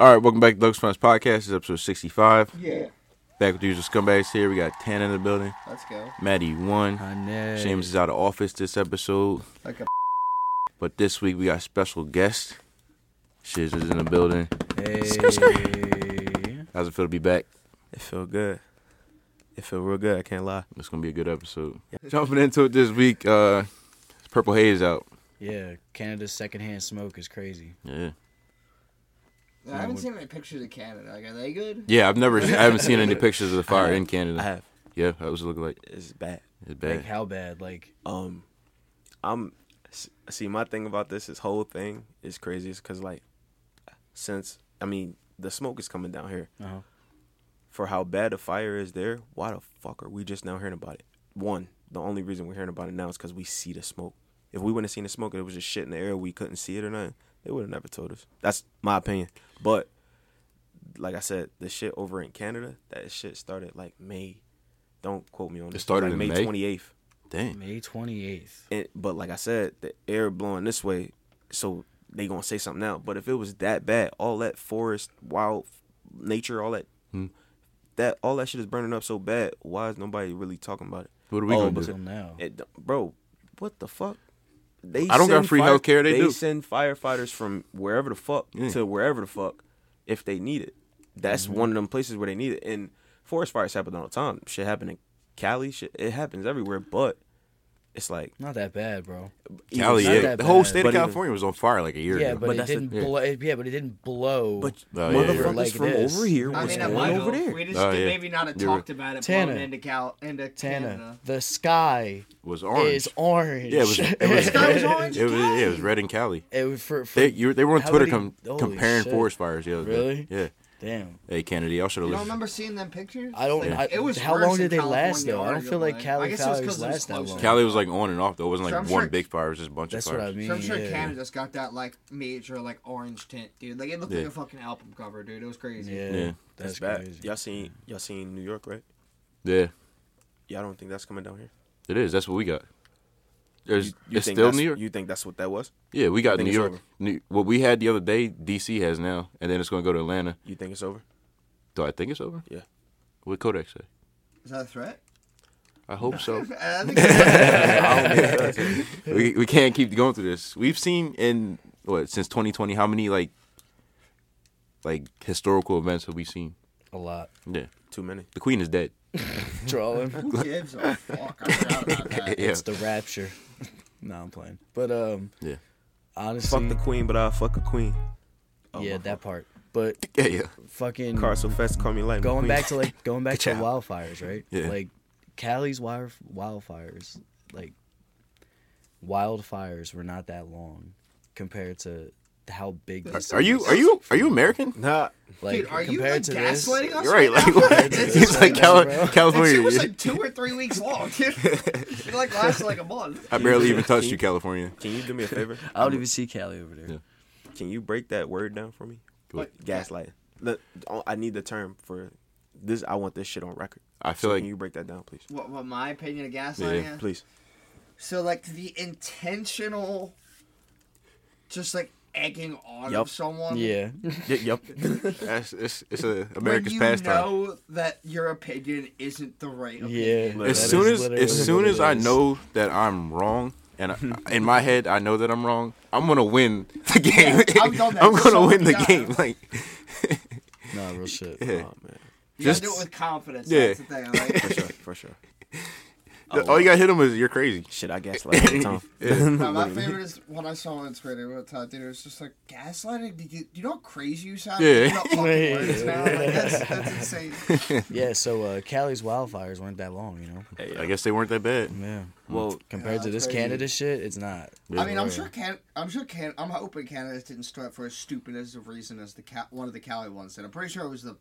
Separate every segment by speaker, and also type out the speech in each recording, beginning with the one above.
Speaker 1: All right, welcome back to Doug's Fun's Podcast. This is episode 65.
Speaker 2: Yeah.
Speaker 1: Back with the usual scumbags here. We got Tan in the building,
Speaker 2: Let's go.
Speaker 1: Maddie 1.
Speaker 3: I know.
Speaker 1: James is out of office this episode,
Speaker 2: Like a
Speaker 1: but this week we got special guest. Shiz is in the building.
Speaker 3: Hey.
Speaker 1: How's it feel to be back?
Speaker 4: It feel good. It feel real good. I can't lie.
Speaker 1: It's going to be a good episode. Jumping into it this week, uh, Purple Haze out.
Speaker 3: Yeah, Canada's secondhand smoke is crazy.
Speaker 1: Yeah.
Speaker 2: I haven't seen any pictures of Canada. Like, are they good?
Speaker 1: Yeah, I've never, I haven't seen any pictures of the fire in
Speaker 4: I
Speaker 1: Canada.
Speaker 4: have.
Speaker 1: Yeah, that was looking like
Speaker 4: It's bad.
Speaker 1: it's
Speaker 3: Like
Speaker 1: bad.
Speaker 3: how bad? Like
Speaker 4: Um, I'm. s- See, my thing about this, this whole thing is crazy. Is because like, since I mean, the smoke is coming down here.
Speaker 3: uh
Speaker 4: For how bad the fire is there, why the fuck are we just now hearing about it? One, the only reason we're hearing about it now is because we see the smoke. If we wouldn't have seen the smoke, and it was just shit in the air. We couldn't see it or nothing. They would have never told us. That's my opinion. But like I said, the shit over in Canada, that shit started like May. Don't quote me on this. was,
Speaker 1: started
Speaker 4: like,
Speaker 1: in May?
Speaker 4: May twenty eighth.
Speaker 1: Dang.
Speaker 3: May twenty eighth.
Speaker 4: it, but like I said, the air blowing this way, so they gonna say something now. But if it was that bad, all that forest, wild nature, all that,
Speaker 1: Hmm.
Speaker 4: that all that shit is burning up so bad. Why is nobody really talking about it?
Speaker 1: What are we gonna do?
Speaker 4: because-
Speaker 3: Oh, Till now.
Speaker 4: It, bro, what the fuck? They
Speaker 1: I don't got
Speaker 4: send
Speaker 1: free healthcare, they do.
Speaker 4: send firefighters from wherever the fuck
Speaker 1: Yeah. Mm-hmm.
Speaker 4: to wherever the fuck if they need it. That's one of them places where they need it. And forest fires happen all the time. Shit happened in Cali. Shit, it happens everywhere. But it's like
Speaker 3: Not that bad, bro.
Speaker 1: Cali,
Speaker 3: Not
Speaker 1: yeah.
Speaker 3: that
Speaker 1: The whole
Speaker 3: bad.
Speaker 1: state
Speaker 4: But
Speaker 1: of
Speaker 4: even-
Speaker 1: California was on fire like a year
Speaker 3: Yeah,
Speaker 1: ago.
Speaker 3: but, it
Speaker 4: that's the-
Speaker 3: didn't blow. Yeah, but it didn't blow.
Speaker 4: But
Speaker 1: Oh, yeah, you're
Speaker 4: motherfuckers
Speaker 1: right.
Speaker 3: Like
Speaker 4: from
Speaker 3: this.
Speaker 4: over here
Speaker 3: I
Speaker 4: was
Speaker 3: mean, I
Speaker 4: going
Speaker 3: might
Speaker 4: over there.
Speaker 2: We just
Speaker 1: Oh,
Speaker 2: could
Speaker 1: yeah.
Speaker 2: maybe not have
Speaker 1: You're
Speaker 2: talked about it
Speaker 3: Tana.
Speaker 2: blowing into Cal into Canada.
Speaker 3: Tana, the sky
Speaker 1: was orange.
Speaker 3: is orange.
Speaker 1: Yeah, it was. It was,
Speaker 2: Sky was orange
Speaker 1: It was,
Speaker 2: Cali.
Speaker 1: yeah, it was red in Cali.
Speaker 3: It was for, for
Speaker 1: They, you, they were on
Speaker 3: How
Speaker 1: Twitter
Speaker 3: did he-
Speaker 1: com-
Speaker 3: holy
Speaker 1: comparing
Speaker 3: shit.
Speaker 1: forest fires the other day.
Speaker 3: Really?
Speaker 1: Yeah.
Speaker 3: damn.
Speaker 1: Hey, Kennedy, y'all should have
Speaker 2: You don't
Speaker 1: listened.
Speaker 2: remember seeing them pictures?
Speaker 3: I don't.
Speaker 1: Yeah.
Speaker 3: I,
Speaker 2: It was
Speaker 3: how
Speaker 2: worse
Speaker 3: long
Speaker 2: in
Speaker 3: did they last
Speaker 2: California,
Speaker 3: though? I don't feel like
Speaker 2: arguably. I
Speaker 3: Cali
Speaker 2: guess it was
Speaker 3: fires
Speaker 2: 'cause it was
Speaker 3: last that
Speaker 2: closer.
Speaker 3: long.
Speaker 1: Cali was like on and off though. It wasn't
Speaker 2: So
Speaker 1: like
Speaker 2: I'm
Speaker 1: one
Speaker 2: sure-
Speaker 1: big fire. It was just a bunch
Speaker 3: That's
Speaker 1: of
Speaker 3: what
Speaker 1: fires.
Speaker 3: I mean.
Speaker 2: So I'm sure
Speaker 3: yeah.
Speaker 2: Canada's got that like major like orange tint, dude. Like it looked
Speaker 1: Yeah.
Speaker 2: like a fucking album cover, dude. It was crazy.
Speaker 3: Yeah,
Speaker 1: Yeah.
Speaker 3: that's
Speaker 4: Bad.
Speaker 3: crazy.
Speaker 4: Y'all seen y'all seen New York, right?
Speaker 1: Yeah,
Speaker 4: Y'all don't think that's coming down here?
Speaker 1: it is. That's what we got. There's,
Speaker 4: You, you
Speaker 1: it's
Speaker 4: think
Speaker 1: still
Speaker 4: that's-
Speaker 1: New York.
Speaker 4: You think that's what that was?
Speaker 1: yeah, we got
Speaker 4: think
Speaker 1: New
Speaker 4: it's
Speaker 1: York.
Speaker 4: over?
Speaker 1: New, what we had the other day, DC has now, and then it's gonna go to Atlanta.
Speaker 4: You think it's over?
Speaker 1: Do I think it's over?
Speaker 4: Yeah.
Speaker 1: What Kodak say?
Speaker 2: Is that a threat?
Speaker 1: I hope so.
Speaker 2: I think it's-
Speaker 1: we we can't keep going through this. We've seen in what since 2020 how many like like historical events have we seen?
Speaker 3: A lot.
Speaker 1: Yeah,
Speaker 4: Too many.
Speaker 1: the Queen is dead.
Speaker 3: Drawing.
Speaker 2: who gives a fuck? I forgot about that.
Speaker 1: yeah,
Speaker 3: It's the rapture. no, I'm playing. But um,
Speaker 1: yeah,
Speaker 3: honestly,
Speaker 4: Fuck the queen, but I fuck a queen.
Speaker 1: Oh,
Speaker 3: yeah, that part. But
Speaker 1: yeah, yeah.
Speaker 3: fucking
Speaker 4: Car so fast, call me like
Speaker 3: going
Speaker 4: queen.
Speaker 3: back to like going back to
Speaker 1: Good
Speaker 3: wildfires, right?
Speaker 1: Yeah.
Speaker 3: Like Cali's wire wildfires, like wildfires were not that long compared to how big this
Speaker 1: Are you
Speaker 3: is.
Speaker 1: are you are you American?
Speaker 4: Nah,
Speaker 3: like
Speaker 2: Dude, are you
Speaker 3: compared
Speaker 2: like
Speaker 3: to this?
Speaker 2: gaslighting us?
Speaker 1: You're right. Like, what? he's
Speaker 2: It's just
Speaker 1: like
Speaker 2: like-
Speaker 1: Cali-
Speaker 3: bro.
Speaker 2: That shit was
Speaker 1: California.
Speaker 2: like two or three weeks long, dude. It like lasted like a month.
Speaker 1: I barely even touched you, California.
Speaker 4: can you do me a favor?
Speaker 3: I don't even see Cali over there.
Speaker 4: Can you break that word down for me?
Speaker 1: What?
Speaker 4: Gaslighting. Look, oh, I need the term for this. I want this shit on record.
Speaker 1: I feel
Speaker 4: So
Speaker 1: like-
Speaker 4: Can you break that down, please?
Speaker 2: What, what my opinion of gaslighting
Speaker 1: Yeah,
Speaker 2: is?
Speaker 4: Please.
Speaker 2: So like the intentional, just like egging on
Speaker 4: Yup.
Speaker 2: of someone.
Speaker 3: Yeah.
Speaker 4: yep.
Speaker 1: That's, it's it's a
Speaker 2: When
Speaker 1: America's
Speaker 2: you
Speaker 1: pastime.
Speaker 2: know that your opinion isn't the right
Speaker 3: Yeah.
Speaker 2: opinion.
Speaker 3: that
Speaker 1: As
Speaker 3: is
Speaker 1: soon as
Speaker 3: literally
Speaker 1: as soon
Speaker 3: what
Speaker 1: as I
Speaker 3: it is.
Speaker 1: know that I'm wrong, and I, in my head I know that I'm wrong, I'm gonna win the game.
Speaker 2: I've done that
Speaker 1: I'm gonna
Speaker 2: so
Speaker 1: win the
Speaker 2: many
Speaker 1: game.
Speaker 2: times.
Speaker 1: Like,
Speaker 3: Nah, real shit.
Speaker 1: yeah.
Speaker 4: Oh man,
Speaker 2: You
Speaker 1: Just-
Speaker 2: gotta do it with confidence.
Speaker 1: Yeah.
Speaker 2: That's the thing. Like,
Speaker 4: for sure, for sure.
Speaker 1: All you gotta hit him is you're crazy.
Speaker 4: Shit, I gaslight all the time.
Speaker 2: no, my favorite is what I saw on Twitter with Todd Dude. It was just like gaslighting. Do you, do you know how crazy you sound?
Speaker 1: Yeah.
Speaker 2: You know fucking
Speaker 3: Yeah.
Speaker 2: words now. Like, that's, that's insane.
Speaker 3: Yeah, so uh, Cali's wildfires weren't that long, you know.
Speaker 4: Hey,
Speaker 1: I guess they weren't that bad.
Speaker 3: Yeah.
Speaker 4: Well,
Speaker 3: Compared to
Speaker 2: that's
Speaker 3: this
Speaker 2: crazy.
Speaker 3: Canada shit, it's not.
Speaker 2: I mean, I'm
Speaker 3: Yeah.
Speaker 2: sure Can I'm sure Can I'm hoping Canada didn't start for as stupid as a reason as the cat one of the Cali ones did. I'm pretty sure it was the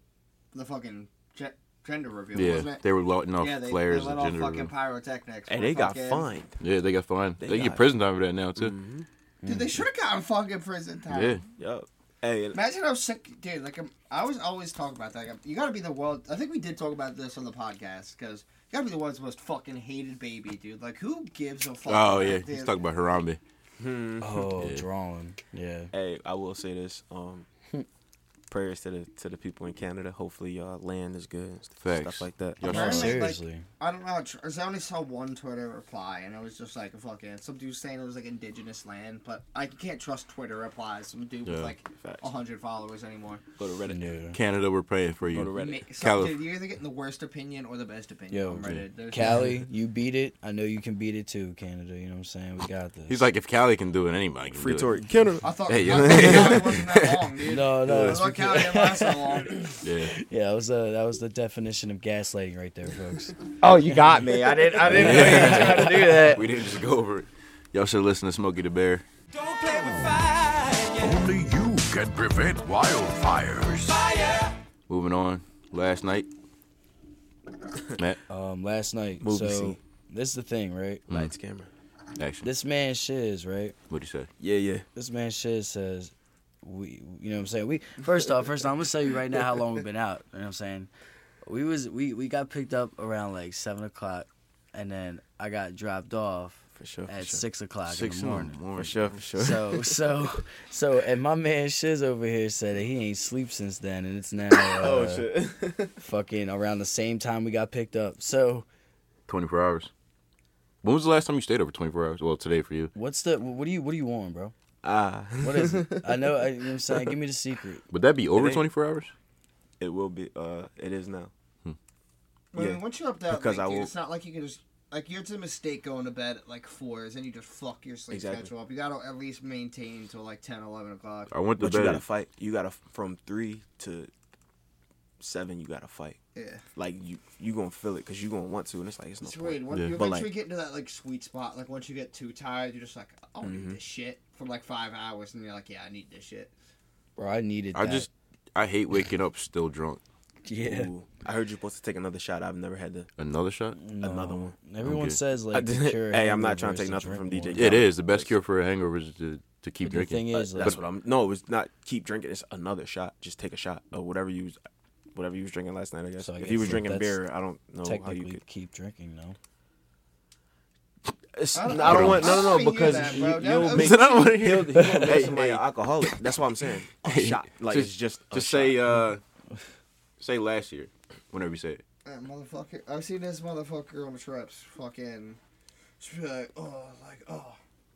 Speaker 2: the fucking ge- gender reveal, wasn't
Speaker 1: Yeah,
Speaker 2: it?
Speaker 1: they were letting off
Speaker 2: yeah, they,
Speaker 1: flares
Speaker 2: they let
Speaker 1: and
Speaker 2: off
Speaker 1: gender.
Speaker 2: fucking
Speaker 1: reveal.
Speaker 2: pyrotechnics.
Speaker 4: hey,
Speaker 2: for
Speaker 4: they got
Speaker 2: fucking-
Speaker 4: fined.
Speaker 1: Yeah, they got fined. They, get
Speaker 4: They got- Mm-hmm.
Speaker 1: prison time for that now too.
Speaker 2: Dude, they should have gotten fucking prison time.
Speaker 1: Yeah,
Speaker 4: Yup. Hey,
Speaker 2: Imagine how sick, dude. Like, I'm, I was always talking about that. Like, you gotta be the world. I think we did talk about this on the podcast because you gotta be the world's most fucking hated baby, dude. Like, who gives a
Speaker 1: Oh
Speaker 2: fuck? about
Speaker 1: yeah,
Speaker 2: it,
Speaker 1: he's
Speaker 2: dude?
Speaker 1: talking about Harambe.
Speaker 3: Oh, drawing. Yeah.
Speaker 4: hey, I will say this. Um, prayers to the to the people in Canada. Hopefully, y'all land is good and stuff,
Speaker 1: Facts.
Speaker 4: stuff like that. Um,
Speaker 1: Y'all
Speaker 2: Apparently,
Speaker 1: should-
Speaker 2: like,
Speaker 3: Seriously.
Speaker 2: I don't know. How tr- 'cause I only saw one Twitter reply, and it was just like a fucking some dude saying it was like indigenous land, but I can't trust Twitter replies. Some dude with
Speaker 1: Yeah.
Speaker 2: like
Speaker 4: Facts.
Speaker 2: hundred followers anymore.
Speaker 4: Go to Reddit.
Speaker 3: Yeah.
Speaker 1: Canada, we're praying for
Speaker 4: Go to
Speaker 1: you.
Speaker 4: Reddit.
Speaker 2: Ma- So,
Speaker 1: Calif-
Speaker 2: dude, you're either getting the worst opinion or the best opinion
Speaker 3: Yo,
Speaker 2: on Reddit. There's-
Speaker 3: Cali, you beat it. I know you can beat it too, Canada. You know what I'm saying? We got this.
Speaker 1: He's like, if Cali can do it, anybody can
Speaker 4: Free
Speaker 1: do
Speaker 4: Tory Canada.
Speaker 2: I thought,
Speaker 1: Hey,
Speaker 2: I
Speaker 1: yo.
Speaker 2: thought Cali wasn't that long, dude.
Speaker 3: no, no.
Speaker 2: I
Speaker 3: it's
Speaker 2: thought
Speaker 3: because-
Speaker 2: Cali didn't last so long.
Speaker 1: it. Yeah.
Speaker 3: yeah, that was the that was the definition of gaslighting right there, folks.
Speaker 4: Oh, you got me. I didn't. I didn't
Speaker 1: know
Speaker 4: to do that.
Speaker 1: We didn't just go over it. Y'all should listen to Smokey the Bear.
Speaker 5: Don't play with fire.
Speaker 6: Only you can prevent wildfires.
Speaker 5: Fire.
Speaker 1: Moving on. Last night. Matt,
Speaker 3: Um, last night.
Speaker 4: Movie
Speaker 3: so
Speaker 4: scene.
Speaker 3: this is the thing, right?
Speaker 4: Lights, camera.
Speaker 1: action.
Speaker 3: This man shiz, right?
Speaker 1: What'd you say?
Speaker 4: Yeah, yeah.
Speaker 3: This man shiz says we you know what I'm saying? We first off, first off, I'm gonna tell you right now how long we've been out. You know what I'm saying? We was we, we got picked up around like seven o'clock and then I got dropped off
Speaker 4: For sure. For
Speaker 3: at
Speaker 4: sure.
Speaker 3: six o'clock
Speaker 1: Six
Speaker 3: in the morning.
Speaker 4: For sure. For sure.
Speaker 3: So so so and my man Shiz over here said that he ain't sleep since then and it's now uh,
Speaker 4: oh shit.
Speaker 3: fucking around the same time we got picked up. So
Speaker 1: 24 hours. When was the last time you stayed over 24 hours? Well, today for you.
Speaker 3: what's the what do you what do you on, bro?
Speaker 4: ah,
Speaker 3: What is it? I know I, you know what I'm saying, give me the secret.
Speaker 1: Would that be over
Speaker 4: ain't.
Speaker 1: 24 hours?
Speaker 4: it will be. Uh, it is now.
Speaker 2: I mean,
Speaker 4: Yeah.
Speaker 2: once you're up that
Speaker 4: Because
Speaker 2: late,
Speaker 4: I
Speaker 2: dude,
Speaker 4: will-
Speaker 2: it's not like you can just like you're it's a mistake going to bed at like fours and you just fuck your sleep
Speaker 4: Exactly.
Speaker 2: schedule up. You gotta at least maintain till like 10, 11 o'clock.
Speaker 1: I went to
Speaker 4: But you
Speaker 1: bed.
Speaker 4: gotta fight. You gotta from three to seven. You gotta fight.
Speaker 2: Yeah.
Speaker 4: Like you, you gonna feel it because you gonna want to, and it's like it's no
Speaker 2: It's
Speaker 4: point.
Speaker 2: weird. When
Speaker 1: Yeah.
Speaker 2: you
Speaker 4: But,
Speaker 2: eventually
Speaker 4: like-
Speaker 2: get into that like sweet spot, like once you get too tired, you're just like, I don't
Speaker 1: Mm-hmm.
Speaker 2: need this shit for like five hours, and you're like, yeah, I need this shit.
Speaker 3: Bro, I needed
Speaker 1: I
Speaker 3: that.
Speaker 1: just, I hate waking up still drunk.
Speaker 3: yeah.
Speaker 4: Ooh, I heard you're supposed to take another shot. I've never had the
Speaker 1: Another shot?
Speaker 4: another one.
Speaker 3: Everyone
Speaker 1: Okay.
Speaker 3: says like the
Speaker 4: didn't-
Speaker 3: cure
Speaker 4: Hey, I'm not
Speaker 3: hangover
Speaker 4: trying to
Speaker 3: is
Speaker 4: take nothing from
Speaker 3: drink
Speaker 4: DJ.
Speaker 3: more.
Speaker 1: It is. The best cure for a hangover is to, to keep
Speaker 3: But the
Speaker 1: drinking.
Speaker 3: thing is, like,
Speaker 4: That's what I'm. No, it's not. Keep drinking. It's another shot. Just take a shot of whatever you, was, whatever you was drinking last night. I guess.
Speaker 3: So I
Speaker 4: if
Speaker 3: guess
Speaker 4: you was
Speaker 3: that-
Speaker 4: drinking
Speaker 3: that's
Speaker 4: beer, I don't know how you
Speaker 3: technically
Speaker 4: could.
Speaker 3: keep drinking. No,
Speaker 4: It's,
Speaker 2: I
Speaker 4: I
Speaker 2: don't-
Speaker 4: don't,
Speaker 2: I don't
Speaker 4: want. No, no,
Speaker 2: wanna
Speaker 4: no.
Speaker 2: hear
Speaker 4: Because
Speaker 2: that,
Speaker 4: you,
Speaker 2: bro. That-
Speaker 4: will
Speaker 2: that-
Speaker 4: make.
Speaker 1: I don't want to hear.
Speaker 4: He'll, he'll make
Speaker 1: Hey,
Speaker 4: somebody an alcoholic. That's what I'm saying. A shot. Like
Speaker 1: Just-
Speaker 4: it's just.
Speaker 1: Just
Speaker 4: A Oh, shot.
Speaker 1: say, uh, say last year, whenever you say it.
Speaker 2: That motherfucker, I've seen this motherfucker on the trips, fucking, just be like, oh, like, oh,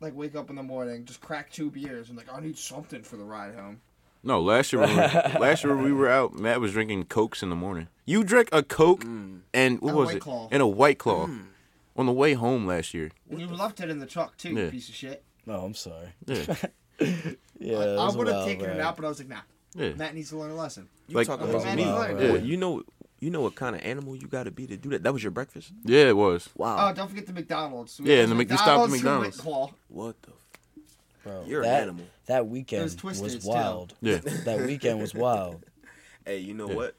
Speaker 2: like wake up in the morning, just crack two beers, and like, I need something for the ride home.
Speaker 1: No, last year, when we were, last year when we were out. Matt was drinking cokes in the morning. You drank a coke and what
Speaker 2: And a
Speaker 1: was
Speaker 2: White
Speaker 1: it?
Speaker 2: Claw.
Speaker 1: And a white claw on the way home last year.
Speaker 2: You left it in the truck too,
Speaker 1: Yeah.
Speaker 2: piece of shit.
Speaker 3: no, I'm sorry.
Speaker 1: Yeah,
Speaker 3: Yeah,
Speaker 2: I,
Speaker 3: it
Speaker 2: I
Speaker 3: was a
Speaker 2: would have
Speaker 3: wild
Speaker 2: taken
Speaker 3: ride.
Speaker 2: it out, but I was like, nah.
Speaker 1: yeah.
Speaker 2: Matt needs to learn a lesson.
Speaker 4: You
Speaker 1: like-
Speaker 4: talking
Speaker 1: It was
Speaker 4: about me?
Speaker 2: Manny Lloyd.
Speaker 4: Boy,
Speaker 1: Yeah.
Speaker 4: uh, You know, you know what kind of animal you got to be to do that. That was your breakfast.
Speaker 1: Yeah, it was.
Speaker 4: Wow.
Speaker 2: Oh, don't forget the McDonald's. We
Speaker 1: Ah. Yeah,
Speaker 2: had
Speaker 1: and the Mc- we stopped at
Speaker 2: and
Speaker 1: McDonald's.
Speaker 2: White Claw.
Speaker 4: what the? F-
Speaker 3: Bro,
Speaker 4: You're an
Speaker 3: that,
Speaker 4: animal.
Speaker 3: That weekend was,
Speaker 2: Twisteds, too.
Speaker 3: wild.
Speaker 1: Yeah.
Speaker 3: that weekend was wild.
Speaker 4: hey, you know
Speaker 1: Yeah.
Speaker 4: what?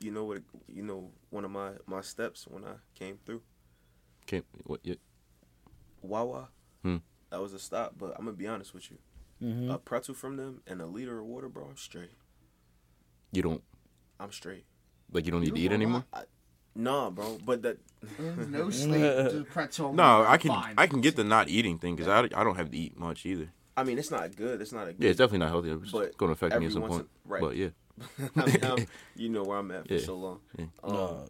Speaker 4: You know what? You know one of my my steps when I came through.
Speaker 1: Can't, what, yeah.
Speaker 4: Wawa.
Speaker 1: Hmm.
Speaker 4: That was a stop, but I'm gonna be honest with you. A pretzel from them and a liter of water, bro. I'm straight.
Speaker 1: You don't
Speaker 4: I'm straight.
Speaker 1: like you don't need to
Speaker 2: You
Speaker 1: eat
Speaker 2: are
Speaker 1: anymore.
Speaker 4: Nah, bro. But that
Speaker 2: Mm, No sleep, just pretzel.
Speaker 1: No, I can
Speaker 2: Fine.
Speaker 1: I can get the not eating thing because I, I don't have to eat much either.
Speaker 4: I mean, it's not good. It's not
Speaker 1: Yeah,
Speaker 4: a
Speaker 1: it's
Speaker 4: good.
Speaker 1: definitely not healthy. It's
Speaker 4: But
Speaker 1: going to affect me
Speaker 4: every
Speaker 1: at some
Speaker 4: once
Speaker 1: point.
Speaker 4: in- right.
Speaker 1: But yeah,
Speaker 4: I mean, I'm- you know where I'm at for
Speaker 1: Yeah.
Speaker 4: so long.
Speaker 1: Yeah.
Speaker 4: Um,
Speaker 3: No.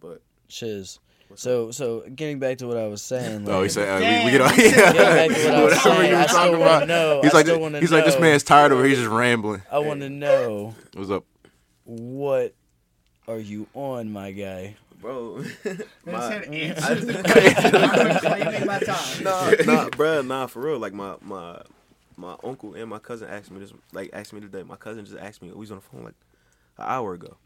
Speaker 4: But
Speaker 3: Shiz. So so getting back to what I was saying. Like,
Speaker 1: oh, he said uh, we, we
Speaker 2: Damn.
Speaker 1: get all
Speaker 3: Getting back to what I was
Speaker 1: whatever
Speaker 3: saying,
Speaker 1: you
Speaker 3: I
Speaker 1: were
Speaker 3: still
Speaker 1: talking
Speaker 3: wanna
Speaker 1: about.
Speaker 3: know,
Speaker 1: He's
Speaker 3: I
Speaker 1: like
Speaker 3: still
Speaker 1: thi-
Speaker 3: wanna
Speaker 1: he's like this
Speaker 3: know.
Speaker 1: man's tired over. He's just rambling.
Speaker 3: I want to know
Speaker 1: What's up?
Speaker 3: what are you on, my guy?
Speaker 4: bro,
Speaker 2: I said
Speaker 4: my,
Speaker 2: answer the question. I'm claiming my time.
Speaker 4: nah, nah, bro, nah, for real. Like my my my uncle and my cousin asked me this. Like asked me today. My cousin just asked me. We was on the phone like an hour ago,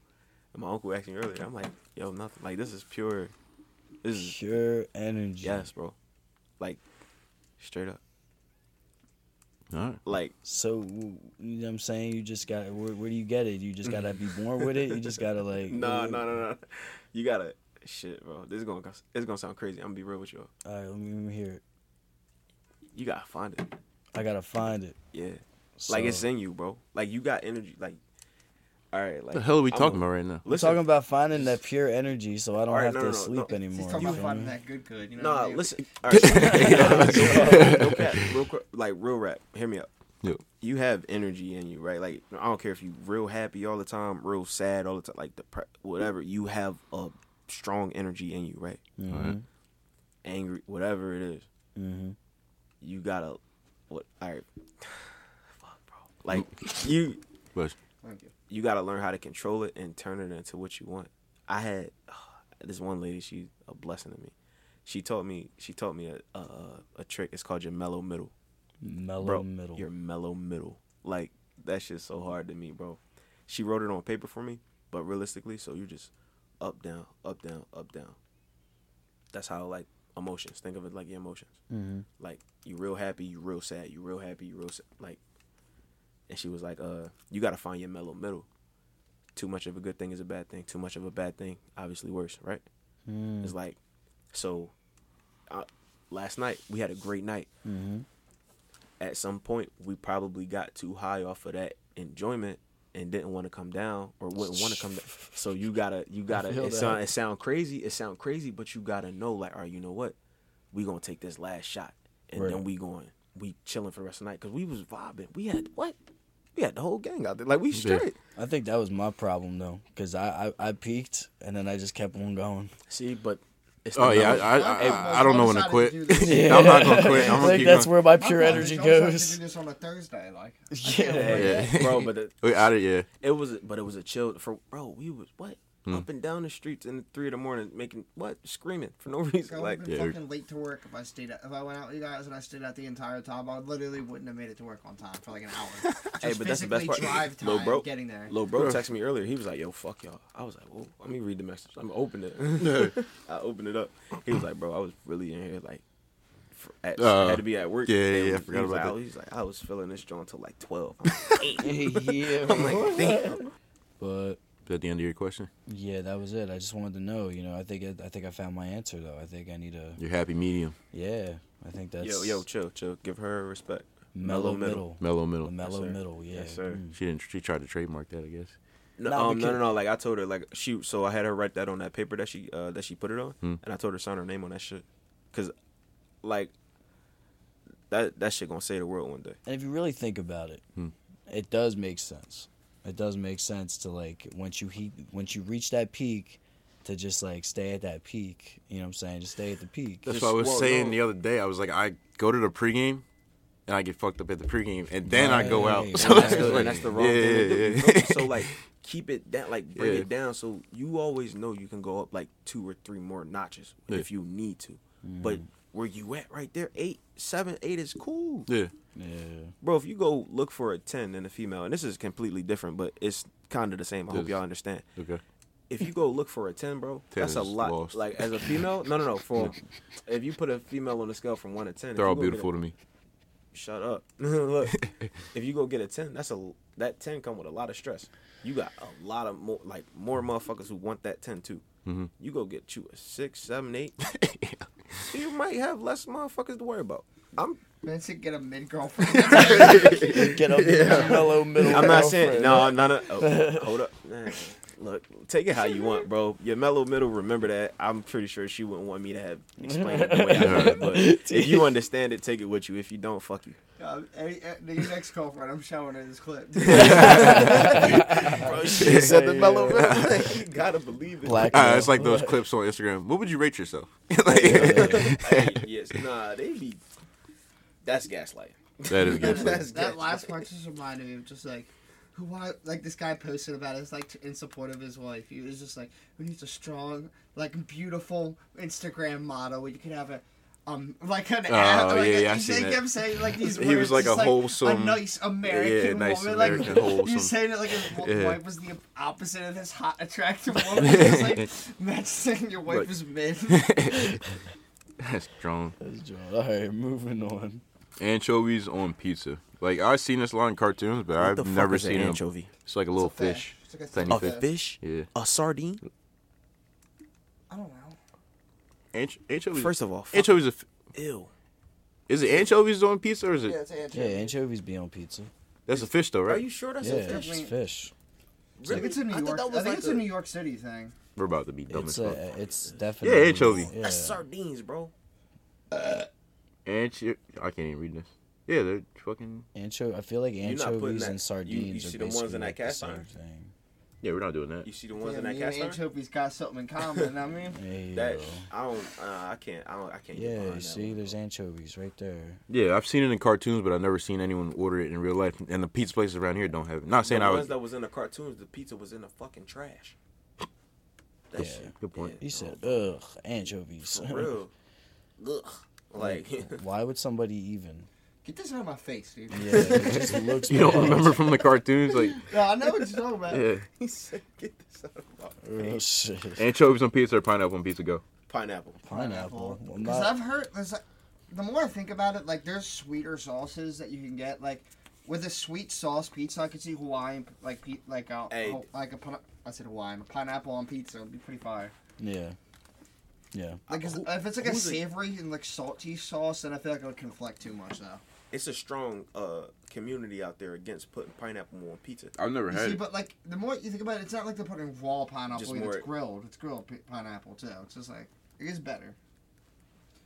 Speaker 4: and my uncle asked me earlier. I'm like, yo, nothing. Like this is pure. This is
Speaker 3: Pure energy.
Speaker 4: Yes, bro. Like, straight up.
Speaker 1: All right.
Speaker 4: Like,
Speaker 3: So you know what I'm saying? You just got where, where do you get it? You just gotta be born with it. You just gotta like.
Speaker 4: no, no, no, no. You gotta, shit, bro. This is gonna, it's gonna sound crazy. I'm gonna be real with you.
Speaker 3: All right, let me, let me hear it.
Speaker 4: You gotta find it.
Speaker 3: I gotta find it.
Speaker 4: Yeah. Like it's
Speaker 3: So-
Speaker 4: in you, bro. Like you got energy. Like, all right. Like,
Speaker 1: What the hell are we
Speaker 4: I'm
Speaker 1: talking
Speaker 4: a-
Speaker 1: about right now?
Speaker 3: We're
Speaker 4: Listen,
Speaker 3: talking about finding that pure energy, so I don't
Speaker 4: Alright,
Speaker 3: have
Speaker 4: no,
Speaker 3: to
Speaker 4: no, no,
Speaker 3: sleep
Speaker 4: no.
Speaker 2: He's
Speaker 3: anymore. Mm-hmm.
Speaker 2: talking
Speaker 3: you
Speaker 2: about
Speaker 3: feel
Speaker 2: finding
Speaker 3: me?
Speaker 2: that good, good. You know what
Speaker 4: Nah,
Speaker 2: I mean?
Speaker 4: uh, listen. All right, so- no cap, real, cap, real rap. Hear me out.
Speaker 1: Yeah.
Speaker 4: you have energy in you, right? Like I don't care if you real happy all the time, real sad all the time, like depre- whatever. You have a strong energy in you, right?
Speaker 3: Mm-hmm.
Speaker 1: Alright.
Speaker 4: Angry, whatever it is, you gotta what? All right, fuck, bro. Like you,
Speaker 1: But
Speaker 2: Thank you.
Speaker 4: you gotta learn how to control it and turn it into what you want. I had this one lady; she's a blessing to me. She taught me. She taught me a a, a trick. It's called your mellow middle
Speaker 3: Mellow
Speaker 4: bro,
Speaker 3: middle.
Speaker 4: Your mellow middle. Like that shit's so hard to me, bro. She wrote it on paper for me, but realistically, so you just up down, up down, up down. That's how like emotions. Think of it like your emotions. Mm-hmm. Like you real happy, you real sad, you real happy, you real sad. like. And she was like, "Uh, you gotta find your mellow middle. Too much of a good thing is a bad thing. Too much of a bad thing, obviously worse, right?
Speaker 3: Mm.
Speaker 4: It's like, so. Uh, last night we had a great night
Speaker 3: Mm-hmm.
Speaker 4: at some point we probably got too high off of that enjoyment and didn't want to come down or wouldn't want to come down. So you gotta you gotta
Speaker 3: feel
Speaker 4: it
Speaker 3: that.
Speaker 4: sound it sound crazy, it sound crazy, but you gotta know like, all right, you know what? We gonna take this last shot and
Speaker 3: Right.
Speaker 4: then we going we chilling for the rest of the night because we was vibing. We had what? We had the whole gang out there. Like we straight.
Speaker 3: I think that was my problem though, because I, I I peaked and then I just kept on going.
Speaker 4: See, but it's
Speaker 1: oh
Speaker 4: the
Speaker 1: yeah,
Speaker 4: mellow-
Speaker 1: I I,
Speaker 2: I'm
Speaker 1: I,
Speaker 2: almost
Speaker 1: I don't know when to
Speaker 2: excited
Speaker 1: quit.
Speaker 2: to do this.
Speaker 1: I'm not gonna quit. I'm
Speaker 3: I
Speaker 1: gonna
Speaker 3: think
Speaker 1: keep
Speaker 3: that's
Speaker 1: going.
Speaker 3: where my
Speaker 2: I'm
Speaker 3: pure
Speaker 2: glad
Speaker 3: energy
Speaker 2: y'all tried
Speaker 3: goes.
Speaker 2: To do this on a Thursday, like.
Speaker 3: Yeah.
Speaker 1: Yeah.
Speaker 4: bro, but the,
Speaker 1: We out of yeah.
Speaker 4: It was, but it was a chill for bro. We was what
Speaker 1: Hmm.
Speaker 4: up and down the streets in the three in the morning, making what screaming for no reason.
Speaker 2: I would
Speaker 4: Like
Speaker 2: have been
Speaker 1: Yeah.
Speaker 2: fucking late to work if I stayed. At, if I went out with you guys and I stayed out the entire time, I literally wouldn't have made it to work on time for like an hour. Just
Speaker 4: Hey, but that's the best
Speaker 2: physically
Speaker 4: part.
Speaker 2: Drive time,
Speaker 4: Lil bro,
Speaker 2: getting there.
Speaker 4: Lil bro texted me earlier. He was like, "Yo, fuck y'all." I was like, "Whoa, let me read the message. I'm gonna open it." I opened it up. He was like, "Bro, I was really in here like." for- At,
Speaker 1: Uh,
Speaker 4: I had to be at work.
Speaker 1: yeah, yeah,
Speaker 4: And
Speaker 1: yeah, I
Speaker 4: he
Speaker 1: forgot
Speaker 4: was
Speaker 1: about
Speaker 4: like,
Speaker 1: that.
Speaker 4: He's like, I was feeling this joint till like twelve.
Speaker 3: yeah. But
Speaker 1: Is that the end of your question?
Speaker 3: yeah, that was it. I just wanted to know. You know, I think I, I think I found my answer though. I think I need a
Speaker 1: Your happy medium,
Speaker 3: yeah. I think that's
Speaker 4: yo, yo, chill, chill. Give her respect.
Speaker 3: mellow middle,
Speaker 1: mellow middle.
Speaker 3: a mellow
Speaker 4: sir.
Speaker 3: middle. Yeah.
Speaker 4: Yes, sir.
Speaker 2: mm.
Speaker 1: She didn't. She tried to trademark that, I guess.
Speaker 4: No,
Speaker 3: Nah, we
Speaker 4: um, no, no,
Speaker 3: could-
Speaker 4: no. Like I told her, like she. So I had her write that on that paper that she uh, that she put it on,
Speaker 1: Hmm.
Speaker 4: and I told her sign her name on that shit, cause, like, that that shit gonna say the world one day.
Speaker 3: And if you really think about it,
Speaker 4: Hmm.
Speaker 3: it does make sense. It does make sense to like once you heat, once you reach that peak, to just like stay at that peak. You know what I'm saying? Just stay at the peak.
Speaker 1: That's
Speaker 4: Just-
Speaker 1: what I was
Speaker 4: well,
Speaker 1: saying
Speaker 4: no.
Speaker 1: the other day. I was like, I go to the pregame, and I get fucked up at the pregame, and then I go out.
Speaker 3: Right.
Speaker 1: So
Speaker 4: And that's,
Speaker 1: that's
Speaker 4: the,
Speaker 1: like,
Speaker 4: and that's the wrong
Speaker 1: yeah,
Speaker 4: thing to do.
Speaker 1: yeah,
Speaker 4: you
Speaker 1: yeah.
Speaker 4: feel me? So like, keep it down, like bring
Speaker 1: Yeah.
Speaker 4: it down, so you always know you can go up like two or three more notches if you need to.
Speaker 1: Mm.
Speaker 4: But where you at right there, eight, seven, eight is cool.
Speaker 1: yeah.
Speaker 3: yeah.
Speaker 4: bro if you go look for a 10 in a female and this is completely different but it's kind of the same i hope
Speaker 1: Yes.
Speaker 4: y'all understand
Speaker 1: Okay.
Speaker 4: if you go look for a 10 bro
Speaker 1: 10
Speaker 4: that's a
Speaker 1: is
Speaker 4: lot
Speaker 1: lost.
Speaker 4: like as a female no no no for if you put a female on a scale from 1 to 10 if
Speaker 1: They're
Speaker 4: you
Speaker 1: all
Speaker 4: go get
Speaker 1: beautiful
Speaker 4: a,
Speaker 1: to me.
Speaker 4: shut up look if you go get a 10 that's a that 10 come with a lot of stress you got a lot of more like more motherfuckers who want that 10 too you go get you a 6 7 8 you might have less motherfuckers to worry about i'm
Speaker 2: Vincent get a mid girlfriend.
Speaker 3: Get up, mellow middle.
Speaker 4: I'm not
Speaker 3: girlfriend.
Speaker 4: saying no, no, no. Oh, hold up, Nah, look, take it how you want, bro. Your mellow middle, remember that. I'm pretty sure she wouldn't want me to have explained it the way I did, but if you understand it, take it with you. If you don't, fuck you.
Speaker 2: um, any, uh, the next girlfriend, I'm showing her this clip.
Speaker 4: Bro, she said the mellow middle. Like, you gotta believe it.
Speaker 3: Black
Speaker 1: Uh, it's
Speaker 3: male.
Speaker 1: like those clips on Instagram. What would you rate yourself? like,
Speaker 4: Hey, yes, nah, they be. That's gaslighting.
Speaker 1: that is
Speaker 2: that,
Speaker 1: good.
Speaker 4: That's
Speaker 2: that,
Speaker 4: good.
Speaker 2: last part just reminded me of just like who I like this guy posted about it, it's like t- in support of his wife. He was just like we need a strong, like beautiful Instagram model where you can have a um like an
Speaker 1: Oh,
Speaker 2: ad, like
Speaker 1: yeah,
Speaker 2: a,
Speaker 1: yeah, I
Speaker 2: he
Speaker 1: seen
Speaker 2: kept
Speaker 1: that.
Speaker 2: saying like these
Speaker 1: He
Speaker 2: words,
Speaker 1: was like
Speaker 2: just,
Speaker 1: a wholesome-
Speaker 2: a nice American
Speaker 1: yeah, nice
Speaker 2: woman, like
Speaker 1: American,
Speaker 2: he
Speaker 1: wholesome.
Speaker 2: was saying it like his wa-
Speaker 1: Yeah.
Speaker 2: wife was the opposite of this hot attractive woman. it's like imagine saying your wife
Speaker 1: Like-
Speaker 2: is mid.
Speaker 1: That's strong.
Speaker 3: That's drawn. All right, moving on.
Speaker 1: Anchovies on pizza. Like I've seen this line in cartoons, but
Speaker 4: the
Speaker 1: I've
Speaker 4: fuck
Speaker 1: never
Speaker 4: is an
Speaker 1: seen it.
Speaker 4: anchovy?
Speaker 1: It's like a little
Speaker 2: It's a
Speaker 1: fish,
Speaker 2: fish. It's like a
Speaker 1: tiny
Speaker 4: A
Speaker 2: little
Speaker 1: fish.
Speaker 2: fish.
Speaker 4: fish?
Speaker 1: Yeah.
Speaker 4: A sardine?
Speaker 2: I don't know.
Speaker 1: Anch- anchovies.
Speaker 4: First of all, fuck-
Speaker 1: anchovies. Are f-
Speaker 4: Ew.
Speaker 1: is it anchovies on pizza or is it?
Speaker 2: Yeah, it's an
Speaker 3: Yeah, anchovies be on pizza.
Speaker 1: That's a fish though,
Speaker 4: Are
Speaker 1: right?
Speaker 4: you sure that's
Speaker 3: Yeah,
Speaker 4: a
Speaker 3: it's
Speaker 4: fish?
Speaker 2: fish.
Speaker 3: fish.
Speaker 2: I think it's a New
Speaker 4: I thought
Speaker 2: York. I
Speaker 4: that
Speaker 2: think
Speaker 4: was like
Speaker 2: it's a
Speaker 4: a-
Speaker 2: New York City thing.
Speaker 1: We're about to be dumb
Speaker 3: It's
Speaker 1: as fuck.
Speaker 3: a, it's definitely
Speaker 1: anchovy.
Speaker 3: Yeah.
Speaker 4: That's sardines, bro.
Speaker 1: Ancho- I can't even read this. Yeah, they're fucking.
Speaker 3: Ancho, I feel like
Speaker 4: not
Speaker 3: anchovies
Speaker 4: putting that- you- you
Speaker 3: and sardines
Speaker 4: see
Speaker 3: are
Speaker 4: the ones
Speaker 3: basically
Speaker 4: in that
Speaker 3: like the
Speaker 4: cast
Speaker 3: same
Speaker 4: iron?
Speaker 3: thing.
Speaker 1: Yeah, we're not doing that.
Speaker 4: You see the ones
Speaker 2: Yeah,
Speaker 4: in that
Speaker 2: me and
Speaker 4: cast iron?
Speaker 2: Anchovies got something in common. I mean,
Speaker 3: Hey,
Speaker 4: That
Speaker 3: yo.
Speaker 4: I don't. Uh, I can't. I don't. I can't. get
Speaker 3: yeah,
Speaker 4: behind
Speaker 3: you
Speaker 4: that
Speaker 3: see,
Speaker 4: one.
Speaker 3: there's anchovies right there.
Speaker 1: Yeah, I've seen it in cartoons, but I've never seen anyone order it in real life. And the pizza places around here don't have it. Not saying
Speaker 4: the
Speaker 1: I
Speaker 4: ones
Speaker 1: was.
Speaker 4: that was in the cartoons, the pizza was in the fucking trash. That
Speaker 3: Yeah.
Speaker 4: shit.
Speaker 1: Good point.
Speaker 3: He said, "Ugh, anchovies."
Speaker 4: For real. Ugh. Like,
Speaker 3: Why would somebody even?
Speaker 2: get this out of my face, dude.
Speaker 3: Yeah, it just looks.
Speaker 1: You don't
Speaker 3: bad.
Speaker 1: remember from the cartoons, like
Speaker 2: No, I know what you're talking about.
Speaker 1: yeah,
Speaker 4: he said, get this out of my
Speaker 3: Real shit.
Speaker 1: anchovies on pizza or pineapple on pizza go.
Speaker 4: pineapple.
Speaker 3: Pineapple. Well,
Speaker 2: Because
Speaker 3: not,
Speaker 2: I've heard, there's like, the more I think about it, like there's sweeter sauces that you can get. Like with a sweet sauce pizza, I could see Hawaiian, like pe- like a
Speaker 4: Hey.
Speaker 2: ho- like a pine- I said Hawaiian, a pineapple on pizza would be pretty fire.
Speaker 3: yeah. Yeah.
Speaker 2: Like 'cause
Speaker 4: Uh, who-
Speaker 2: if it's like a
Speaker 4: who's a-
Speaker 2: savory and like salty sauce, then I feel like it would conflict too much though.
Speaker 4: It's a strong uh, community out there against putting pineapple on pizza.
Speaker 1: I've never
Speaker 2: You see, but like the more you think about it, it's not like they're putting raw pineapple.
Speaker 4: Just
Speaker 2: in,
Speaker 4: more-
Speaker 2: It's grilled. It's grilled pi- pineapple too. It's just like it gets better.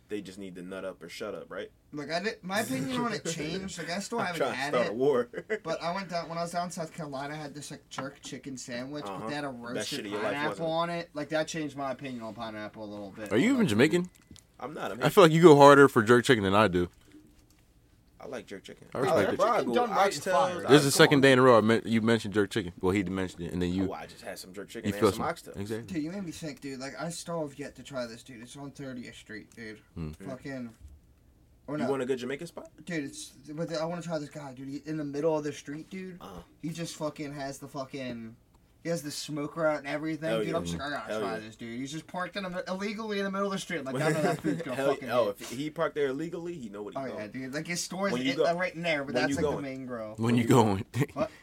Speaker 4: They just need to nut up or shut up, right?
Speaker 2: Like I did, my opinion on it changed. Like I still
Speaker 4: I'm
Speaker 2: haven't
Speaker 4: trying to
Speaker 2: had
Speaker 4: start
Speaker 2: it.
Speaker 4: a war.
Speaker 2: But I went down when I was down in South Carolina. I had this like jerk chicken sandwich,
Speaker 4: Uh-huh.
Speaker 2: but they had a
Speaker 4: Best shit
Speaker 2: roasted
Speaker 4: of your life,
Speaker 2: pineapple
Speaker 4: wasn't it?
Speaker 2: on it. Like that changed my opinion on pineapple a little bit.
Speaker 1: Are you even Jamaican?
Speaker 4: I'm not. I'm
Speaker 1: I
Speaker 4: Haitian.
Speaker 1: feel like you go harder for jerk chicken than I do.
Speaker 4: I like jerk chicken.
Speaker 1: I respect it.
Speaker 4: like
Speaker 2: Chicken done right is fire.
Speaker 1: This is the second day in a row I men- you mentioned jerk chicken. Well, he mentioned it, and
Speaker 2: Oh,
Speaker 1: then you
Speaker 4: Oh, I just had some jerk chicken
Speaker 1: you
Speaker 4: and
Speaker 1: feel
Speaker 4: some oxtails.
Speaker 1: exactly.
Speaker 2: Dude, you made me sick, dude. Like I still have yet to try this, dude. It's on 30th Street, dude.
Speaker 1: Hmm.
Speaker 2: Fucking. Or
Speaker 4: You
Speaker 2: no,
Speaker 4: want a good Jamaican spot?
Speaker 2: dude. It's but I want to try this guy, dude. He, in the middle of the street, dude.
Speaker 4: Uh-huh.
Speaker 2: He just fucking has the fucking. He has the smoker out and everything,
Speaker 4: Hell
Speaker 2: dude.
Speaker 4: yeah.
Speaker 2: I'm just like, I gotta
Speaker 4: Hell
Speaker 2: try
Speaker 4: yeah.
Speaker 2: this, dude. He's just parked in the, illegally in the middle of the street. Like I know that food's gonna
Speaker 4: Hell-
Speaker 2: fucking.
Speaker 4: oh,
Speaker 2: hit.
Speaker 4: if he parked there illegally, he know what he
Speaker 2: Oh
Speaker 4: going.
Speaker 2: yeah, dude. Like his store's
Speaker 4: When you
Speaker 2: it-
Speaker 4: go-
Speaker 2: uh, right in there, but
Speaker 4: when
Speaker 2: that's
Speaker 4: you
Speaker 2: like
Speaker 4: going.
Speaker 2: the main grill.
Speaker 1: When you going?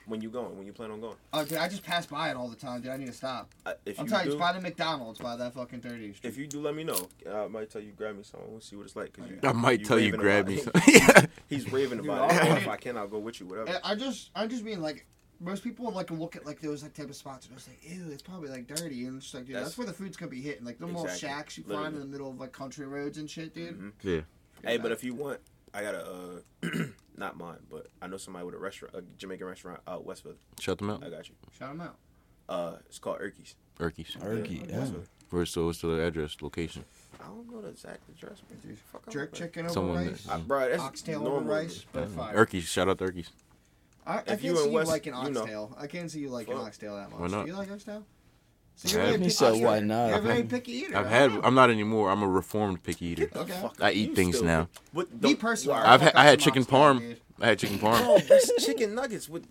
Speaker 4: When you going? When you plan on going?
Speaker 2: Oh, dude, I just pass by it all the time, dude. I need to stop.
Speaker 4: Uh, if
Speaker 2: I'm
Speaker 4: you
Speaker 2: telling you,
Speaker 4: do,
Speaker 2: it's by the McDonald's by that fucking 30th Street.
Speaker 4: if you do, let me know. Uh, I might tell you grab me some. We'll see what it's like. 'cause you,
Speaker 1: I might tell you
Speaker 4: raving
Speaker 1: grab
Speaker 4: about
Speaker 1: me.
Speaker 4: it.
Speaker 1: Some. yeah.
Speaker 4: He's raving
Speaker 2: Dude,
Speaker 4: about
Speaker 2: I'll-
Speaker 4: it. If I can, I'll go with you. Whatever.
Speaker 2: I I just, I just mean like, most people like look at like those like type of spots and just like, ew, it's probably like dirty, and it's just like, dude, that's,
Speaker 4: That's-
Speaker 2: where the food's gonna be hitting. Like the little
Speaker 4: Exactly.
Speaker 2: shacks you find in
Speaker 4: Literally. Mm-hmm.
Speaker 2: the middle of like country roads and shit, dude.
Speaker 1: yeah.
Speaker 4: Hey, but if you want, I got a uh, not mine, but I know somebody with a restaurant, a Jamaican restaurant out Westville.
Speaker 1: Shut them
Speaker 4: I
Speaker 1: out.
Speaker 4: got you.
Speaker 2: Shout them out.
Speaker 4: Uh, it's called Erky's.
Speaker 1: Turkeys.
Speaker 3: Turkey.
Speaker 4: Yeah,
Speaker 3: Yeah.
Speaker 4: Westville.
Speaker 1: Where's the, what's the address, location?
Speaker 4: I don't know the exact address, but dude, fuck, I
Speaker 2: Jerk
Speaker 4: look
Speaker 2: chicken over
Speaker 1: Someone
Speaker 2: rice,
Speaker 1: that- Mm-hmm.
Speaker 4: like- Uh, bro, that's
Speaker 2: oxtail over
Speaker 4: normal.
Speaker 2: rice, but fire.
Speaker 1: Turkeys. Shout out Turkeys.
Speaker 2: I, I can't
Speaker 4: you in
Speaker 2: see you
Speaker 4: West-
Speaker 2: like an
Speaker 4: you know.
Speaker 2: oxtail. I can't see you like an
Speaker 4: Fuck.
Speaker 2: oxtail that much.
Speaker 1: Why not?
Speaker 2: Do you like oxtail?
Speaker 1: I
Speaker 2: So you're a
Speaker 1: haven't.
Speaker 2: very
Speaker 3: He
Speaker 2: picky
Speaker 3: said,
Speaker 2: eater.
Speaker 3: "Why not?"
Speaker 2: You're a
Speaker 3: I've
Speaker 2: very
Speaker 3: had-
Speaker 2: picky eater.
Speaker 1: I've
Speaker 2: I
Speaker 1: had.
Speaker 2: know.
Speaker 1: I'm not anymore. I'm a reformed picky eater.
Speaker 2: Okay.
Speaker 1: I eat
Speaker 4: You
Speaker 1: things
Speaker 4: still-
Speaker 1: now.
Speaker 4: What the-
Speaker 2: Me personally,
Speaker 4: Wow.
Speaker 1: I've
Speaker 2: fuck
Speaker 1: ha-
Speaker 2: up
Speaker 1: I had
Speaker 2: some
Speaker 1: chicken
Speaker 2: oxtail,
Speaker 1: parm.
Speaker 2: dude.
Speaker 1: I had chicken
Speaker 4: Bro,
Speaker 1: parm.
Speaker 4: that's chicken nuggets with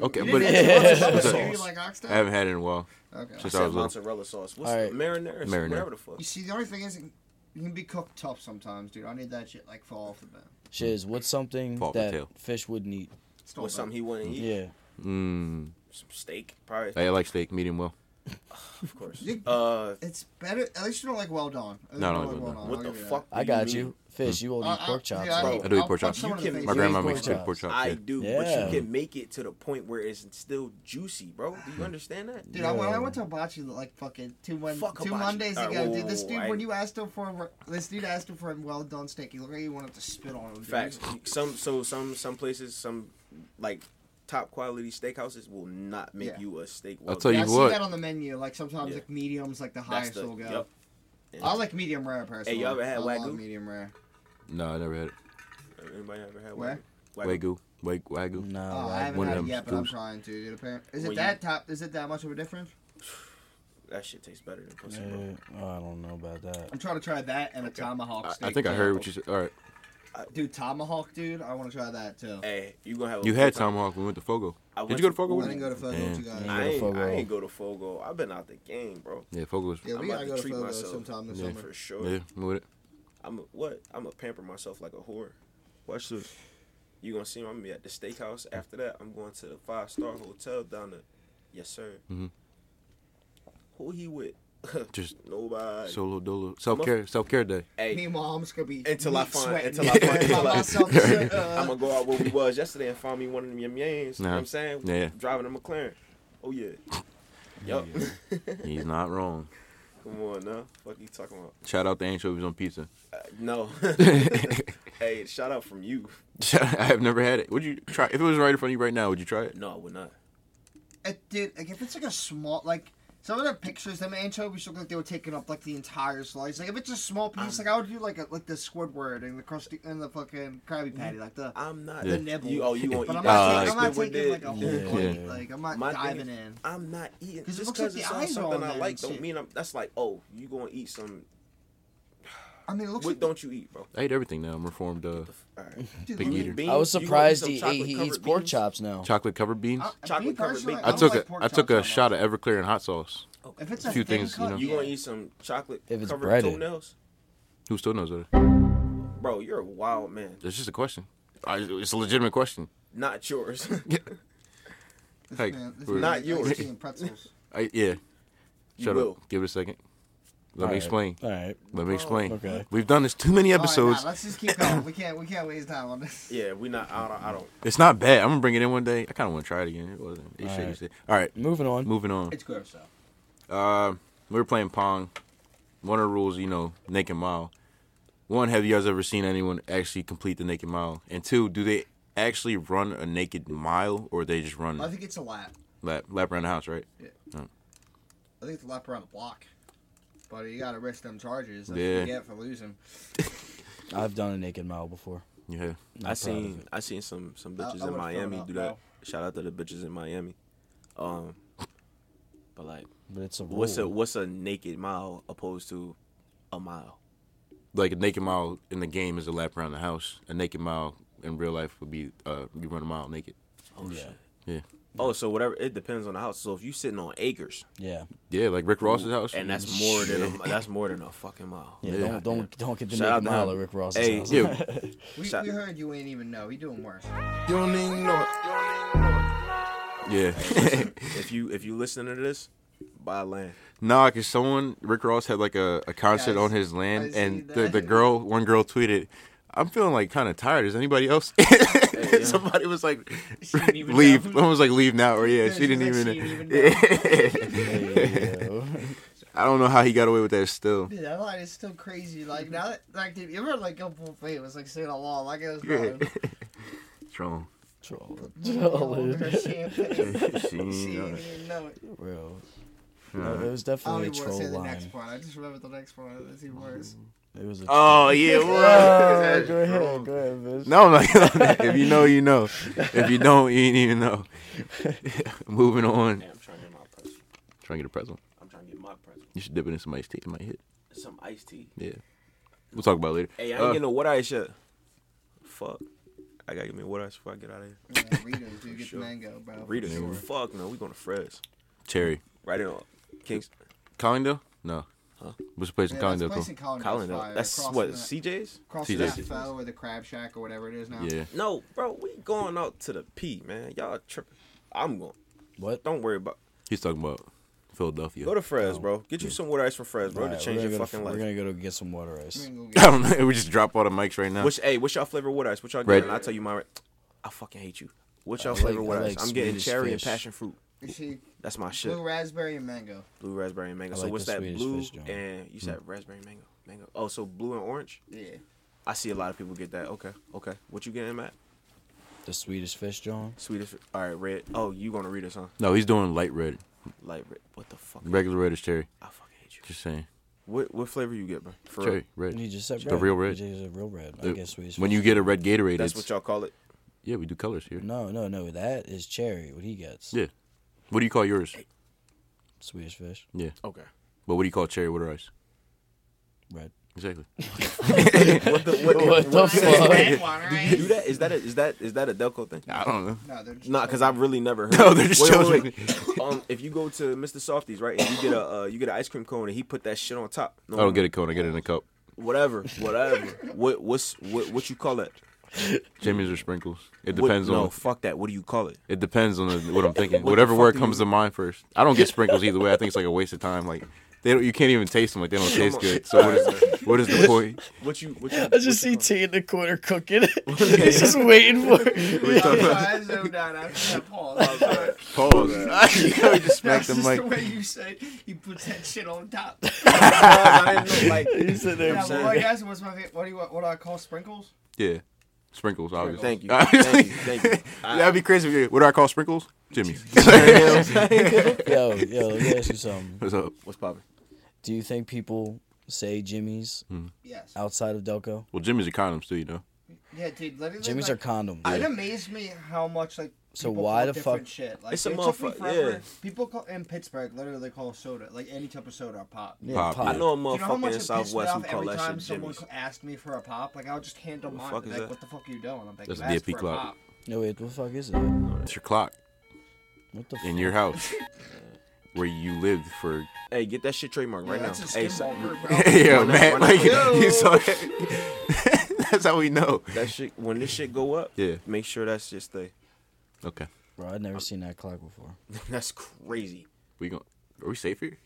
Speaker 1: Okay,
Speaker 2: Oh, You
Speaker 1: but
Speaker 2: didn't have
Speaker 4: Mozzarella
Speaker 2: much
Speaker 1: What's
Speaker 2: sauce.
Speaker 1: up?
Speaker 2: Do you like oxtail?
Speaker 1: I haven't had it in a while. Since I
Speaker 2: Okay.
Speaker 4: said
Speaker 1: was little.
Speaker 4: mozzarella sauce. What's
Speaker 3: All right.
Speaker 4: the marinara?
Speaker 1: Marinara.
Speaker 4: Whatever the fuck.
Speaker 2: You see, the only thing is, you can be cooked tough sometimes, dude. I need that shit like fall off the bone.
Speaker 3: Shiz, what's something
Speaker 1: Fault
Speaker 3: that
Speaker 1: Patel.
Speaker 3: fish wouldn't eat?
Speaker 2: Still
Speaker 4: What's
Speaker 2: bad.
Speaker 4: something he wouldn't eat?
Speaker 3: Yeah.
Speaker 1: Mm,
Speaker 4: Some steak, probably.
Speaker 1: I like steak medium well.
Speaker 4: Of course.
Speaker 2: You-
Speaker 4: Uh,
Speaker 2: It's better. At least you don't like well done. At least
Speaker 1: No,
Speaker 2: you
Speaker 1: no,
Speaker 2: don't
Speaker 1: no,
Speaker 2: well
Speaker 1: no.
Speaker 2: done.
Speaker 4: what
Speaker 2: I'll
Speaker 4: the
Speaker 2: give
Speaker 4: fuck?
Speaker 3: I
Speaker 4: do
Speaker 3: got
Speaker 4: mean?
Speaker 3: you. Fish, you won't
Speaker 2: Uh,
Speaker 4: Hmm.
Speaker 3: eat pork chops.
Speaker 2: dude,
Speaker 4: bro.
Speaker 1: I
Speaker 2: eat-
Speaker 1: do eat
Speaker 2: I'll
Speaker 1: pork
Speaker 2: punch
Speaker 1: chops.
Speaker 2: someone in
Speaker 4: You
Speaker 2: the
Speaker 4: can-
Speaker 2: face.
Speaker 1: My
Speaker 4: Yeah,
Speaker 1: grandma
Speaker 3: pork
Speaker 1: makes good
Speaker 3: chops.
Speaker 1: pork chops.
Speaker 4: I
Speaker 1: yeah.
Speaker 4: do,
Speaker 3: Yeah.
Speaker 4: but you can make it to the point where it's still juicy, bro. Do you understand that?
Speaker 2: Dude, I, when I
Speaker 3: Yeah.
Speaker 2: went to Hibachi like fucking two, mon-
Speaker 4: Fuck
Speaker 2: two
Speaker 4: hibachi.
Speaker 2: Mondays
Speaker 4: All
Speaker 2: ago,
Speaker 4: right, whoa,
Speaker 2: dude. This
Speaker 4: whoa,
Speaker 2: dude,
Speaker 4: whoa,
Speaker 2: when
Speaker 4: I-
Speaker 2: you asked him for a, this dude asked him for a well done steak, he looked like he wanted to spit on him. Dude.
Speaker 4: Facts. Some so some some places some like top quality steakhouses will not make
Speaker 2: Yeah.
Speaker 4: you a steak.
Speaker 1: I'll
Speaker 4: well
Speaker 1: tell
Speaker 2: Yeah,
Speaker 1: you
Speaker 2: I see
Speaker 1: what.
Speaker 2: that on the menu. Like sometimes
Speaker 4: Yeah.
Speaker 2: like mediums, like the
Speaker 4: done.
Speaker 2: highest will go.
Speaker 4: yup. And
Speaker 2: I like medium rare personally.
Speaker 4: y'all ever had
Speaker 2: I love
Speaker 4: Wagyu?
Speaker 2: Medium rare.
Speaker 1: No, I never had it.
Speaker 4: Anybody ever had
Speaker 2: Where?
Speaker 4: Wagyu?
Speaker 1: Wagyu. Wag- Wagyu.
Speaker 3: No,
Speaker 2: Oh, I
Speaker 3: like,
Speaker 2: haven't
Speaker 1: one of
Speaker 2: had it
Speaker 1: them
Speaker 2: yet, but I'm
Speaker 1: stews.
Speaker 2: trying to. Dude, apparently, is
Speaker 4: Well,
Speaker 2: it
Speaker 4: you-
Speaker 2: that top? Is it that much of a difference?
Speaker 4: That shit tastes better than pussy, bro.
Speaker 3: eh, I don't know about that.
Speaker 2: I'm trying to try that and a tomahawk
Speaker 1: I,
Speaker 2: steak.
Speaker 1: I think I heard what you said. All right.
Speaker 2: Dude, tomahawk, dude. I want to try that too.
Speaker 4: Hey, you gonna have a
Speaker 1: You
Speaker 4: good
Speaker 1: had
Speaker 4: time.
Speaker 1: Tomahawk. We went to Fogo.
Speaker 4: I
Speaker 1: Did
Speaker 4: went
Speaker 1: you go
Speaker 4: to-
Speaker 1: to Fogo?
Speaker 4: I
Speaker 1: with
Speaker 2: I didn't
Speaker 1: me?
Speaker 2: go to Fogo
Speaker 1: Yeah.
Speaker 2: too, guys.
Speaker 3: Yeah.
Speaker 4: I ain't,
Speaker 3: Go to
Speaker 4: I
Speaker 3: Fogo.
Speaker 4: ain't go to Fogo. I've been out the game, bro.
Speaker 1: Yeah, Fogo was.
Speaker 2: Yeah,
Speaker 1: Yeah,
Speaker 4: I'm
Speaker 2: we
Speaker 4: about
Speaker 2: gotta
Speaker 4: to
Speaker 2: go to
Speaker 4: treat
Speaker 2: Fogo
Speaker 4: myself.
Speaker 2: sometime this
Speaker 4: Yeah.
Speaker 2: summer.
Speaker 4: For sure.
Speaker 1: I'm with it.
Speaker 4: I'm a, what? I'm gonna pamper myself like a whore. Watch this. You gonna see me? I'm gonna be at the steakhouse. After that, I'm going to the five star hotel down there. Yes, sir.
Speaker 1: Mhm.
Speaker 4: Who he with?
Speaker 1: Just
Speaker 4: Nobody.
Speaker 1: solo dolo. Self care. Self care day.
Speaker 4: hey,
Speaker 2: Meanwhile, I'm just gonna be
Speaker 4: Until I
Speaker 2: meat
Speaker 4: find-
Speaker 2: sweating.
Speaker 4: until I find-
Speaker 2: By myself, shit,
Speaker 4: I'm
Speaker 2: uh,
Speaker 4: gonna go out where we was yesterday and find me one of them yam yams. You know
Speaker 1: Nah.
Speaker 4: what I'm saying?
Speaker 1: Yeah.
Speaker 4: Driving a McLaren. Oh yeah. Yup.
Speaker 1: He's not wrong.
Speaker 4: Come on, now. Fuck you talking about?
Speaker 1: Shout out the anchovies on pizza.
Speaker 4: Uh, no. Hey, shout out from you.
Speaker 1: I have never had it. Would you try? If it was right in front of you right now, would you try it?
Speaker 4: No, I would not.
Speaker 2: It, Uh, dude, like if it's like a small, like some of the pictures, them anchovies look like they were taking up like the entire slice. Like if it's a small piece, like I would do like a, like the Squidward and the crusty and the fucking Krabby
Speaker 4: Mm-hmm.
Speaker 2: Patty, like the.
Speaker 4: I'm not.
Speaker 1: The
Speaker 2: nibble.
Speaker 4: You, oh, you won't
Speaker 2: But
Speaker 4: eat
Speaker 2: I'm
Speaker 1: Uh,
Speaker 2: not,
Speaker 4: that
Speaker 2: taking, I'm not
Speaker 4: Squidward
Speaker 2: taking like
Speaker 4: did?
Speaker 2: a whole plate.
Speaker 1: Yeah.
Speaker 2: Like I'm not
Speaker 4: My thing
Speaker 2: diving
Speaker 4: is,
Speaker 2: in.
Speaker 4: I'm not eating
Speaker 2: 'Cause it
Speaker 4: just
Speaker 2: looks like
Speaker 4: because
Speaker 2: the
Speaker 4: it's on
Speaker 2: eyes are on
Speaker 4: something
Speaker 2: there
Speaker 4: I
Speaker 2: and
Speaker 4: like. Don't
Speaker 2: shit.
Speaker 4: mean I'm. That's like, oh, you gonna eat some?
Speaker 2: I mean, it looks
Speaker 4: What
Speaker 2: like
Speaker 4: don't you eat, bro?
Speaker 1: I ate everything now. I'm reformed uh,
Speaker 4: All right.
Speaker 2: dude,
Speaker 1: big
Speaker 2: let me-
Speaker 1: eater.
Speaker 4: Beans?
Speaker 3: I was
Speaker 4: You gonna eat
Speaker 3: surprised
Speaker 4: some
Speaker 3: he, ate, he
Speaker 4: chocolate-covered
Speaker 3: eats pork chocolate
Speaker 4: beans?
Speaker 3: chops now.
Speaker 1: chocolate covered beans.
Speaker 2: I-
Speaker 4: Chocolate
Speaker 2: me
Speaker 4: covered
Speaker 2: personally,
Speaker 4: bacon.
Speaker 1: I
Speaker 2: don't
Speaker 1: took
Speaker 2: like
Speaker 1: a
Speaker 2: pork
Speaker 1: I took
Speaker 2: chops
Speaker 1: a
Speaker 2: that
Speaker 1: shot
Speaker 2: much.
Speaker 1: of Everclear and hot sauce.
Speaker 2: If it's a,
Speaker 1: few
Speaker 2: thin
Speaker 1: things, you
Speaker 2: cut,
Speaker 1: know.
Speaker 4: You gonna
Speaker 2: yeah.
Speaker 4: eat some chocolate
Speaker 3: If it's
Speaker 4: covered
Speaker 3: breaded.
Speaker 4: toenails?
Speaker 1: Who still knows that?
Speaker 4: Bro, you're a wild man.
Speaker 1: It's just a question. I, it's a legitimate question.
Speaker 4: Not yours.
Speaker 2: This
Speaker 1: Like,
Speaker 2: man- this
Speaker 1: we're-
Speaker 2: man
Speaker 4: Not
Speaker 2: likes
Speaker 4: yours.
Speaker 2: icing and pretzels.
Speaker 1: I, yeah.
Speaker 4: You
Speaker 1: Shut
Speaker 4: will.
Speaker 1: up. Give it a second. Let
Speaker 3: All
Speaker 1: me
Speaker 3: right,
Speaker 1: explain.
Speaker 3: All right.
Speaker 1: Let me explain.
Speaker 3: Okay.
Speaker 1: We've done this too many
Speaker 2: All right, nah,
Speaker 1: episodes.
Speaker 2: let's just keep going. We can't. We can't waste time on this.
Speaker 4: Yeah, we not. I don't. I don't.
Speaker 1: it's not bad. I'm gonna bring it in one day. I kind of want to try it again. It wasn't. It
Speaker 3: All
Speaker 1: should-
Speaker 3: right.
Speaker 1: it should- All right.
Speaker 3: Moving on.
Speaker 1: Moving on.
Speaker 2: It's gross though.
Speaker 1: Uh, we were playing pong. One of the rules, you know, naked mile. One, have you guys ever seen anyone actually complete the naked mile? And two, do they actually run a naked mile or they just run
Speaker 2: I think it's a lap.
Speaker 1: lap lap around the house, right?
Speaker 2: I think it's a lap around the block. But you gotta risk them charges. That's what
Speaker 1: Yeah.
Speaker 2: you get for losing.
Speaker 3: I've done a naked mile before.
Speaker 1: Yeah.
Speaker 3: Not
Speaker 4: I
Speaker 3: proud of
Speaker 4: seen
Speaker 3: it.
Speaker 4: I seen some some
Speaker 2: I- I
Speaker 4: bitches
Speaker 2: would've
Speaker 4: in
Speaker 2: thrown
Speaker 4: Miami
Speaker 2: up,
Speaker 4: do that.
Speaker 2: bro.
Speaker 4: Shout out to the bitches in Miami. Um, but like,
Speaker 3: But it's a rule.
Speaker 4: what's a what's a naked mile opposed to a mile?
Speaker 1: Like a naked mile in the game is a lap around the house. A naked mile in real life would be uh, you run a mile naked.
Speaker 4: Oh
Speaker 3: Yeah.
Speaker 4: shit.
Speaker 1: Yeah.
Speaker 4: Oh, so whatever. It depends on the house. So if you sitting on acres,
Speaker 3: Yeah.
Speaker 1: Yeah, like Rick Ross's house.
Speaker 4: and that's more than a, that's more than a fucking mile.
Speaker 3: Yeah,
Speaker 1: Yeah.
Speaker 3: don't don't don't get the
Speaker 4: Shout out
Speaker 3: naked
Speaker 4: to
Speaker 3: mile
Speaker 4: him.
Speaker 3: at Rick Ross's
Speaker 4: Hey,
Speaker 3: house.
Speaker 1: yeah.
Speaker 2: We,
Speaker 4: Shot-
Speaker 2: we heard you ain't even know. He doing worse.
Speaker 1: You don't even know it. Yeah.
Speaker 4: if you if you listening to this, buy land.
Speaker 1: Nah, cause someone Rick Ross had like a, a concert
Speaker 2: Yeah, I
Speaker 1: on
Speaker 2: s-
Speaker 1: his land,
Speaker 2: I
Speaker 1: and
Speaker 2: see
Speaker 1: the,
Speaker 2: that.
Speaker 1: the girl, one girl tweeted, "I'm feeling like kind of tired. Is anybody else?"
Speaker 4: yeah.
Speaker 1: Somebody was like,
Speaker 2: She didn't even
Speaker 1: "Leave."
Speaker 2: know.
Speaker 1: Someone was like, "Leave now," or yeah,
Speaker 2: Yeah,
Speaker 1: she,
Speaker 2: she
Speaker 1: didn't
Speaker 2: was
Speaker 1: even.
Speaker 2: like, "She didn't
Speaker 3: Hey, yo.
Speaker 1: I don't know how he got away with that. Still,
Speaker 2: Dude, that line is still crazy. Like now, that, like dude, you ever like go full fate was like saying a law like it was
Speaker 1: yeah,
Speaker 2: nothing.
Speaker 1: strong.
Speaker 3: Troll.
Speaker 2: Her
Speaker 3: Trollers.
Speaker 2: champagne.
Speaker 1: She ain't
Speaker 2: She
Speaker 1: know
Speaker 2: didn't
Speaker 1: it.
Speaker 2: even know it.
Speaker 3: Bro. No, it was
Speaker 2: I don't
Speaker 3: definitely a
Speaker 2: even want
Speaker 3: troll
Speaker 2: to say the
Speaker 3: line.
Speaker 2: next part. I just remember the next part. That's even worse.
Speaker 3: It was a
Speaker 1: Oh yeah, what?
Speaker 3: Oh, go ahead, go ahead, bitch.
Speaker 1: No, I'm not gonna lie. if you know, you know. If you don't, you ain't even know. Moving on.
Speaker 4: Hey, I'm trying to get my present.
Speaker 1: Trying to get a pretzel.
Speaker 4: I'm trying to get my present.
Speaker 1: You should dip it in some iced tea. It might hit.
Speaker 4: Some iced tea.
Speaker 1: Yeah, we'll talk about it later.
Speaker 4: Hey, I ain't
Speaker 1: Uh,
Speaker 4: getting no what I shit. Fuck. I gotta give me what I before I get out of here.
Speaker 2: Yeah, Rita's, dude, get
Speaker 4: Sure.
Speaker 2: the mango, bro.
Speaker 4: Rita's. Fuck no, we going to Fred's.
Speaker 1: cherry.
Speaker 4: Right in on Kings
Speaker 1: Collingdale? No.
Speaker 4: Huh?
Speaker 1: What's the place
Speaker 2: Yeah,
Speaker 1: in
Speaker 2: that's a
Speaker 1: Collingdale
Speaker 2: place
Speaker 1: called?
Speaker 2: in Colin.
Speaker 4: Colin.
Speaker 2: Fire,
Speaker 4: That's
Speaker 2: across
Speaker 4: what
Speaker 2: the-
Speaker 4: CJ's.
Speaker 2: Across the
Speaker 1: TJ's.
Speaker 2: Napa or the Crab Shack or whatever it is now.
Speaker 1: Yeah.
Speaker 4: No, bro, we going out to the P, man. Y'all tripping. I'm going.
Speaker 3: What?
Speaker 4: Don't worry about.
Speaker 1: He's talking about Philadelphia.
Speaker 4: Go to Fred's, bro. Get you some water ice from Fred's, bro,
Speaker 3: Alright,
Speaker 4: to
Speaker 3: we're
Speaker 4: change
Speaker 3: gonna
Speaker 4: your
Speaker 3: go to-
Speaker 4: fucking
Speaker 3: We're
Speaker 4: life.
Speaker 3: gonna go to get some water
Speaker 2: We
Speaker 3: ice.
Speaker 2: ain't
Speaker 1: I
Speaker 2: gonna
Speaker 1: don't know. We just drop all the mics right now.
Speaker 4: Which, hey, what's y'all flavor water ice? What y'all
Speaker 1: Red.
Speaker 4: getting? I tell you my. I fucking hate you. What's
Speaker 3: I
Speaker 4: y'all
Speaker 3: like-
Speaker 4: flavor water
Speaker 3: I
Speaker 4: ice?
Speaker 3: like
Speaker 4: I'm getting
Speaker 3: Swedish
Speaker 4: cherry and
Speaker 3: fish.
Speaker 4: passion fruit.
Speaker 2: get- she-
Speaker 4: That's my shit.
Speaker 2: Blue raspberry and mango.
Speaker 4: Blue raspberry and mango.
Speaker 3: I
Speaker 4: so
Speaker 3: like
Speaker 4: what's
Speaker 3: the
Speaker 4: that?
Speaker 3: Swedish
Speaker 4: Blue
Speaker 3: fish, John. Hmm.
Speaker 4: and you said raspberry mango. Mango. Oh, so blue and orange.
Speaker 2: Yeah.
Speaker 4: I see a lot of people get that. Okay, okay. What you getting, Matt?
Speaker 3: The Swedish fish, John.
Speaker 4: Swedish. All right, red. Oh, you gonna read us, huh?
Speaker 1: No, he's doing light red.
Speaker 4: Light red. What the fuck?
Speaker 1: Regular red is cherry.
Speaker 4: I fucking hate you.
Speaker 1: Just saying.
Speaker 4: What what flavor you get, bro? For real.
Speaker 1: Cherry, red.
Speaker 3: You just said
Speaker 1: The real red.
Speaker 3: You just said real red. I
Speaker 1: The-
Speaker 3: guess Swedish.
Speaker 1: when
Speaker 3: fish.
Speaker 1: you get a red Gatorade,
Speaker 4: That's
Speaker 1: it's,
Speaker 4: what y'all call it.
Speaker 1: yeah, we do colors here.
Speaker 3: No, no, no. That is cherry. What he gets.
Speaker 1: Yeah. What do you call yours?
Speaker 3: Swedish fish.
Speaker 1: Yeah.
Speaker 4: Okay.
Speaker 1: But what do you call cherry water ice?
Speaker 3: Red.
Speaker 1: Exactly.
Speaker 4: What the what?
Speaker 3: What the fuck?
Speaker 2: That one, right?
Speaker 4: Do that? Is that a, is that is that a Delco thing?
Speaker 1: I don't know.
Speaker 2: No, they're just
Speaker 4: Nah, cause I've really never heard.
Speaker 1: No, they're just
Speaker 4: Um, if you go to Mr. Softies, right, and you get a uh, you get an ice cream cone, and he put that shit on top. No,
Speaker 1: I don't get a cone. I get it in a cup.
Speaker 4: Whatever, whatever. what what's what what you call it?
Speaker 1: Jimmy's or sprinkles. It
Speaker 4: What-
Speaker 1: depends
Speaker 4: no,
Speaker 1: on.
Speaker 4: fuck that. What do you call it?
Speaker 1: It depends on the, what I'm thinking.
Speaker 4: What the
Speaker 1: Whatever
Speaker 4: fuck
Speaker 1: word
Speaker 4: do
Speaker 1: comes
Speaker 4: you-
Speaker 1: to mind first. I don't get sprinkles either way. I think it's like a waste of time. Like they don't. You can't even taste them. Like they don't taste
Speaker 4: on.
Speaker 1: good. So what is what is the point?
Speaker 4: What you what you?
Speaker 3: I just see T in the corner cooking. He's just waiting for.
Speaker 2: I zoned out after that pause. I'm sorry.
Speaker 1: Pause. you just smack
Speaker 2: That's
Speaker 1: the
Speaker 2: just
Speaker 1: mic.
Speaker 2: the way you said he puts that shit on top.
Speaker 4: I didn't know, like,
Speaker 3: He's sitting there.
Speaker 2: Now, what, guys, what's my favorite? What do you what do I call sprinkles?
Speaker 1: Yeah. Sprinkles, obviously.
Speaker 4: Thank you. Thank you. Thank you.
Speaker 1: That'd be crazy. If you, what do I call sprinkles? Jimmy's.
Speaker 3: yo, yo, let me ask you something.
Speaker 1: What's up?
Speaker 4: What's poppin'?
Speaker 3: Do you think people say Jimmy's
Speaker 1: Hmm.
Speaker 2: Yes.
Speaker 4: Oh.
Speaker 3: outside of Delco?
Speaker 1: Well, Jimmy's are condoms too, you know.
Speaker 2: Yeah, dude. Literally,
Speaker 3: Jimmy's
Speaker 2: like,
Speaker 3: are condoms.
Speaker 2: It amazed me how much like.
Speaker 3: So
Speaker 2: people
Speaker 3: why
Speaker 2: call
Speaker 3: the
Speaker 2: different
Speaker 3: fuck-
Speaker 2: Shit. Like,
Speaker 4: It's a
Speaker 2: it took me
Speaker 4: motherfucker,
Speaker 2: forever.
Speaker 4: yeah.
Speaker 2: People call, in Pittsburgh literally call soda like any type of soda a pop.
Speaker 3: Yeah,
Speaker 1: Pop,
Speaker 3: pop.
Speaker 1: yeah.
Speaker 4: I know a
Speaker 2: Do you know how
Speaker 4: motherfucker
Speaker 2: much it
Speaker 4: in
Speaker 2: pissed me
Speaker 4: Southwest who
Speaker 2: off
Speaker 4: call
Speaker 2: every
Speaker 4: that shit
Speaker 2: time someone
Speaker 4: Jimmy's.
Speaker 2: asked me for a pop? Like I would just handle
Speaker 4: the
Speaker 2: mine.
Speaker 4: fuck
Speaker 2: Like,
Speaker 4: is that?
Speaker 2: what the fuck are you doing? I'm like,
Speaker 1: That's
Speaker 2: you
Speaker 1: a
Speaker 2: asked
Speaker 1: DFP
Speaker 2: for a
Speaker 1: clock.
Speaker 2: pop.
Speaker 3: No, wait, what the fuck is it?
Speaker 1: It's your clock
Speaker 3: What the fuck?
Speaker 1: in your house where you lived for.
Speaker 4: Hey, get that shit trademark
Speaker 2: Yeah,
Speaker 4: right now.
Speaker 2: that's a
Speaker 4: Hey, so-
Speaker 2: skinwalker,
Speaker 1: yeah,
Speaker 4: Why not? Why
Speaker 1: Matt.
Speaker 4: not?
Speaker 1: Like
Speaker 4: Yo.
Speaker 1: you saw that. That's how we know.
Speaker 4: that shit. When this shit go up,
Speaker 1: Yeah.
Speaker 4: make sure that's just the.
Speaker 1: Okay.
Speaker 3: Bro, I've never seen that clock before.
Speaker 4: That's crazy.
Speaker 1: We going Are we safe here?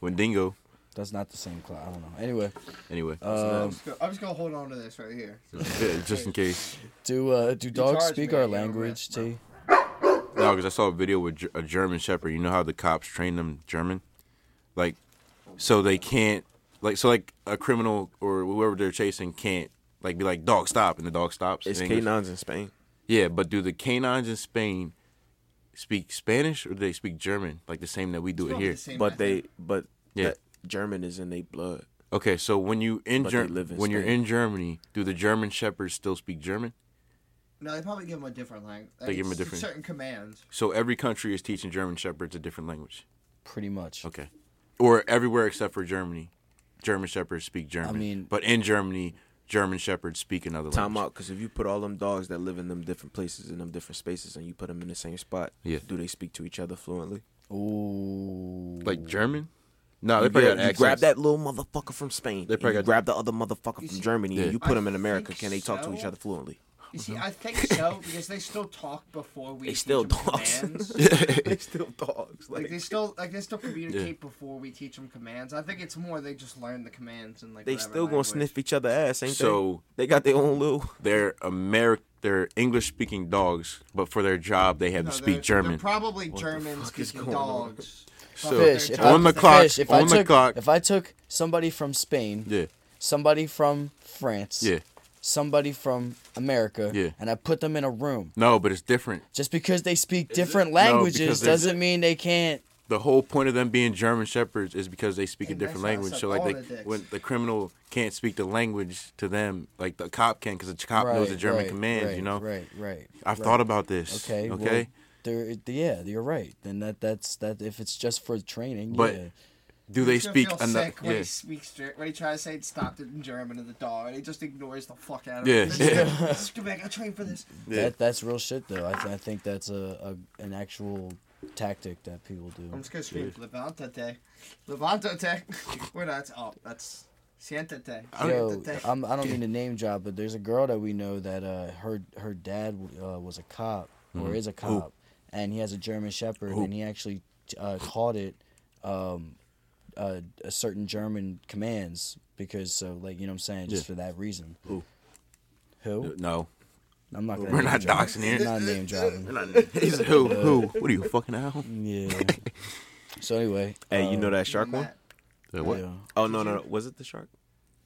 Speaker 1: When Dingo.
Speaker 3: That's not the same clock. I don't know. Anyway,
Speaker 1: Anyway.
Speaker 2: I'm
Speaker 3: um,
Speaker 2: just gonna- I'm just gonna hold on to this right here.
Speaker 1: Yeah, just in case.
Speaker 3: do uh, do dogs
Speaker 2: charged
Speaker 3: speak
Speaker 2: me,
Speaker 3: our
Speaker 2: you know,
Speaker 3: language,
Speaker 2: man.
Speaker 3: T?
Speaker 1: No, because I saw a video with Ger- a German Shepherd. You know how the cops train them German, like, so they can't, like, so like a criminal or whoever they're chasing can't, like, be like, "Dog, stop!" and the dog stops.
Speaker 4: It's
Speaker 1: in English.
Speaker 4: canines in Spain.
Speaker 1: Yeah, but do the canines in Spain speak Spanish or do they speak German, like the same that we do it
Speaker 2: Probably
Speaker 1: here?
Speaker 2: the same
Speaker 4: But
Speaker 2: method.
Speaker 4: they, but
Speaker 1: Yeah.
Speaker 4: that German is in their blood.
Speaker 1: Okay, so when you in,
Speaker 4: But they
Speaker 1: Ger-
Speaker 4: live in
Speaker 1: when you're
Speaker 4: Spain.
Speaker 1: in Germany, do the German Shepherds still speak German?
Speaker 2: no, they probably give them a different language.
Speaker 1: They give 'em a different-
Speaker 2: certain commands.
Speaker 1: So every country is teaching German Shepherds a different language.
Speaker 3: Pretty much.
Speaker 1: Okay. Or everywhere except for Germany. German Shepherds speak German.
Speaker 3: mean-
Speaker 1: but in Germany, German Shepherds speak another
Speaker 4: Time
Speaker 1: language.
Speaker 4: out, because if you put all them dogs that live in them different places in them different spaces and you put them in the same spot,
Speaker 1: Yeah.
Speaker 4: do they speak to each other fluently?
Speaker 3: Ooh.
Speaker 1: Like German? No, they
Speaker 4: You,
Speaker 1: probably
Speaker 4: grab-
Speaker 1: got
Speaker 4: you grab
Speaker 1: accents.
Speaker 4: that little motherfucker from Spain.
Speaker 1: They
Speaker 4: and
Speaker 1: probably
Speaker 4: you
Speaker 1: got-
Speaker 4: grab the other motherfucker from Germany.
Speaker 1: Yeah.
Speaker 4: and You put
Speaker 2: I
Speaker 4: them in America.
Speaker 2: think
Speaker 4: Can they talk to each
Speaker 2: so.
Speaker 4: other fluently?
Speaker 2: You see,
Speaker 1: Uh-huh.
Speaker 2: I think so because they still talk before we.
Speaker 4: They
Speaker 2: teach
Speaker 4: still
Speaker 2: 'em
Speaker 4: dogs.
Speaker 2: commands.
Speaker 4: they still dogs.
Speaker 2: Like
Speaker 4: Like,
Speaker 2: they still like they still communicate before we teach them commands. I think it's more they just learn the commands and like
Speaker 4: they
Speaker 2: whatever
Speaker 4: still gonna
Speaker 2: language.
Speaker 4: sniff each other ass, ain't
Speaker 1: So-
Speaker 4: they? They got their own little.
Speaker 1: They're Ameri- they're English speaking dogs, but for their job they have
Speaker 2: No,
Speaker 1: to
Speaker 2: they're-
Speaker 1: speak German.
Speaker 2: They're probably German
Speaker 4: is
Speaker 2: speaking
Speaker 4: going on?
Speaker 2: dogs.
Speaker 1: So-
Speaker 2: But
Speaker 3: Fish,
Speaker 2: their
Speaker 3: if
Speaker 2: job
Speaker 1: on
Speaker 3: I,
Speaker 1: the
Speaker 2: is to-
Speaker 1: clock,
Speaker 3: Fish, if I
Speaker 1: on the
Speaker 3: took,
Speaker 1: clock.
Speaker 3: If I took somebody from Spain,
Speaker 1: yeah.
Speaker 3: somebody from France,
Speaker 1: Yeah.
Speaker 3: somebody from America,
Speaker 1: Yeah.
Speaker 3: and I put them in a room,
Speaker 1: No, but it's different.
Speaker 3: just because they speak different
Speaker 1: because
Speaker 3: languages
Speaker 1: they-
Speaker 3: doesn't mean they can't.
Speaker 1: The whole point of them being German shepherds is because they speak
Speaker 2: And
Speaker 1: a different
Speaker 2: that's how I
Speaker 1: language.
Speaker 2: suck
Speaker 1: So
Speaker 2: all
Speaker 1: like
Speaker 2: the
Speaker 1: they,
Speaker 2: dicks.
Speaker 1: when the criminal can't speak the language to them, like the cop can because the cop knows the German
Speaker 3: right,
Speaker 1: commands.
Speaker 3: right,
Speaker 1: you know,
Speaker 3: Right, right.
Speaker 1: I've
Speaker 3: right.
Speaker 1: thought about this.
Speaker 3: Okay. well,
Speaker 1: Okay.
Speaker 3: there, yeah, you're right. Then that that's that. If it's just for training,
Speaker 1: But-
Speaker 3: yeah.
Speaker 1: Do they
Speaker 2: He's gonna
Speaker 1: speak
Speaker 2: feel
Speaker 1: another?
Speaker 2: sick when
Speaker 1: Yeah.
Speaker 2: he speaks Ger- when he tries to say it stopped it in German to the dog, and he just ignores the fuck out of
Speaker 1: Yeah.
Speaker 2: it. He's just like, "Just Get back, I trained for this.
Speaker 1: Yeah.
Speaker 3: That that's real shit though. I, th- I think that's a, a an actual tactic that people
Speaker 2: I'm
Speaker 3: do.
Speaker 2: just gonna scream Levántate, Levántate. Wait, that's up. oh, that's Siéntate.
Speaker 3: Yo,
Speaker 2: Siéntate.
Speaker 3: I'm, I don't mean to name job, but there's a girl that we know that uh, her her dad uh, was a cop or is a cop, and he has a German Shepherd, and he actually uh, called it um, uh, a certain German commands because so like you know what I'm saying just
Speaker 1: Yeah.
Speaker 3: for that reason. Who? Who?
Speaker 1: No,
Speaker 3: I'm not. Gonna
Speaker 1: we're
Speaker 3: name
Speaker 1: not
Speaker 3: drop.
Speaker 1: doxing here.
Speaker 3: I'm not name dropping.
Speaker 1: He said, who? Who? What are you fucking out?
Speaker 3: Yeah. so anyway. um,
Speaker 4: Hey,
Speaker 1: uh,
Speaker 4: you know that shark
Speaker 2: Matt,
Speaker 4: one?
Speaker 1: What?
Speaker 3: yeah.
Speaker 4: Oh no, no, no, was it the shark?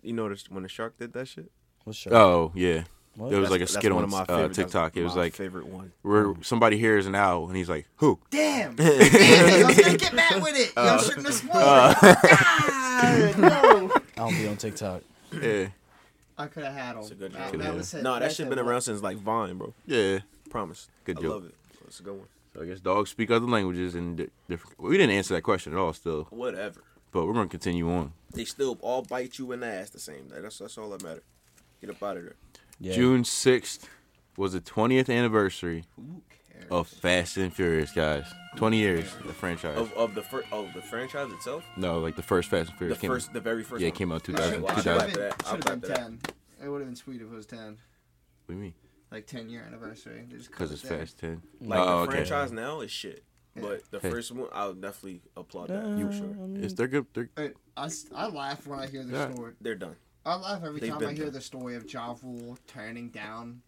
Speaker 4: You know the- when the shark did that shit?
Speaker 3: What's your?
Speaker 1: Oh yeah.
Speaker 3: What?
Speaker 1: There was like a
Speaker 4: That's- that's
Speaker 1: skit on
Speaker 4: one of my
Speaker 1: uh,
Speaker 4: favorite- that's
Speaker 1: TikTok. It was
Speaker 4: my
Speaker 1: like
Speaker 4: favorite one.
Speaker 1: where somebody hears an owl and he's like, "Who?"
Speaker 2: Damn! Damn! I was gonna get mad with it.
Speaker 4: Uh,
Speaker 2: Y'all shouldn't have spoiled it. God, no.
Speaker 3: I don't be on TikTok.
Speaker 1: Yeah,
Speaker 2: I could have had him. That's
Speaker 4: a good
Speaker 2: that,
Speaker 4: joke.
Speaker 2: that was it.
Speaker 4: No, that
Speaker 2: That's
Speaker 4: shit
Speaker 2: it.
Speaker 4: been around since like Vine, bro.
Speaker 1: yeah.
Speaker 4: Promise.
Speaker 1: Good
Speaker 4: I
Speaker 1: joke.
Speaker 4: love it. It's a good one.
Speaker 1: So I guess dogs speak other languages and di- different. We didn't answer that question at all, still,
Speaker 4: Whatever.
Speaker 1: but we're gonna continue on.
Speaker 4: They still all bite you in the ass the same day. That's that's all that matter. Get up out of there.
Speaker 3: Yeah.
Speaker 1: June sixth was the twentieth anniversary
Speaker 2: Who cares?
Speaker 4: Oh,
Speaker 1: of Fast and Furious, guys. Twenty years the franchise.
Speaker 4: Of of the first of the franchise itself,
Speaker 1: no, like the first Fast and
Speaker 4: the
Speaker 1: Furious. came
Speaker 4: first, the very first.
Speaker 1: yeah,
Speaker 4: one.
Speaker 1: it came out 2000.
Speaker 2: Should
Speaker 4: Wow.
Speaker 1: 2000.
Speaker 4: Wow.
Speaker 1: What
Speaker 4: Wow. that. I'll
Speaker 2: have been
Speaker 4: clap that.
Speaker 2: ten. It would have been sweet if it was ten.
Speaker 1: do you mean?
Speaker 2: Like ten year anniversary. They just
Speaker 1: Because
Speaker 2: cut it
Speaker 1: it's
Speaker 2: down.
Speaker 1: Fast Ten.
Speaker 4: Like
Speaker 1: oh,
Speaker 4: the
Speaker 1: okay.
Speaker 4: franchise now is shit. But the
Speaker 1: Hey.
Speaker 4: first one, I'll definitely applaud that. You sure?
Speaker 1: It's they're good. They're,
Speaker 2: Wait, I, s- I laugh when I hear the
Speaker 1: Yeah.
Speaker 2: story.
Speaker 4: They're done.
Speaker 2: I laugh every
Speaker 4: They've
Speaker 2: time
Speaker 4: been
Speaker 2: I hear
Speaker 4: done.
Speaker 2: the story of Ja Rule turning down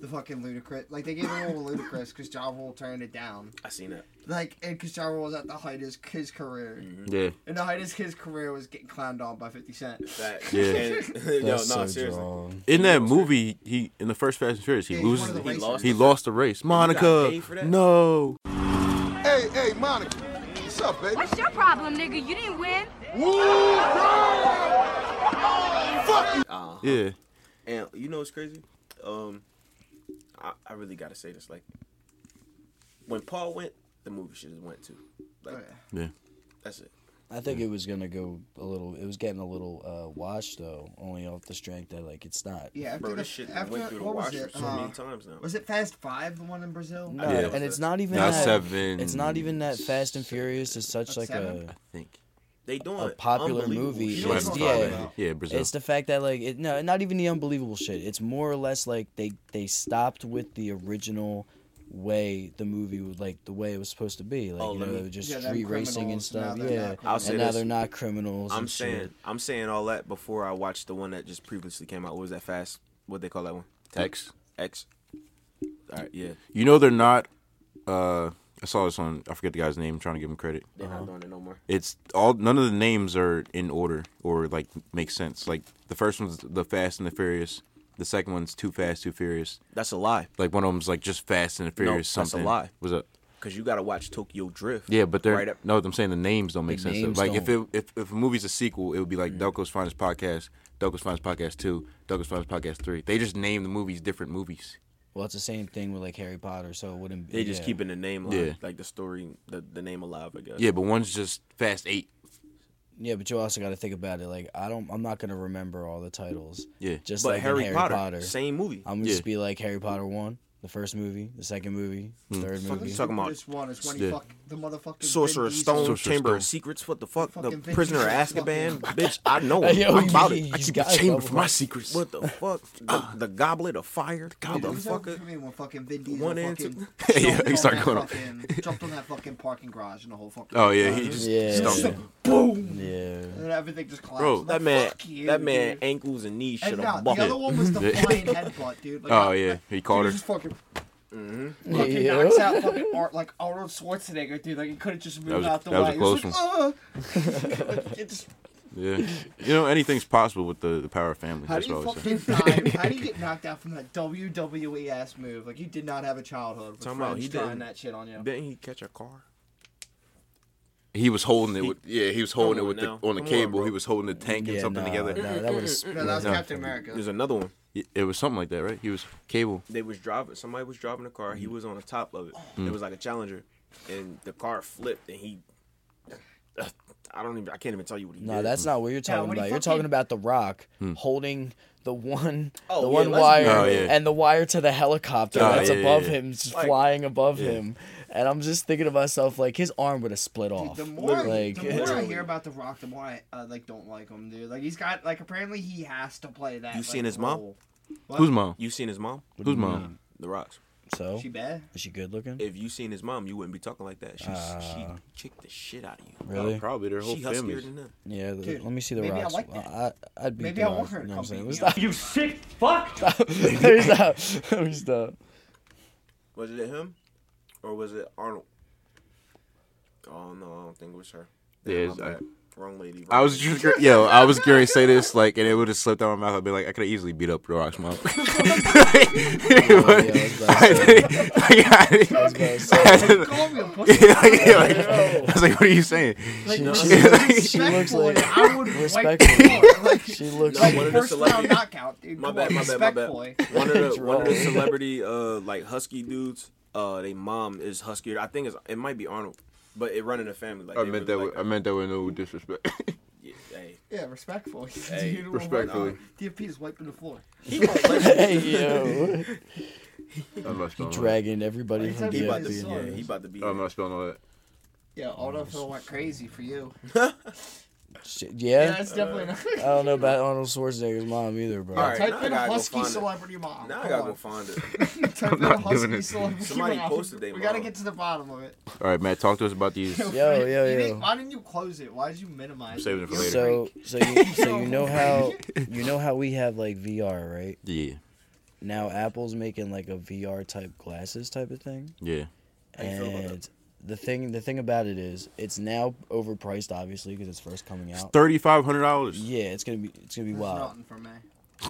Speaker 2: the fucking ludicrous. Like they gave it all to ludicrous because Ja Rule turned it down.
Speaker 4: I seen that.
Speaker 2: Like and because Ja Rule was at the height of his, his career,
Speaker 1: Yeah.
Speaker 2: and the height of his career was getting clowned on by Fifty Cent.
Speaker 4: That
Speaker 1: Yeah.
Speaker 4: and- yo, no,
Speaker 3: That's so
Speaker 4: seriously.
Speaker 3: drawn.
Speaker 1: In that movie, he in the first Fast and Furious, he
Speaker 2: Yeah, he's
Speaker 1: loses.
Speaker 2: one of the
Speaker 1: he
Speaker 2: racers.
Speaker 1: lost. He lost the race. Monica,
Speaker 4: paid for that?
Speaker 1: no.
Speaker 7: Hey, hey, Monica. What's up, baby?
Speaker 8: What's your problem, nigga? You didn't win.
Speaker 1: Yeah.
Speaker 4: And you know what's crazy? Um, I, I really gotta say this. Like, when Paul went, the movie should have went too. Like,
Speaker 2: Oh, yeah.
Speaker 1: Yeah.
Speaker 4: that's it.
Speaker 3: I think it was gonna go a little. It was getting a little uh, washed though, only off the strength that like it's not.
Speaker 2: Yeah, after
Speaker 4: Bro,
Speaker 2: the,
Speaker 4: this shit
Speaker 2: after
Speaker 4: went through the
Speaker 2: what was
Speaker 4: washer
Speaker 2: it?
Speaker 4: so
Speaker 2: Uh,
Speaker 4: many times now.
Speaker 2: was it Fast Five, the one in Brazil?
Speaker 3: No,
Speaker 1: Yeah.
Speaker 3: Uh, and it's not even
Speaker 1: Now
Speaker 3: that,
Speaker 1: seven-
Speaker 3: It's not even that Fast and Furious is such like
Speaker 2: seven?
Speaker 1: I think.
Speaker 4: They doing
Speaker 3: a popular
Speaker 4: unbelievable
Speaker 3: movie
Speaker 4: shit.
Speaker 2: You know
Speaker 3: is
Speaker 2: what I'm talking
Speaker 3: yeah.
Speaker 2: about.
Speaker 1: Yeah,
Speaker 3: It's,
Speaker 1: Brazil.
Speaker 3: the fact that like it, no, not even the unbelievable shit. It's more or less like they they stopped with the original way the movie was like the way it was supposed to be. Like
Speaker 4: Oh,
Speaker 3: you
Speaker 4: let
Speaker 3: know,
Speaker 4: me-
Speaker 3: they were just
Speaker 2: Yeah, them
Speaker 3: street racing and
Speaker 2: criminals, now
Speaker 3: stuff.
Speaker 2: they're
Speaker 3: yeah,
Speaker 2: not I'll
Speaker 4: say
Speaker 3: and now
Speaker 4: this.
Speaker 3: they're not criminals.
Speaker 4: I'm
Speaker 3: and shit.
Speaker 4: saying, I'm saying all that before I watched the one that just previously came out. What was that fast? What they call that one?
Speaker 1: X.
Speaker 4: X. All right, yeah.
Speaker 1: You know they're not. Uh, I saw this on. I forget the guy's name. trying to give him credit.
Speaker 4: They're not doing it no more.
Speaker 1: It's all. None of the names are in order or like make sense. Like the first one's the Fast and the Furious. The second one's Too Fast, Too Furious.
Speaker 4: That's a lie.
Speaker 1: Like one of them's like just Fast and the Furious.
Speaker 4: that's a
Speaker 1: something.
Speaker 4: lie.
Speaker 1: Was it?
Speaker 4: Cause you gotta watch Tokyo Drift.
Speaker 1: Yeah, but they're
Speaker 4: right up.
Speaker 1: no. I'm saying the names don't make
Speaker 3: The
Speaker 1: sense. though.
Speaker 3: names
Speaker 1: Like if it if if a movie's a sequel, it would be like Delco's Finest Podcast, Delco's Finest Podcast Two, Delco's Finest Podcast Three. They just name the movies different movies.
Speaker 3: Well, it's the same thing with like Harry Potter, so it wouldn't.
Speaker 4: They just
Speaker 3: yeah.
Speaker 4: keeping the name alive,
Speaker 1: Yeah.
Speaker 4: like the story, the, the name alive. I guess.
Speaker 1: Yeah, but one's just Fast Eight.
Speaker 3: Yeah, but you also got to think about it. Like I don't, I'm not gonna remember all the titles.
Speaker 1: Yeah.
Speaker 3: just
Speaker 4: But
Speaker 3: like in
Speaker 4: Harry, Potter, same movie.
Speaker 3: I'm gonna just
Speaker 1: Yeah.
Speaker 3: be like Harry Potter one, the first movie, the second movie,
Speaker 1: Hmm.
Speaker 3: third movie.
Speaker 4: you talking about?
Speaker 2: This one is when he
Speaker 1: Yeah.
Speaker 2: fuck the motherfucking
Speaker 4: Sorcerer
Speaker 2: Vin Diesel.
Speaker 4: Stone,
Speaker 1: Sorcerer
Speaker 4: Chamber of
Speaker 1: Stone.
Speaker 4: Secrets. What the fuck?
Speaker 2: Fucking
Speaker 4: the
Speaker 2: Vin
Speaker 4: Prisoner of
Speaker 2: Diesel,
Speaker 4: Azkaban. Bitch, I know
Speaker 3: Hey,
Speaker 4: him.
Speaker 3: yo,
Speaker 4: I'm
Speaker 3: you-
Speaker 4: about
Speaker 3: you
Speaker 4: it. I keep
Speaker 3: got
Speaker 4: the
Speaker 3: it,
Speaker 4: chamber
Speaker 3: bubble
Speaker 4: for my
Speaker 3: wrap.
Speaker 4: secrets. What the fuck? the, the Goblet of Fire.
Speaker 2: Dude, it was over
Speaker 4: Motherfucker.
Speaker 2: for me when fucking Vin Diesel
Speaker 4: One and
Speaker 2: fucking
Speaker 1: Yeah,
Speaker 2: jumped
Speaker 1: he
Speaker 2: on
Speaker 1: started
Speaker 2: that
Speaker 1: going off.
Speaker 2: fucking, jumped on that fucking parking garage and the whole fucking.
Speaker 1: Oh yeah, he just
Speaker 3: Yeah.
Speaker 1: stumped it.
Speaker 2: boom,
Speaker 3: Yeah,
Speaker 2: and then everything just collapsed.
Speaker 1: Bro,
Speaker 2: I'm
Speaker 4: That
Speaker 2: like,
Speaker 4: man,
Speaker 2: fuck you,
Speaker 4: that man,
Speaker 2: dude.
Speaker 4: ankles and knees should
Speaker 2: And
Speaker 4: have
Speaker 2: now,
Speaker 4: bumped.
Speaker 2: the other one was the
Speaker 1: Yeah.
Speaker 2: flying headbutt, dude. Like,
Speaker 1: Oh
Speaker 2: I-
Speaker 1: yeah,
Speaker 2: like,
Speaker 1: he
Speaker 2: dude,
Speaker 1: caught
Speaker 2: he
Speaker 1: her.
Speaker 2: just fucking, Mm-hmm. fucking
Speaker 3: Yeah.
Speaker 2: knocks out fucking Ar- like Arnold Schwarzenegger, dude. Like he could have just moved
Speaker 1: was a-
Speaker 2: out the
Speaker 1: that was a
Speaker 2: way.
Speaker 1: close
Speaker 2: It was like, "Ugh." Like, it just-
Speaker 1: Yeah, you know anything's possible with the, the power of family.
Speaker 2: How
Speaker 1: That's
Speaker 2: do you
Speaker 1: what I was
Speaker 2: fucking
Speaker 1: saying.
Speaker 2: die? How do you get knocked out from that WWE ass move? Like you did not have a childhood. With
Speaker 4: Time out,
Speaker 2: friends
Speaker 4: he
Speaker 2: trying
Speaker 4: didn't.
Speaker 2: that shit on you.
Speaker 4: Didn't he catch a car?
Speaker 1: He was holding it. With, yeah, he was holding it
Speaker 4: Come
Speaker 1: with
Speaker 4: on
Speaker 1: the
Speaker 4: now.
Speaker 1: on the
Speaker 4: Come on,
Speaker 1: cable.
Speaker 4: bro.
Speaker 1: he was holding the tank and
Speaker 3: yeah,
Speaker 1: something
Speaker 3: nah,
Speaker 1: together.
Speaker 3: nah, that was
Speaker 2: No, that was
Speaker 1: No.
Speaker 2: Captain America.
Speaker 4: There's another one.
Speaker 1: It- It was something like that, right? He was cable.
Speaker 4: They was driving. Somebody was driving a car. He was on the top of it. It was like a Challenger, and the car flipped, and he. uh, I don't even. I can't even tell you what he
Speaker 3: no,
Speaker 4: did.
Speaker 3: that's not what you're talking
Speaker 2: when he
Speaker 3: about. You're
Speaker 2: fucking-
Speaker 3: talking about the Rock holding the one,
Speaker 4: Oh,
Speaker 3: the
Speaker 4: yeah,
Speaker 3: one
Speaker 4: let's-
Speaker 3: wire,
Speaker 1: Hmm. Oh, yeah.
Speaker 3: and the wire to the helicopter
Speaker 1: Oh,
Speaker 3: that's
Speaker 1: yeah, yeah,
Speaker 3: above
Speaker 1: yeah.
Speaker 3: him, just
Speaker 4: Like-
Speaker 3: flying above him. And I'm just thinking to myself, like his arm would have split off.
Speaker 2: The more,
Speaker 3: like,
Speaker 2: the more I hear about The Rock, the more I uh, like don't like him, dude. Like he's got like apparently he has to play that.
Speaker 4: You
Speaker 2: like,
Speaker 4: seen his mom?
Speaker 2: role.
Speaker 1: Who's mom?
Speaker 4: You seen his mom?
Speaker 1: Who's mom?
Speaker 4: The Rocks.
Speaker 3: so
Speaker 2: She bad.
Speaker 3: is she good looking?
Speaker 4: If you seen his mom, you wouldn't be talking like that. She she kicked the shit out of you.
Speaker 3: really?
Speaker 1: Probably their whole
Speaker 4: She huskier
Speaker 1: family.
Speaker 4: than them.
Speaker 3: Yeah, the-
Speaker 2: Dude,
Speaker 3: let me see the
Speaker 2: maybe I
Speaker 3: rocks.
Speaker 2: like that.
Speaker 3: I, I, would be
Speaker 2: Maybe
Speaker 3: the
Speaker 2: I want
Speaker 3: rocks,
Speaker 2: her to
Speaker 3: You know what
Speaker 2: come
Speaker 3: I'm saying?
Speaker 2: beat
Speaker 3: Let's
Speaker 2: me
Speaker 3: stop.
Speaker 2: up.
Speaker 3: You sick fuck! Let me stop. Let me stop.
Speaker 4: Was it him, or was it Arnold? Oh no, I don't think it was her.
Speaker 1: Yeah,
Speaker 4: my
Speaker 1: it's- I-
Speaker 4: bad. wrong lady.
Speaker 1: I was just yo, I was going to say this like, and it would have slipped out my mouth. I'd be like, I could have easily beat up The Rock's mom.
Speaker 3: Yeah, let's stop.
Speaker 1: I didn't- like, I didn't- I
Speaker 2: You
Speaker 1: didn't-
Speaker 2: call me a pussy.
Speaker 1: yeah, like, yeah, like, I was like, what are you saying?
Speaker 2: Like,
Speaker 3: She
Speaker 2: respectfully,
Speaker 3: looks, she looks like
Speaker 2: I would wipe
Speaker 3: respectfully.
Speaker 2: the floor. Like,
Speaker 3: she looks.
Speaker 4: No,
Speaker 2: like
Speaker 4: one of the
Speaker 2: first round
Speaker 4: celebrity-
Speaker 2: knockout, dude.
Speaker 4: my
Speaker 2: Come
Speaker 4: bad,
Speaker 2: on,
Speaker 4: my bad, my bad.
Speaker 2: respectfully.
Speaker 4: One of the one of the
Speaker 3: Wrong.
Speaker 4: celebrity uh like husky dudes, uh they mom is huskier. I think it's it might be Arnold, but it run in the family. Like
Speaker 1: I
Speaker 4: they
Speaker 1: meant
Speaker 4: really
Speaker 1: that. With,
Speaker 4: like
Speaker 1: I meant that with no disrespect.
Speaker 4: yeah, hey.
Speaker 2: Yeah, respectfully.
Speaker 4: Hey,
Speaker 2: Dude, we're
Speaker 1: respectfully.
Speaker 2: wiping- DFP is wiping the floor.
Speaker 3: Hey yo,
Speaker 1: I'm not spelling. all that.
Speaker 3: dragging everybody from
Speaker 2: He
Speaker 4: He
Speaker 2: Yeah,
Speaker 4: about
Speaker 2: it's
Speaker 4: to be
Speaker 3: DFP.
Speaker 2: all
Speaker 4: yeah,
Speaker 2: right.
Speaker 4: he about to be
Speaker 1: Oh, I'm not spelling all that.
Speaker 2: Yeah, Aldo Phil went crazy for you.
Speaker 3: Shit,
Speaker 2: Yeah,
Speaker 3: Yeah,
Speaker 2: that's definitely
Speaker 3: I
Speaker 2: not.
Speaker 3: don't know about Arnold Schwarzenegger's mom either, bro.
Speaker 4: All Uh, right, now
Speaker 2: Type
Speaker 4: I
Speaker 2: in
Speaker 4: gotta go
Speaker 2: husky
Speaker 4: find it.
Speaker 2: celebrity mom.
Speaker 4: Now I
Speaker 2: Come
Speaker 4: gotta
Speaker 2: on.
Speaker 4: go find it.
Speaker 2: Type in
Speaker 1: not doing
Speaker 2: husky
Speaker 1: it.
Speaker 2: celebrity
Speaker 4: Somebody
Speaker 2: mom.
Speaker 4: posted they
Speaker 2: We gotta
Speaker 4: mom.
Speaker 2: get to the bottom of it.
Speaker 1: All right, Matt, talk to us about these.
Speaker 3: Yo,
Speaker 2: Freak.
Speaker 3: yo,
Speaker 2: You
Speaker 3: yo.
Speaker 2: didn't- Why didn't you close it? Why did you minimize
Speaker 1: I'm saving it for
Speaker 2: You
Speaker 1: later.
Speaker 3: So,
Speaker 2: freak.
Speaker 3: so you, so you know how you know how we have like VR, right?
Speaker 1: Yeah.
Speaker 3: now Apple's making like a VR type glasses type of thing.
Speaker 1: Yeah.
Speaker 2: How you feel about that?
Speaker 3: And the thing the thing about it is it's now overpriced obviously because it's first coming out.
Speaker 1: Thirty five hundred dollars.
Speaker 3: Yeah, it's gonna be it's gonna be
Speaker 2: That's
Speaker 3: wild.
Speaker 2: nothing for me.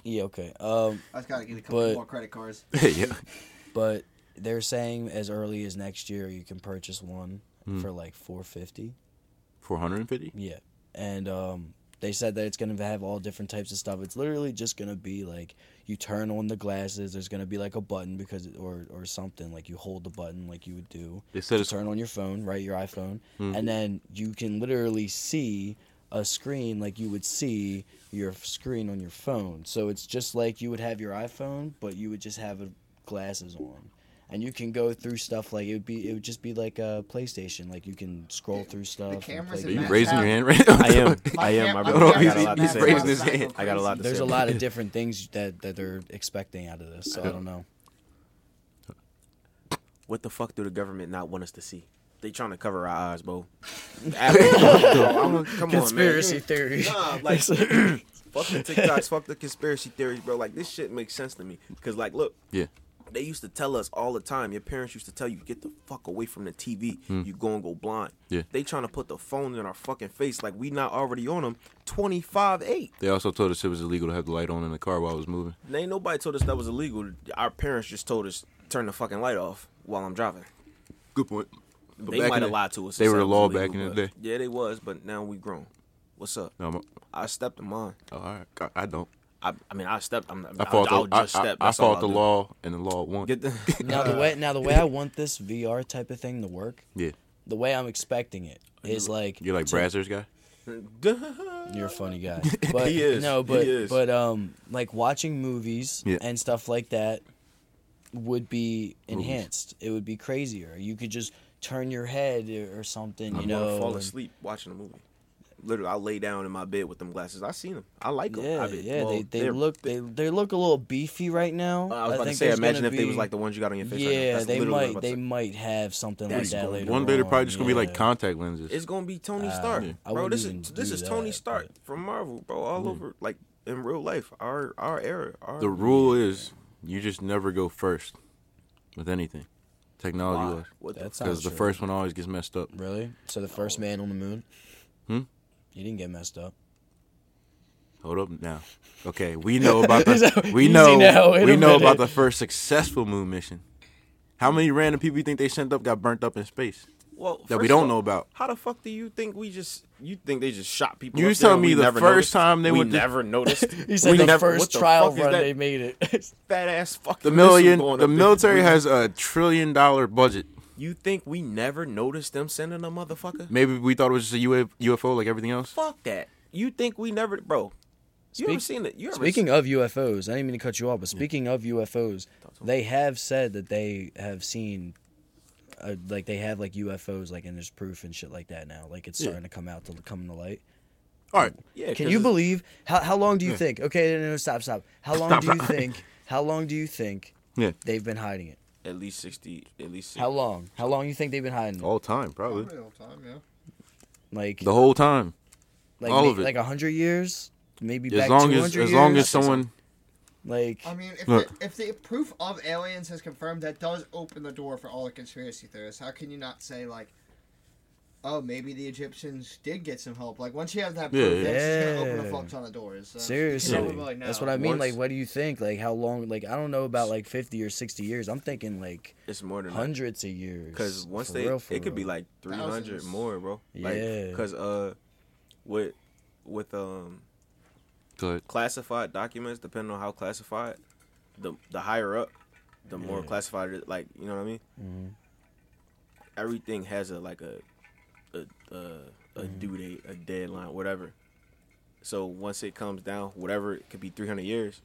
Speaker 3: Yeah, okay. Um,
Speaker 2: I just gotta get a couple
Speaker 3: But-
Speaker 2: more credit cards.
Speaker 1: yeah.
Speaker 3: but they're saying as early as next year you can purchase one for like four fifty.
Speaker 1: Four hundred and fifty.
Speaker 3: Yeah, and um, they said that it's gonna have all different types of stuff. It's literally just gonna be like you turn on the glasses. There's gonna be like a button because or or something like you hold the button like you would do.
Speaker 1: They said
Speaker 3: to
Speaker 1: it's- Hmm.
Speaker 3: turn on your phone, right? Your iPhone, and then you can literally see a screen like you would see your screen on your phone. So it's just like you would have your iPhone, but you would just have a glasses on. And you can go through stuff like it would be it would just be like a PlayStation like you can scroll through stuff. and
Speaker 2: cameras
Speaker 3: play
Speaker 2: in
Speaker 1: Are you
Speaker 2: Max
Speaker 1: raising your
Speaker 2: out.
Speaker 1: hand right now?
Speaker 4: I am.
Speaker 2: My
Speaker 4: I am.
Speaker 2: cam-
Speaker 4: I
Speaker 2: my
Speaker 4: really I
Speaker 1: camera
Speaker 4: got a lot to
Speaker 1: is
Speaker 4: say.
Speaker 1: raising
Speaker 4: about
Speaker 1: his
Speaker 4: it.
Speaker 1: hand.
Speaker 4: I got a lot to
Speaker 3: There's
Speaker 4: say.
Speaker 3: a lot of different things that, that they're expecting out of this, so I don't know.
Speaker 4: What the fuck do the government not want us to see? They trying to cover our eyes, bro. Apple, bro, Oh, I'm- come on, man.
Speaker 3: theory.
Speaker 4: Nah, like fuck the TikToks, fuck the conspiracy theories, bro. Like this shit makes sense to me. Cause like, look,
Speaker 1: Yeah.
Speaker 4: they used to tell us all the time. Your parents used to tell you, get the fuck away from the TV. You go and go blind.
Speaker 1: Yeah.
Speaker 4: They trying to put the phone in our fucking face, like we not already on them. Twenty five eight.
Speaker 1: They also told us it was illegal to have the light on in the car while I was moving.
Speaker 4: Ain't nobody told us that was illegal. Our parents just told us turn the fucking light off while I'm driving.
Speaker 1: Good point. But
Speaker 4: they
Speaker 1: back
Speaker 4: might
Speaker 1: in
Speaker 4: have
Speaker 1: the-
Speaker 4: lied to us. and
Speaker 1: they
Speaker 4: said
Speaker 1: were
Speaker 4: it was
Speaker 1: law
Speaker 4: illegal,
Speaker 1: back in the
Speaker 4: but-
Speaker 1: day.
Speaker 4: Yeah, they was, but now we grown. What's up?
Speaker 1: No, I'm- oh,
Speaker 4: I stepped in mine.
Speaker 1: all right. God, I don't.
Speaker 4: I, I mean, I stepped. I'm,
Speaker 1: I
Speaker 4: I
Speaker 1: fought
Speaker 4: I'll,
Speaker 1: the,
Speaker 4: I'll just
Speaker 1: I, I-
Speaker 4: step.
Speaker 1: I,
Speaker 4: That's all
Speaker 1: fought the
Speaker 4: I'll do.
Speaker 1: law, and the law won.
Speaker 4: Get the,
Speaker 3: now the way now the way I want this VR type of thing to work,
Speaker 1: yeah.
Speaker 3: the way I'm expecting it is like
Speaker 1: You're like
Speaker 3: to-
Speaker 1: Brazzers guy?
Speaker 3: You're a funny guy. But
Speaker 4: He is.
Speaker 3: no, but
Speaker 4: He is.
Speaker 3: but um like watching movies
Speaker 1: Yeah.
Speaker 3: and stuff like that would be enhanced. It would be crazier. You could just turn your head or or something, you
Speaker 4: I'm
Speaker 3: know.
Speaker 4: gonna fall
Speaker 3: and-
Speaker 4: asleep watching a movie. Literally, I lay down in my bed with them glasses. I seen them. I like them.
Speaker 3: Yeah,
Speaker 4: I be-
Speaker 3: yeah,
Speaker 4: well,
Speaker 3: they, they
Speaker 4: they're-
Speaker 3: look they they look a little beefy right now.
Speaker 4: I was about to
Speaker 3: think
Speaker 4: say,
Speaker 3: there's
Speaker 4: imagine
Speaker 3: gonna
Speaker 4: if they was
Speaker 3: be-
Speaker 4: like the ones you got on your face. right now.
Speaker 3: Yeah,
Speaker 4: That's
Speaker 3: they
Speaker 4: literally what
Speaker 3: might
Speaker 4: I'm about to
Speaker 3: they
Speaker 4: say.
Speaker 3: might have something
Speaker 4: That's
Speaker 3: like that
Speaker 4: gonna-
Speaker 3: later.
Speaker 1: One day they're probably just going to be like
Speaker 3: yeah.
Speaker 1: contact lenses.
Speaker 4: It's gonna be Tony Stark,
Speaker 1: yeah.
Speaker 3: I
Speaker 4: bro.
Speaker 3: wouldn't
Speaker 4: This
Speaker 3: even
Speaker 4: is this
Speaker 3: do
Speaker 4: is Tony
Speaker 3: that,
Speaker 4: Stark from Marvel, bro. All over, like in real life, our our era. Our,
Speaker 1: the rule is you just never go first with anything, technology
Speaker 4: Why?
Speaker 1: wise.
Speaker 4: What the
Speaker 3: That's
Speaker 4: fuck?
Speaker 3: not
Speaker 1: Because the
Speaker 3: true.
Speaker 1: first one always gets messed up.
Speaker 3: Really? So the first man on the moon?
Speaker 1: Hmm?
Speaker 3: You didn't get messed up.
Speaker 1: Hold up now. Okay, we know about the we
Speaker 3: Easy
Speaker 1: know
Speaker 3: now, wait
Speaker 1: we
Speaker 3: a
Speaker 1: know about
Speaker 3: minute.
Speaker 1: the first successful moon mission. How many random people you think they sent up got burnt up in space?
Speaker 4: well,
Speaker 1: that we
Speaker 4: first
Speaker 1: don't
Speaker 4: of all,
Speaker 1: know about.
Speaker 4: How the fuck do you think we just? You think they just shot people?
Speaker 1: You
Speaker 4: up
Speaker 1: was
Speaker 4: there
Speaker 1: telling
Speaker 4: and
Speaker 1: me
Speaker 4: we
Speaker 1: the
Speaker 4: never
Speaker 1: first
Speaker 4: noticed?
Speaker 1: time they
Speaker 4: we
Speaker 1: would do-
Speaker 4: never noticed.
Speaker 3: He said the
Speaker 4: never- what
Speaker 3: first
Speaker 4: the
Speaker 3: trial
Speaker 4: fuck is
Speaker 3: run
Speaker 4: that
Speaker 3: they made it.
Speaker 4: fat ass fucking
Speaker 1: The
Speaker 4: missile
Speaker 1: million
Speaker 4: going
Speaker 1: the
Speaker 4: up there.
Speaker 1: military
Speaker 4: We-
Speaker 1: has a trillion dollar budget.
Speaker 4: You think we never noticed them sending a motherfucker?
Speaker 1: Maybe we thought it was just a UA UFO like everything else.
Speaker 4: Fuck that. You think we never, bro? You
Speaker 3: Speak-
Speaker 4: ever seen it? You ever
Speaker 3: Speaking of UFOs, I didn't mean to cut you off, but speaking of UFOs, they have said that they have seen, uh, like they have like UFOs, like and there's proof and shit like that now. Like it's starting to come out to come to light.
Speaker 1: All right.
Speaker 4: Yeah,
Speaker 3: Can
Speaker 4: 'cause
Speaker 3: you
Speaker 4: it's-
Speaker 3: believe how how long do you think? Okay, no, no, no, stop, stop. How long
Speaker 1: Stop,
Speaker 3: do you
Speaker 1: stop.
Speaker 3: think? How long do you think
Speaker 1: Yeah.
Speaker 3: they've been hiding it?
Speaker 4: at least sixty? At least 60.
Speaker 3: How long? How long you think they've been hiding? It?
Speaker 1: All time probably.
Speaker 2: Real time, yeah.
Speaker 3: Like
Speaker 1: Oh, The whole time.
Speaker 3: like
Speaker 1: all
Speaker 3: ma-
Speaker 1: of it.
Speaker 3: like hundred years, maybe
Speaker 1: As
Speaker 3: back
Speaker 1: long
Speaker 3: 200
Speaker 1: as
Speaker 3: years.
Speaker 1: as long as someone
Speaker 3: like
Speaker 2: I mean, if the,
Speaker 1: Look.
Speaker 2: if the proof of aliens has confirmed, that does open the door for all the conspiracy theorists. How can you not say like, oh, maybe the Egyptians did get some help? Like once you have that
Speaker 1: Yeah,
Speaker 2: proof, that's just gonna open
Speaker 3: yeah.
Speaker 2: a fuck ton of doors. So
Speaker 3: Seriously,
Speaker 2: you never really
Speaker 3: that's
Speaker 2: know.
Speaker 3: what I mean.
Speaker 4: Once-
Speaker 3: Like, what do you think? Like, how long? Like, I don't know about like fifty or sixty years. I'm thinking like
Speaker 4: it's more than that.
Speaker 3: hundreds of years.
Speaker 4: Because once
Speaker 3: For
Speaker 4: they,
Speaker 3: real, for
Speaker 4: it could be
Speaker 3: real.
Speaker 4: like three hundred
Speaker 2: Thousands.
Speaker 4: more, bro. Like,
Speaker 3: Yeah.
Speaker 4: Because uh, with with um
Speaker 1: Go ahead.
Speaker 4: classified documents, depending on how classified, the the higher up, the more classified. It, like you know what I mean.
Speaker 1: Mm-hmm.
Speaker 4: Everything has a like a a a, a
Speaker 1: Mm-hmm.
Speaker 4: due date, a deadline, whatever. So once it comes down, whatever it could be three hundred years,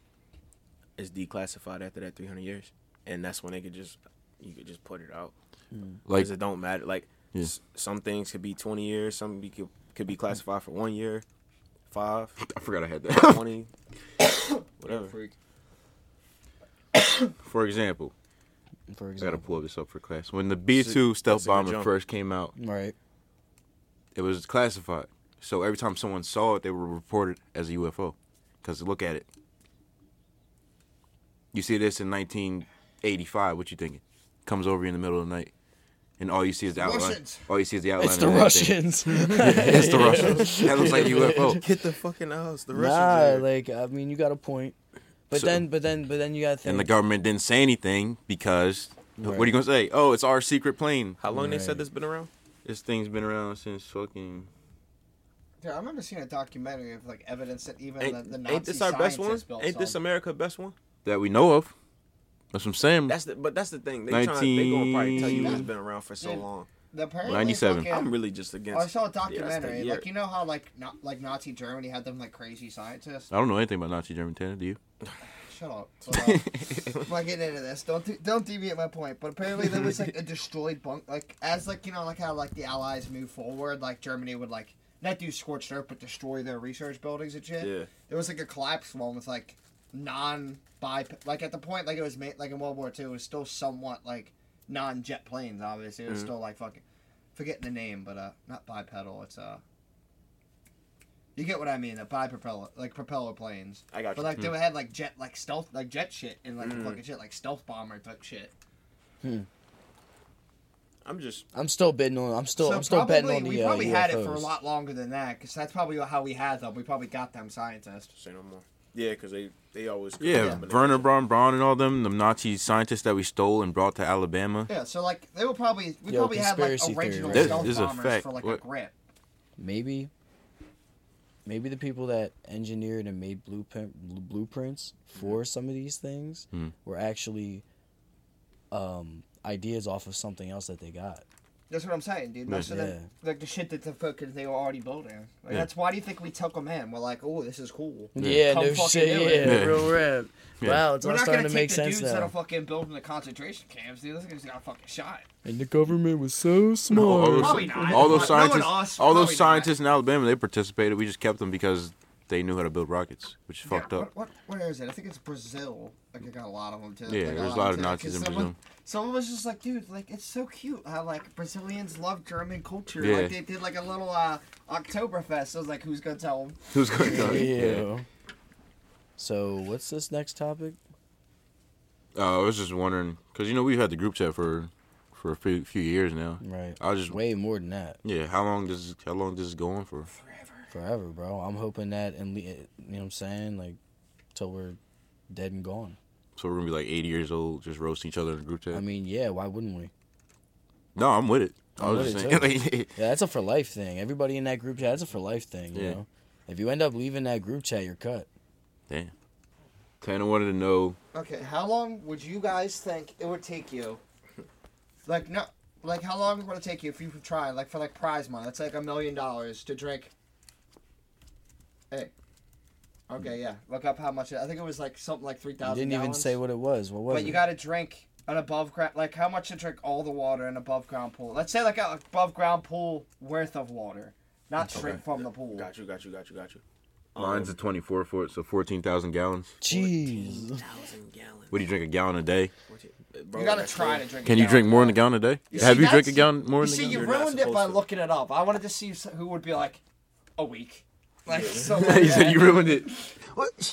Speaker 4: it's declassified after that three hundred years, and that's when they could just you could just put it out
Speaker 1: like
Speaker 4: because it don't matter. Like
Speaker 1: Yeah.
Speaker 4: s- some things could be twenty years, some be, could could be classified for one year, five,
Speaker 1: I forgot I had that.
Speaker 4: twenty, whatever.
Speaker 2: Freak.
Speaker 1: For example,
Speaker 3: for
Speaker 1: I gotta
Speaker 3: example,
Speaker 1: pull this up for class. When the B two
Speaker 4: that's
Speaker 1: stealth
Speaker 4: a good
Speaker 1: bomber
Speaker 4: jump.
Speaker 1: first came out,
Speaker 3: right?
Speaker 1: it was classified. So every time someone saw it, they were reported as a UFO. Cause look at it. You see this in 1985. What you thinking? Comes over you in the middle of the night, and all you see is the outline.
Speaker 2: Russians.
Speaker 1: All you see is the outline.
Speaker 3: It's the
Speaker 1: of that thing.
Speaker 3: Russians.
Speaker 1: it's the Russians. That looks like a UFO.
Speaker 4: Hit the fucking house. The Russians.
Speaker 3: nah,
Speaker 4: are-
Speaker 3: like I mean, you got a point. But
Speaker 1: So-
Speaker 3: then, but then, but then you gotta think.
Speaker 1: And the government didn't say anything because what are
Speaker 3: Right.
Speaker 1: you gonna say? Oh, it's our secret plane.
Speaker 4: How long they
Speaker 3: Right.
Speaker 4: said this been around?
Speaker 1: This thing's been around since fucking.
Speaker 2: Dude, I remember seeing a documentary of like evidence that even the,
Speaker 4: Ain't,
Speaker 2: the Nazi
Speaker 4: ain't this our best one?
Speaker 2: scientists built
Speaker 4: Ain't this
Speaker 2: some.
Speaker 4: America best one?
Speaker 1: That we know of. That's what I'm saying.
Speaker 4: That's the, but that's the thing. They trying, they gonna probably tell you it's
Speaker 1: 19
Speaker 4: been around for so
Speaker 2: Yeah.
Speaker 4: long.
Speaker 2: The apparently
Speaker 1: 97.
Speaker 2: fucking-
Speaker 4: I'm really just
Speaker 2: Oh, I
Speaker 4: against.
Speaker 2: saw a
Speaker 4: Yeah, that's the
Speaker 2: documentary.
Speaker 4: year.
Speaker 2: like you know how like not like Nazi Germany had them like crazy scientists.
Speaker 1: I don't know anything about Nazi German Tanner, do you?
Speaker 2: Shut up. Hold on. I'm not getting into this. Don't de- don't deviate my point. But apparently there was like a destroyed bunk. Like as like you know like how like the Allies move forward, like Germany would like not do scorched earth, but destroy their research buildings and shit.
Speaker 4: Yeah.
Speaker 2: There was like a collapse one with like non by like at the point like it was made like in World War Two, it was still somewhat like non jet planes. Obviously, it
Speaker 4: Mm-hmm.
Speaker 2: was still like fucking forgetting the name, but uh, not bipedal. It's uh. You get what I mean? The bipropeller, like propeller planes.
Speaker 4: I Mm-hmm. got
Speaker 2: But
Speaker 4: you.
Speaker 2: like they had like jet, like stealth, like jet shit and like fucking shit, like stealth bomber type shit.
Speaker 4: I'm just.
Speaker 3: I'm still betting on. I'm still.
Speaker 2: so
Speaker 3: I'm still
Speaker 2: probably,
Speaker 3: betting on the.
Speaker 2: we
Speaker 3: uh,
Speaker 2: probably had it for a
Speaker 3: UFOs.
Speaker 2: lot longer than that because that's probably how we had them. We probably got them scientists.
Speaker 4: Say no more. Yeah, because they they always.
Speaker 1: Yeah,
Speaker 4: Yeah.
Speaker 1: Werner von Braun and all them, the Nazi scientists that we stole and brought to Alabama.
Speaker 2: Yeah, so like they were probably we
Speaker 3: Yo,
Speaker 2: probably had like
Speaker 3: conspiracy theory,
Speaker 2: original
Speaker 3: right? This-
Speaker 2: stealth
Speaker 1: this is a
Speaker 2: bombers
Speaker 1: fact.
Speaker 2: for like
Speaker 1: What-
Speaker 2: a grip.
Speaker 3: Maybe. Maybe the people that engineered and made blueprint blueprints for some of these things
Speaker 2: Hmm.
Speaker 3: were actually um, ideas off of something else that they got.
Speaker 2: That's what I'm saying, dude. Most of them, like the shit that the fucking they were already building. Like,
Speaker 1: Yeah.
Speaker 2: That's why do you think we took them in? We're like, oh, this is cool.
Speaker 3: Yeah,
Speaker 2: Come
Speaker 3: no
Speaker 2: fucking
Speaker 3: shit.
Speaker 2: do
Speaker 3: Yeah,
Speaker 2: it.
Speaker 1: Yeah.
Speaker 3: real rap.
Speaker 1: Yeah.
Speaker 3: Wow, it's
Speaker 2: We're
Speaker 3: all
Speaker 2: not gonna
Speaker 3: starting to
Speaker 2: take
Speaker 3: make
Speaker 2: the
Speaker 3: sense
Speaker 2: dudes that'll
Speaker 3: now.
Speaker 2: fucking build in the concentration camps, dude. Those niggas got fucking shot.
Speaker 3: And the government was so
Speaker 1: All
Speaker 3: smart.
Speaker 1: those,
Speaker 2: Probably not.
Speaker 1: all those
Speaker 2: No one
Speaker 1: scientists,
Speaker 2: asked,
Speaker 1: all those
Speaker 2: probably not.
Speaker 1: scientists in Alabama, they participated. We just kept them because they knew how to build rockets, which is fucked
Speaker 2: Yeah,
Speaker 1: up.
Speaker 2: What, what, where is it? I think it's Brazil. Like, I got a lot of them too.
Speaker 1: Yeah,
Speaker 2: Like,
Speaker 1: there's a lot of
Speaker 2: them, too,
Speaker 1: Nazis
Speaker 2: 'cause
Speaker 1: in
Speaker 2: someone,
Speaker 1: Brazil.
Speaker 2: Someone was just like, dude, like it's so cute how like Brazilians love German culture.
Speaker 1: Yeah.
Speaker 2: Like they did like a little uh, Oktoberfest. I was like, who's gonna tell them?
Speaker 1: Who's going
Speaker 3: Yeah.
Speaker 1: to? Yeah.
Speaker 3: So what's this next topic?
Speaker 1: Uh, I was just wondering because you know we've had the group chat for for a few, few years now.
Speaker 3: Right.
Speaker 1: I was just
Speaker 3: Way more than that.
Speaker 1: yeah. How long does how long does this go on for?
Speaker 3: Forever, bro. I'm hoping that and you know what I'm saying, like till we're dead and gone.
Speaker 1: So we're gonna be like 80 years old, just roasting each other in the group chat.
Speaker 3: I mean, yeah, why wouldn't we?
Speaker 1: no, I'm with it. I
Speaker 3: I'm
Speaker 1: was
Speaker 3: with
Speaker 1: just
Speaker 3: it,
Speaker 1: saying. like,
Speaker 3: Yeah, that's a for life thing. Everybody in that group chat, that's a for life thing. You
Speaker 1: Yeah.
Speaker 3: know, if you end up leaving that group chat, you're cut.
Speaker 1: Damn. Tanner wanted to know.
Speaker 2: Okay, how long would you guys think it would take you? Like no, like how long would it take you if you could try like for like prize money? That's like a million dollars to drink. Hey. Okay, yeah. Look up how much. It, I think it was like something like three
Speaker 3: You
Speaker 2: thousand.
Speaker 3: didn't even say what it was. What was
Speaker 2: But
Speaker 3: it?
Speaker 2: you got to drink an above ground, like how much to drink all the water in above ground pool. Let's say like a above ground pool worth of water, not straight from the pool.
Speaker 4: Got you. Got you. Got you. Got you.
Speaker 1: Mine's a 24 foot, so 14,000 gallons.
Speaker 3: Jeez.
Speaker 4: Thousand gallons.
Speaker 1: What do you drink a gallon a day?
Speaker 2: You gotta try to drink.
Speaker 1: Can
Speaker 2: it
Speaker 1: you
Speaker 2: down.
Speaker 1: drink more than a gallon a day?
Speaker 2: You
Speaker 1: Have
Speaker 2: see,
Speaker 1: you drank a
Speaker 2: that's-
Speaker 1: gallon more
Speaker 2: You
Speaker 1: than a
Speaker 2: see, you
Speaker 1: gallon?
Speaker 4: You're not
Speaker 2: ruined it by
Speaker 4: supposed to.
Speaker 2: looking it up. I wanted to see s- who would be like a week. Like so.
Speaker 1: He said you ruined it.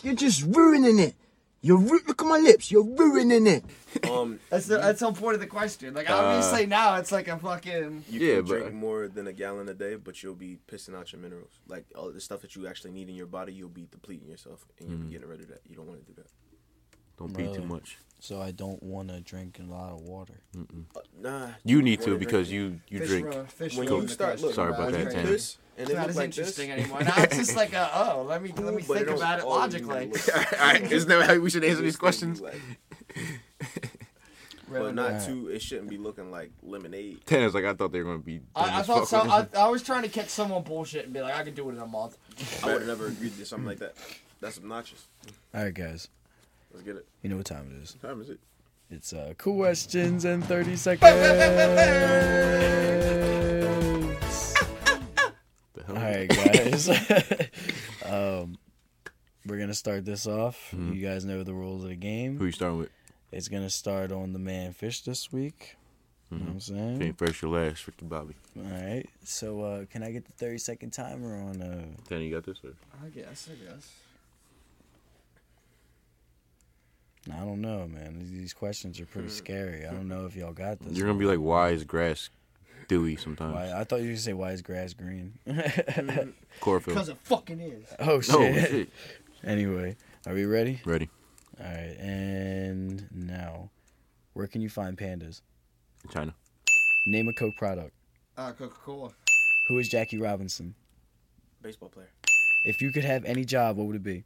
Speaker 9: You're just ruining it. You're ru- look at my lips. You're ruining it.
Speaker 4: Um,
Speaker 2: That's the, that's the whole point of the question.
Speaker 1: Uh,
Speaker 2: Like obviously now it's like a fucking.
Speaker 4: you
Speaker 1: Yeah,
Speaker 4: can
Speaker 1: but-
Speaker 4: drink more than a gallon a day, but you'll be pissing out your minerals. Like all the stuff that you actually need in your body, you'll be depleting yourself, and you'll
Speaker 1: Mm-hmm.
Speaker 4: be getting rid of that. You don't want to do that.
Speaker 1: Don't pee too
Speaker 3: Really?
Speaker 1: much.
Speaker 3: So I don't want to drink a lot of water.
Speaker 4: Uh, nah.
Speaker 1: You need to
Speaker 4: wanna
Speaker 1: because
Speaker 4: drink-
Speaker 1: you you
Speaker 2: fish
Speaker 1: drink.
Speaker 2: ro- fish
Speaker 4: When
Speaker 2: roll
Speaker 4: you
Speaker 2: the
Speaker 4: start
Speaker 2: question.
Speaker 4: look,
Speaker 1: Sorry about
Speaker 4: when
Speaker 1: that,
Speaker 4: you do
Speaker 1: Tanner.
Speaker 4: this, and
Speaker 2: It's
Speaker 4: it
Speaker 2: not
Speaker 4: look
Speaker 2: as
Speaker 4: like this.
Speaker 2: interesting anymore. Now it's just like, uh, oh, let me let me
Speaker 4: but
Speaker 2: think
Speaker 4: don't
Speaker 2: about it
Speaker 4: always look
Speaker 2: logically.
Speaker 4: like this.
Speaker 1: right, isn't that how we should answer
Speaker 4: It's gonna be like-
Speaker 2: Really
Speaker 4: But not
Speaker 3: Alright.
Speaker 4: too. It shouldn't be looking like lemonade.
Speaker 1: Tanner's like I thought they were gonna be. dumb
Speaker 2: I, I
Speaker 1: as
Speaker 2: thought so.
Speaker 1: fuck.
Speaker 2: I, I was trying to catch someone bullshit and be like, I can do it in a month.
Speaker 4: I would never agreed to something like that. That's obnoxious.
Speaker 3: All right, guys.
Speaker 4: Let's get it.
Speaker 3: You know what time it is?
Speaker 4: What time is it?
Speaker 3: It's uh, questions in 30 seconds.
Speaker 1: The
Speaker 3: All
Speaker 1: hell?
Speaker 3: right, guys. um, we're gonna start this off.
Speaker 1: Mm-hmm.
Speaker 3: You guys know the rules of the game.
Speaker 1: Who you starting with?
Speaker 3: It's gonna start on the man fish this week. You know what I'm saying?
Speaker 1: Ain't first, your last, Ricky Bobby.
Speaker 3: All right. So uh, can I get the 30 second timer on? Uh...
Speaker 1: Tanner, you got this? Or?
Speaker 2: I guess. I guess.
Speaker 3: I don't know, man. These- These questions are pretty scary. I don't know if y'all got this.
Speaker 1: You're gonna be like, why is grass dewy sometimes?
Speaker 3: Why, I thought you were gonna say why is grass green?
Speaker 1: Chlorophyll.
Speaker 2: Because it fucking is.
Speaker 3: oh
Speaker 1: Oh
Speaker 3: shit.
Speaker 1: Mm-hmm. shit!
Speaker 3: Anyway, are we ready?
Speaker 1: Ready?
Speaker 3: All right, and now, where can you find pandas?
Speaker 1: China.
Speaker 3: Name a Coke product.
Speaker 2: Uh, Coca Cola.
Speaker 3: Who is Jackie Robinson?
Speaker 4: Baseball player.
Speaker 3: If you could have any job, what would it be?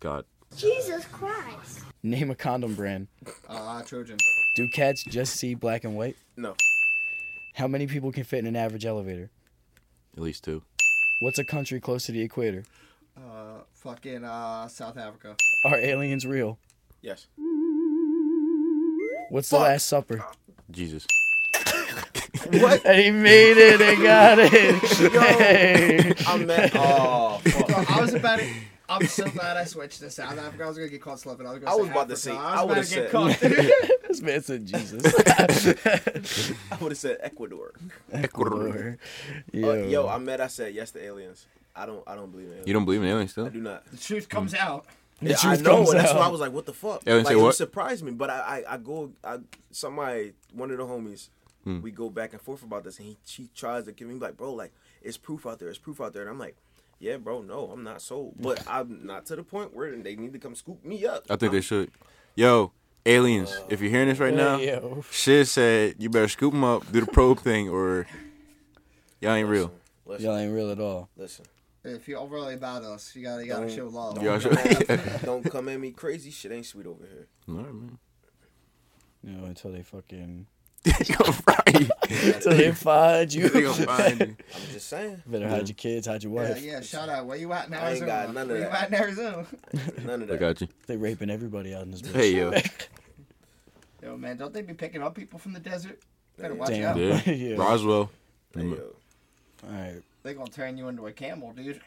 Speaker 1: God.
Speaker 10: Jesus Christ.
Speaker 3: Name a condom brand.
Speaker 2: Uh, Trojan.
Speaker 3: Do cats just see black and white?
Speaker 4: No.
Speaker 3: How many people can fit in an average elevator?
Speaker 1: At least two.
Speaker 3: What's a country close to the equator?
Speaker 2: Uh, fucking uh, South Africa.
Speaker 3: Are aliens real?
Speaker 4: Yes.
Speaker 3: What's the Last Supper?
Speaker 1: Jesus.
Speaker 4: What?
Speaker 3: He made it. They got it. Hey.
Speaker 4: I'm mad. Oh, fuck.
Speaker 2: Bro, I was about to. I'm so glad I switched to South Africa. I was gonna get caught slipping. I was, gonna
Speaker 4: I
Speaker 2: say
Speaker 4: was about to
Speaker 2: Africa.
Speaker 4: say,
Speaker 2: I was
Speaker 4: I
Speaker 2: about to get caught.
Speaker 3: This man said Jesus.
Speaker 4: I would have said Ecuador.
Speaker 3: Ecuador. Yo.
Speaker 4: Yo, Uh, yo I'm mad. I said yes to aliens. I don't. I don't believe in aliens.
Speaker 1: You don't believe in aliens still?
Speaker 4: I do not.
Speaker 2: the truth comes out.
Speaker 3: The
Speaker 4: Yeah, I
Speaker 3: truth
Speaker 4: know.
Speaker 3: comes
Speaker 4: and that's
Speaker 3: out.
Speaker 4: why I was like, "What the fuck?"
Speaker 1: Yeah, and
Speaker 4: like,
Speaker 1: say what?
Speaker 4: It surprised me, but I, I, I go, I, somebody, one of the homies,
Speaker 1: Hmm.
Speaker 4: we go back and forth about this, and he, she tries to give me like, "Bro, like, it's proof out there, it's proof out there," and I'm like, "Yeah, bro, no, I'm not sold, but I'm not to the point where they need to come scoop me up."
Speaker 1: I think they should. Yo, aliens, if you're hearing this right now,
Speaker 3: Hey, yo.
Speaker 1: Shiz said you better scoop them up, do the probe thing, or y'all ain't real.
Speaker 4: Listen,
Speaker 3: Y'all ain't real at all.
Speaker 4: listen,
Speaker 2: If you're really about us, you gotta you gotta
Speaker 4: Don't-
Speaker 2: show love.
Speaker 1: Y'all should.
Speaker 4: don't come at me crazy. Shit ain't sweet over here.
Speaker 1: All right, man.
Speaker 3: You know, until they fucking.
Speaker 1: you gonna fry you.
Speaker 3: Until they find you.
Speaker 1: They gonna find you.
Speaker 4: I'm just saying,
Speaker 3: Better hide your kids, hide your
Speaker 2: Yeah,
Speaker 3: wife.
Speaker 2: yeah. Shout out. Where you at in
Speaker 4: I ain't
Speaker 2: Arizona?
Speaker 4: got none of
Speaker 2: Where you
Speaker 4: that.
Speaker 2: at in Arizona?
Speaker 4: none of
Speaker 1: I
Speaker 4: that.
Speaker 1: got you.
Speaker 3: They raping everybody out in this bitch.
Speaker 1: Hey, yo.
Speaker 2: Yo, man, don't they be picking up people from the desert? Better
Speaker 4: Yeah.
Speaker 2: watch
Speaker 3: Damn.
Speaker 2: out.
Speaker 1: Yeah.
Speaker 3: Yeah.
Speaker 1: Roswell.
Speaker 4: Hey, yo,
Speaker 3: All right.
Speaker 2: They gonna turn you into a camel, dude.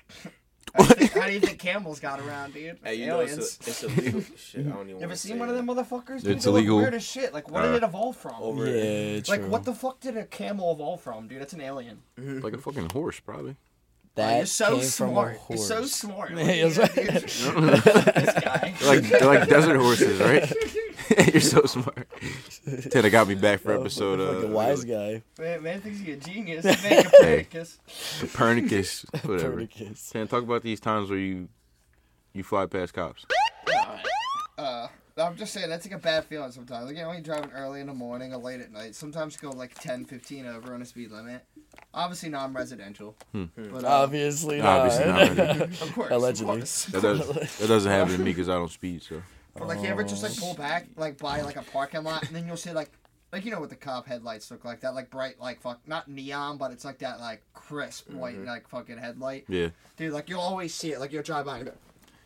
Speaker 2: how, do you think, how do you think camels got around, dude?
Speaker 4: hey, you know
Speaker 2: Aliens.
Speaker 4: it's, a, it's illegal. Shit, I don't even.
Speaker 2: you ever
Speaker 4: wanna
Speaker 2: seen
Speaker 4: say
Speaker 2: one of
Speaker 4: it.
Speaker 2: them motherfuckers? dude?
Speaker 1: It's
Speaker 2: They look
Speaker 1: illegal.
Speaker 2: Weird as shit. Like, what did it evolve from?
Speaker 4: Over.
Speaker 3: Yeah, true.
Speaker 2: like, what the fuck did a camel evolve from, dude? That's an alien.
Speaker 1: Like a fucking horse, probably.
Speaker 3: That
Speaker 2: You're so
Speaker 3: came
Speaker 2: smart.
Speaker 3: from a
Speaker 2: You're so
Speaker 3: horse.
Speaker 2: smart.
Speaker 3: Yeah, it's
Speaker 2: Yeah, dude. this guy.
Speaker 1: Like they're like desert horses, right? You're so smart. Tana got me back for episode
Speaker 3: Like
Speaker 1: uh,
Speaker 3: a Oh, wise guy.
Speaker 2: Man, man thinks he's a genius. Man, Copernicus.
Speaker 1: Copernicus, whatever.
Speaker 3: Copernicus.
Speaker 1: Tana, talk about these times where you you fly past cops.
Speaker 2: Uh, I'm just saying, that's like a bad feeling sometimes. Like, you know, when you're driving early in the morning or late at night, sometimes you go like 10, 15 over on a speed limit. Obviously non residential.
Speaker 4: Hmm.
Speaker 2: But uh,
Speaker 3: Obviously not.
Speaker 1: Obviously not. That,
Speaker 2: of course.
Speaker 3: Allegedly.
Speaker 2: Of course.
Speaker 1: does, that doesn't happen to me because I don't speed. So
Speaker 2: But like, you ever just like pull back, like by like a parking lot, and then you'll see like, like you know what the cop headlights look like? That like bright, like fuck, not neon, but it's like that like crisp white like fucking headlight.
Speaker 1: yeah,
Speaker 2: Dude, like you'll always see it. Like you'll drive by and go,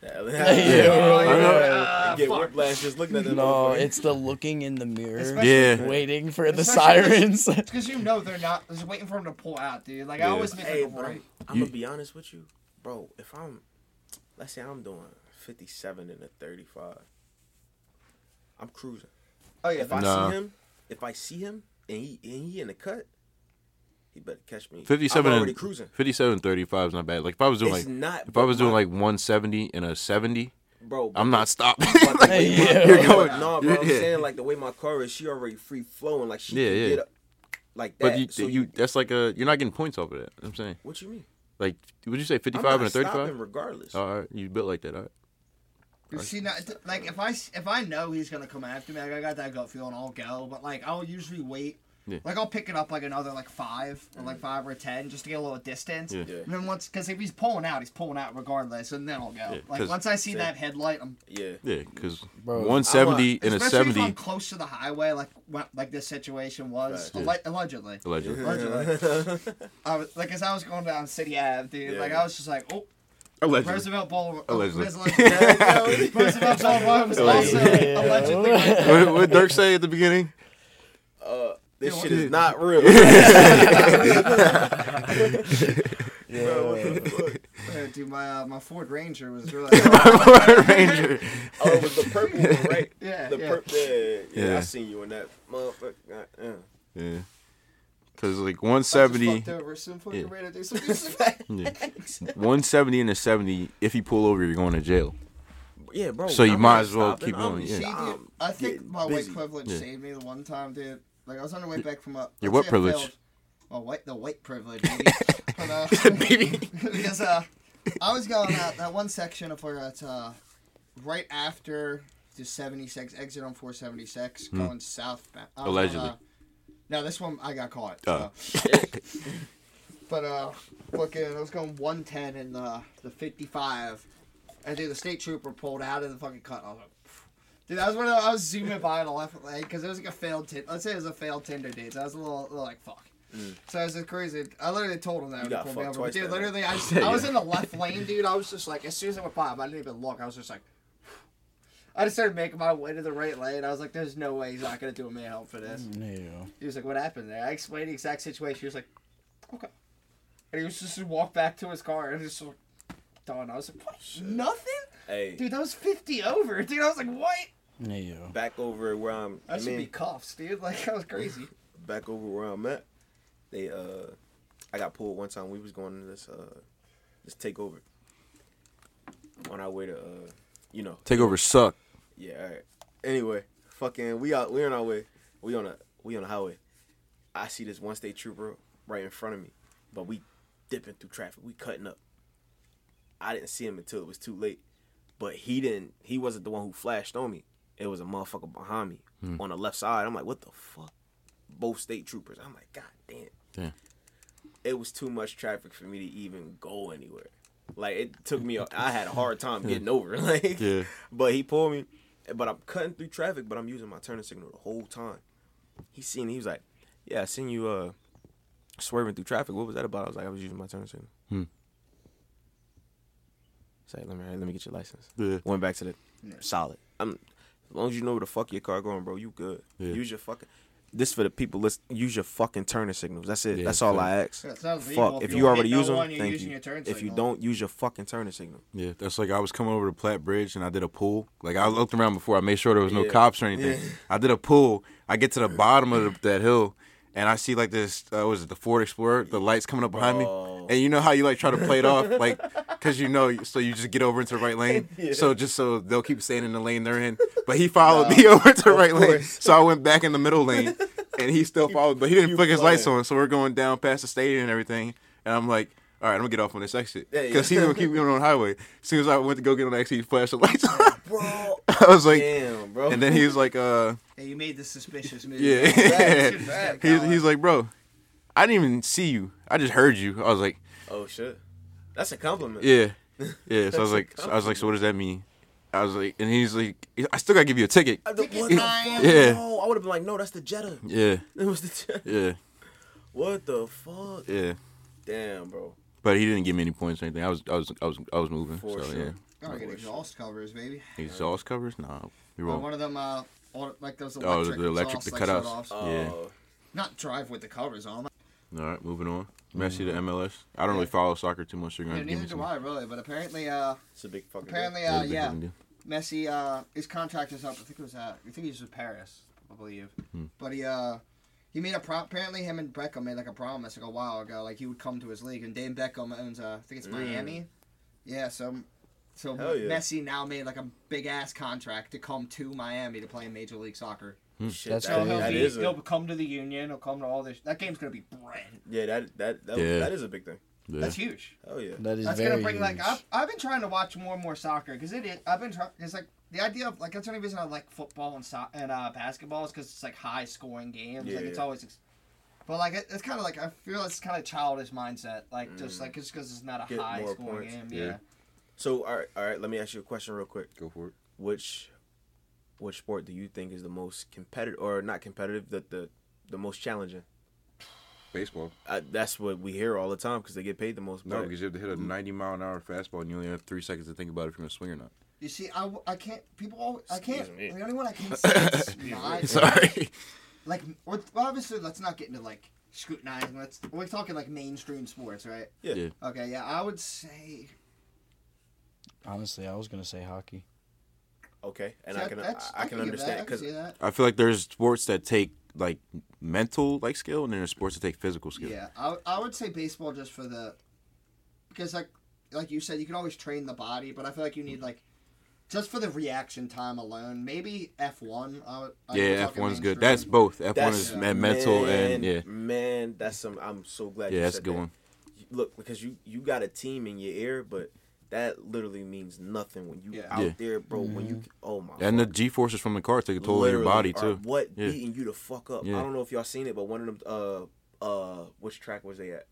Speaker 4: Yeah.
Speaker 1: yeah, I know.
Speaker 2: ah,
Speaker 4: Get
Speaker 2: fuck.
Speaker 4: whiplash just looking at them.
Speaker 3: No, it's the looking in the mirror,
Speaker 1: yeah.
Speaker 3: waiting for the
Speaker 2: Especially-
Speaker 3: sirens.
Speaker 2: Because you know they're not. Just waiting for him to pull out, dude. Like I
Speaker 1: Yeah.
Speaker 2: always make
Speaker 4: Hey,
Speaker 2: like, a
Speaker 4: bro,
Speaker 2: right.
Speaker 4: I'm
Speaker 1: You-
Speaker 4: gonna be honest with you, bro. If I'm, let's say I'm doing 57 and a 35, I'm cruising.
Speaker 2: Oh yeah,
Speaker 4: If I
Speaker 1: Nah.
Speaker 4: see him, if I see him and he and he in the cut, he better catch me.
Speaker 1: Fifty-seven
Speaker 4: I'm already
Speaker 1: and
Speaker 4: cruising.
Speaker 1: fifty-seven thirty-five is not bad. Like if I was doing
Speaker 4: It's
Speaker 1: like
Speaker 4: not,
Speaker 1: if I
Speaker 4: but
Speaker 1: was doing
Speaker 4: my-
Speaker 1: like one seventy and a seventy,
Speaker 4: Bro,
Speaker 1: I'm not stopping.
Speaker 4: but the
Speaker 1: Like,
Speaker 4: way
Speaker 3: Hey,
Speaker 4: my-
Speaker 1: You're going.
Speaker 4: No, bro. I'm
Speaker 1: Yeah.
Speaker 4: saying like the way my car is, she already free flowing. Like she
Speaker 1: Yeah,
Speaker 4: can
Speaker 1: yeah.
Speaker 4: get up like that.
Speaker 1: but you,
Speaker 4: so
Speaker 1: you that's like a you're not getting points off of that. I'm saying
Speaker 4: what you mean?
Speaker 1: like would you say
Speaker 4: I'm
Speaker 1: fifty-five
Speaker 4: not
Speaker 1: and a
Speaker 4: stopping
Speaker 1: thirty-five? Oh.
Speaker 4: regardless.
Speaker 1: All right, you built like that. All right.
Speaker 2: You see, now, th- like if I s- if I know he's gonna come after me, like, I got that gut feeling, I'll go. But like I'll usually wait.
Speaker 1: Yeah.
Speaker 2: Like I'll pick it up like another like five or like five or ten just to get a little distance.
Speaker 1: Yeah.
Speaker 4: Yeah.
Speaker 2: And then once, because if he's pulling out, he's pulling out regardless, and then I'll go.
Speaker 1: Yeah,
Speaker 2: like
Speaker 1: 'cause-
Speaker 2: once I see that headlight, I'm
Speaker 4: yeah.
Speaker 1: Yeah, because
Speaker 3: Bro,
Speaker 1: one seventy and a
Speaker 2: especially if I'm
Speaker 1: seventy
Speaker 2: close to the highway, like what, like this situation was
Speaker 4: Right.
Speaker 2: alle- allegedly.
Speaker 1: allegedly.
Speaker 2: Allegedly, I was, like as I was going down City Ave, dude.
Speaker 4: Yeah.
Speaker 2: Like I was just like, oh,
Speaker 1: Allegedly.
Speaker 2: Roosevelt Boulevard.
Speaker 1: Allegedly.
Speaker 2: Roosevelt Roosevelt Boulevard was also
Speaker 3: Yeah.
Speaker 2: allegedly. right there.
Speaker 1: What what Dirk say at the beginning?
Speaker 4: This
Speaker 2: Yeah,
Speaker 4: shit
Speaker 2: what-
Speaker 4: is not real. Bro, what the fuck?
Speaker 2: Yeah, dude, my uh, my Ford Ranger was really.
Speaker 1: Ranger.
Speaker 4: Oh, it was the purple one, right?
Speaker 2: Yeah,
Speaker 4: The
Speaker 2: yeah.
Speaker 4: purple. Yeah, yeah, yeah.
Speaker 1: Yeah.
Speaker 4: I seen you in that motherfucker. God, yeah.
Speaker 1: Yeah. Cause like one seventy,
Speaker 2: Over some fucking
Speaker 1: Yeah.
Speaker 2: random dude. Some dude-
Speaker 1: one seventy and a seventy. If you pull over, you're going to jail.
Speaker 4: yeah, bro.
Speaker 1: So you
Speaker 4: I'm
Speaker 1: might
Speaker 4: not
Speaker 1: as well
Speaker 4: stopping.
Speaker 1: keep
Speaker 4: I'm
Speaker 1: going, yeah.
Speaker 2: See, dude,
Speaker 4: I'm
Speaker 2: I think
Speaker 4: getting
Speaker 2: my
Speaker 4: busy.
Speaker 2: white privilege
Speaker 1: Yeah.
Speaker 2: saved me the one time, dude. Like I was on the way back from a
Speaker 1: Your
Speaker 2: I'd
Speaker 1: what
Speaker 2: say a
Speaker 1: privilege?
Speaker 2: failed- Oh, white the white privilege, baby. but, uh, because uh, I was going out that one section of where it's uh, right after the 76 exit on 476 going south. I was on,
Speaker 1: Hmm. Allegedly.
Speaker 2: uh, no, this one I got caught.
Speaker 1: Oh.
Speaker 2: so. but uh, fucking, I was going 110 in the the 55, and dude, the state trooper pulled out of the fucking cut. I was like, "Phew." dude, that was when I was zooming by on the left leg because it was like a failed. T- let's say it was a failed Tinder date. So I was a little, little like fuck. So I was just crazy. I literally told him that. when he
Speaker 4: Mm. got
Speaker 2: pulled me
Speaker 4: fucked
Speaker 2: over.
Speaker 4: twice
Speaker 2: dude,
Speaker 4: that night.
Speaker 2: literally, I, I was in the left lane, dude. I was just like, as soon as I went by him, I didn't even look. I was just like, I just started making my way to the right lane. I was like, there's no way he's not going to do a man help for
Speaker 4: Mm.
Speaker 2: this.
Speaker 3: There you go.
Speaker 2: He was like, what happened there? I explained the exact situation. He was like, okay. And he was just walked back to his car and just like, done. I was like, what? Nothing?
Speaker 4: Hey,
Speaker 2: Dude, that was 50 over. Dude, I was like, what?
Speaker 3: There you go.
Speaker 4: back over where I'm.
Speaker 2: I
Speaker 4: I
Speaker 2: should be
Speaker 4: mean,
Speaker 2: cuffs, dude. Like, that was crazy.
Speaker 4: back over where I'm at. They uh, I got pulled one time. We was going to this uh, this takeover. On our way to uh, you know,
Speaker 1: Take over suck.
Speaker 4: Yeah, all right. Anyway, fucking, we out. We on our way. We on a we on the highway. I see this one state trooper right in front of me, but we dipping through traffic. We cutting up. I didn't see him until it was too late, but he didn't. He wasn't the one who flashed on me. It was a motherfucker behind me
Speaker 1: Hmm.
Speaker 4: on the left side. I'm like, what the fuck? Both state troopers. I'm like, god damn.
Speaker 1: Damn.
Speaker 4: It was too much traffic for me to even go anywhere. Like it took me. a- I had a hard time getting over. Like,
Speaker 1: Yeah.
Speaker 4: but he pulled me, but I'm cutting through traffic, but I'm using my turning signal the whole time. He seen he was like, Yeah, I seen you uh swerving through traffic. What was that about? I was like, I was using my turning signal.
Speaker 1: Hmm.
Speaker 4: Say, let me let me get your license.
Speaker 1: Yeah.
Speaker 4: Went back to the solid. I'm as long as you know where the fuck your car going, bro, you good.
Speaker 1: Yeah.
Speaker 4: Use your fucking this for the people. Let's use your fucking turning signals. That's it.
Speaker 1: Yeah,
Speaker 4: That's all
Speaker 1: fair.
Speaker 4: I ask.
Speaker 2: Yeah, it sounds legal.
Speaker 4: Fuck.
Speaker 2: If
Speaker 4: If
Speaker 2: you
Speaker 4: you
Speaker 2: don't
Speaker 4: already
Speaker 2: hit no
Speaker 4: use them,
Speaker 2: one, you're
Speaker 4: thank
Speaker 2: using
Speaker 4: you.
Speaker 2: your turn
Speaker 4: if you
Speaker 2: signal.
Speaker 4: don't use your fucking turning signal,
Speaker 1: Yeah, that's like I was coming over to Platt Bridge and I did a pull. Like I looked around before I made sure there was no
Speaker 4: Yeah.
Speaker 1: cops or anything. I did a pull. I get to the bottom of the, that hill and I see like this uh, was it the Ford Explorer? The lights coming up behind me,
Speaker 4: Bro.
Speaker 1: and you know how you like try to play it off, like because you know, so you just get over into the right lane. So just so they'll keep staying in the lane they're in. But he followed me over to the right lane, so I went back in the middle lane, and he still followed, but he didn't flick his lights on. So we're going down past the stadium and everything, and I'm like. All right, I'm gonna get off on this exit
Speaker 4: Yeah, yeah.
Speaker 1: because he gonna keep me on the highway. As soon as I went to go get on the exit, he flashed the lights on.
Speaker 4: bro.
Speaker 1: I was like,
Speaker 4: Damn, bro.
Speaker 1: and then he was like, uh,
Speaker 2: Hey, you made this suspicious move.
Speaker 1: yeah.
Speaker 2: Bad,
Speaker 1: he's,
Speaker 2: Colin.
Speaker 1: he's like, bro, I didn't even see you. I just heard you. I was like,
Speaker 4: oh shit, that's a compliment.
Speaker 1: yeah, yeah. So I was like, so I was like, so what does that mean? I was like, and he's like, I still gotta give you a ticket.
Speaker 4: I, what the fuck?
Speaker 1: Yeah.
Speaker 4: No, I would have been like, no, that's the Jetta.
Speaker 1: Yeah,
Speaker 4: It was the Jetta.
Speaker 1: yeah,
Speaker 4: What the fuck?
Speaker 1: yeah.
Speaker 4: Damn, bro.
Speaker 1: But he didn't give me any points or anything. I was, I was, I was, I was moving.
Speaker 4: For
Speaker 1: so
Speaker 4: sure.
Speaker 1: yeah,
Speaker 2: Oh, I get exhaust covers, baby.
Speaker 1: exhaust covers? Nah, you're
Speaker 2: Or
Speaker 1: wrong.
Speaker 2: one of them, uh, all- like those
Speaker 1: Oh,
Speaker 2: electric,
Speaker 1: the electric, the
Speaker 2: exhaust, like,
Speaker 1: cutouts. Uh.
Speaker 2: shut-offs.
Speaker 1: yeah.
Speaker 4: Oh,
Speaker 2: Not drive with the covers on.
Speaker 1: All right, moving on. Messi
Speaker 4: Mm-hmm.
Speaker 1: to MLS. I don't really follow soccer too much. so You're
Speaker 2: Yeah,
Speaker 1: gonna give
Speaker 2: neither
Speaker 1: me
Speaker 2: do
Speaker 1: some.
Speaker 2: I, really. But apparently, uh,
Speaker 4: it's a big fucking.
Speaker 2: apparently,
Speaker 1: Yeah,
Speaker 2: uh,
Speaker 1: big
Speaker 2: yeah,
Speaker 1: one, dude.
Speaker 2: Messi, uh, his contract is up. I think it was, uh, I think he was with Paris, I believe.
Speaker 4: Hmm.
Speaker 2: But he, uh, he made a pro- apparently him and Beckham made like a promise like a while ago, like he would come to his league. And Dame Beckham owns, uh, I think it's Miami. Yeah, so. So
Speaker 4: Mm. Hell yeah.
Speaker 2: Messi now made like a big ass contract to come to Miami to play in Major League Soccer.
Speaker 1: Hmm.
Speaker 4: deal. Shit,
Speaker 3: That's
Speaker 4: that,
Speaker 2: So
Speaker 3: crazy.
Speaker 2: he'll,
Speaker 4: that
Speaker 2: be,
Speaker 4: is
Speaker 2: he'll
Speaker 4: a,
Speaker 2: come to the Union. He'll come to all this. That game's gonna be bread.
Speaker 4: yeah, that that that,
Speaker 1: Yeah.
Speaker 4: that is a big thing.
Speaker 1: Yeah.
Speaker 2: That's huge.
Speaker 4: Hell yeah.
Speaker 3: That is
Speaker 2: That's
Speaker 3: very
Speaker 2: gonna bring
Speaker 3: huge.
Speaker 2: like I've, I've been trying to watch more and more soccer because it is I've been trying it's like the idea of like that's the only reason I like football and so- and uh, basketball is because it's like high scoring games like it's
Speaker 4: Yeah.
Speaker 2: always ex- but like it, it's kind of like I feel it's kind of childish mindset like just like just because it's not a
Speaker 4: Mm. Get
Speaker 2: high
Speaker 4: more
Speaker 2: scoring
Speaker 4: points.
Speaker 2: game
Speaker 1: Yeah.
Speaker 2: yeah.
Speaker 4: So all right, all right. Let me ask you a question real quick.
Speaker 1: Go for it.
Speaker 4: Which which sport do you think is the most competitive or not competitive? The the the most challenging.
Speaker 1: Baseball.
Speaker 4: I, that's what we hear all the time because they get paid the most.
Speaker 1: No,
Speaker 4: but-
Speaker 1: because you have to hit a 90 mile an hour fastball and you only have three seconds to think about if you're gonna swing or not.
Speaker 2: You see, I, w- I can't. People always. I
Speaker 4: Excuse
Speaker 2: can't.
Speaker 4: me.
Speaker 2: The only one I can say is not.
Speaker 1: Sorry.
Speaker 2: Like, well, obviously, let's not get into like scrutinizing. Let's. We're talking like mainstream sports, right?
Speaker 4: yeah.
Speaker 1: Yeah.
Speaker 2: Okay, yeah. I would say
Speaker 3: Honestly, I was gonna say hockey.
Speaker 4: Okay, and
Speaker 2: See,
Speaker 4: I can I,
Speaker 2: that's-
Speaker 4: I
Speaker 2: give that,
Speaker 4: can
Speaker 2: I
Speaker 4: understand
Speaker 2: can
Speaker 4: because
Speaker 2: see that.
Speaker 1: I feel like there's sports that take like mental like skill, and then there's sports that take physical skill.
Speaker 2: Yeah, I, would- I would say baseball just for
Speaker 1: Mm-hmm.
Speaker 2: the because like like you said, you can always train the body, but I feel like you need like just for the reaction time alone. Maybe F one.
Speaker 1: yeah, F one's good. That's both. F one is
Speaker 4: That's-
Speaker 1: me- mental and yeah,
Speaker 4: man, Man, that's some. I'm so glad.
Speaker 1: yeah,
Speaker 4: you
Speaker 1: that's a
Speaker 4: said
Speaker 1: good
Speaker 4: that.
Speaker 1: one.
Speaker 4: You- Look, because you you got a team in your ear, but that literally means nothing when you
Speaker 2: Yeah.
Speaker 4: out
Speaker 1: Yeah.
Speaker 4: there, bro. When you oh my.
Speaker 1: And the
Speaker 4: fuck.
Speaker 1: G forces from the car take a toll on your
Speaker 4: Literally
Speaker 1: body
Speaker 4: are
Speaker 1: too.
Speaker 4: What
Speaker 1: Yeah.
Speaker 4: beating you to fuck up?
Speaker 1: Yeah.
Speaker 4: I don't know if y'all seen it, but one of them. Uh, uh, which track was they at?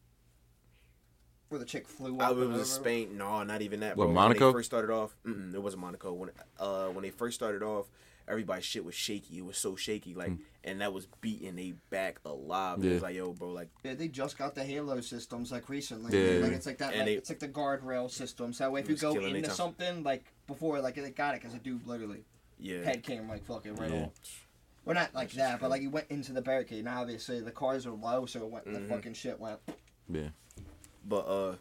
Speaker 2: where the chick flew.
Speaker 4: I
Speaker 2: up
Speaker 4: was
Speaker 2: and
Speaker 4: in
Speaker 2: over.
Speaker 4: Spain. No, not even that.
Speaker 1: What,
Speaker 4: bro. When
Speaker 1: Monaco?
Speaker 4: they first started off, mm-mm, it wasn't Monaco. When uh when they first started off, everybody's shit was shaky. It was so shaky, like, and that was beating they back alive. It
Speaker 1: Mm. Yeah.
Speaker 4: was like, yo, bro, like,
Speaker 2: Yeah, they just got the Halo systems like recently.
Speaker 1: Yeah.
Speaker 2: Like it's like that.
Speaker 4: And
Speaker 2: Like,
Speaker 4: they-
Speaker 2: it's like the guardrail system. So that way, if you
Speaker 4: was
Speaker 2: go
Speaker 4: killing their
Speaker 2: into
Speaker 4: time.
Speaker 2: something like before, like they got it because the dude literally
Speaker 4: yeah,
Speaker 2: head came like fucking right
Speaker 1: Yeah.
Speaker 2: on. Well, not like that, but like he went into the barricade. Now obviously the cars are low, so it went,
Speaker 4: Mm-hmm.
Speaker 2: the fucking shit went.
Speaker 1: Yeah,
Speaker 4: but uh,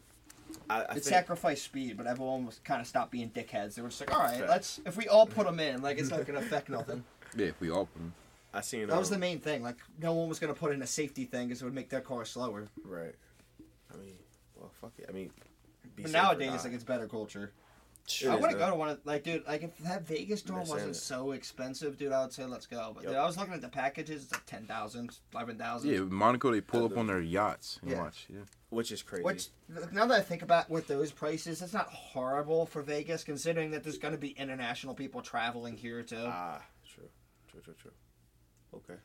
Speaker 4: I, I
Speaker 2: It
Speaker 4: think
Speaker 2: sacrificed speed, but everyone was kind of stopped being dickheads. They were just like, all right,
Speaker 4: Fact.
Speaker 2: let's if we all put them in, like it's not gonna affect nothing.
Speaker 1: yeah. We all
Speaker 4: I seen
Speaker 2: That was the
Speaker 4: um,
Speaker 2: main thing. Like no one was gonna put in a safety thing because it would make their car slower.
Speaker 4: right. I mean, well, fuck it. I mean, be
Speaker 2: But
Speaker 4: safe or
Speaker 2: nowadays,
Speaker 4: die.
Speaker 2: like it's better culture.
Speaker 4: It
Speaker 2: I
Speaker 4: is,
Speaker 2: want to
Speaker 4: man.
Speaker 2: go to one of like, dude, like if that Vegas
Speaker 4: They're
Speaker 2: door
Speaker 4: saying
Speaker 2: wasn't
Speaker 4: it.
Speaker 2: so expensive, dude, I would say let's go. But
Speaker 4: Yep.
Speaker 2: dude, I was looking at the packages, it's like ten thousand, eleven thousand.
Speaker 1: Yeah, Monaco they pull up on their yachts and
Speaker 2: Yeah.
Speaker 1: watch. Yeah,
Speaker 4: which is crazy.
Speaker 2: Which now that I think about with those prices, it's not horrible for Vegas considering that there's going to be international people traveling here too.
Speaker 4: ah, true, true, true, true. Okay,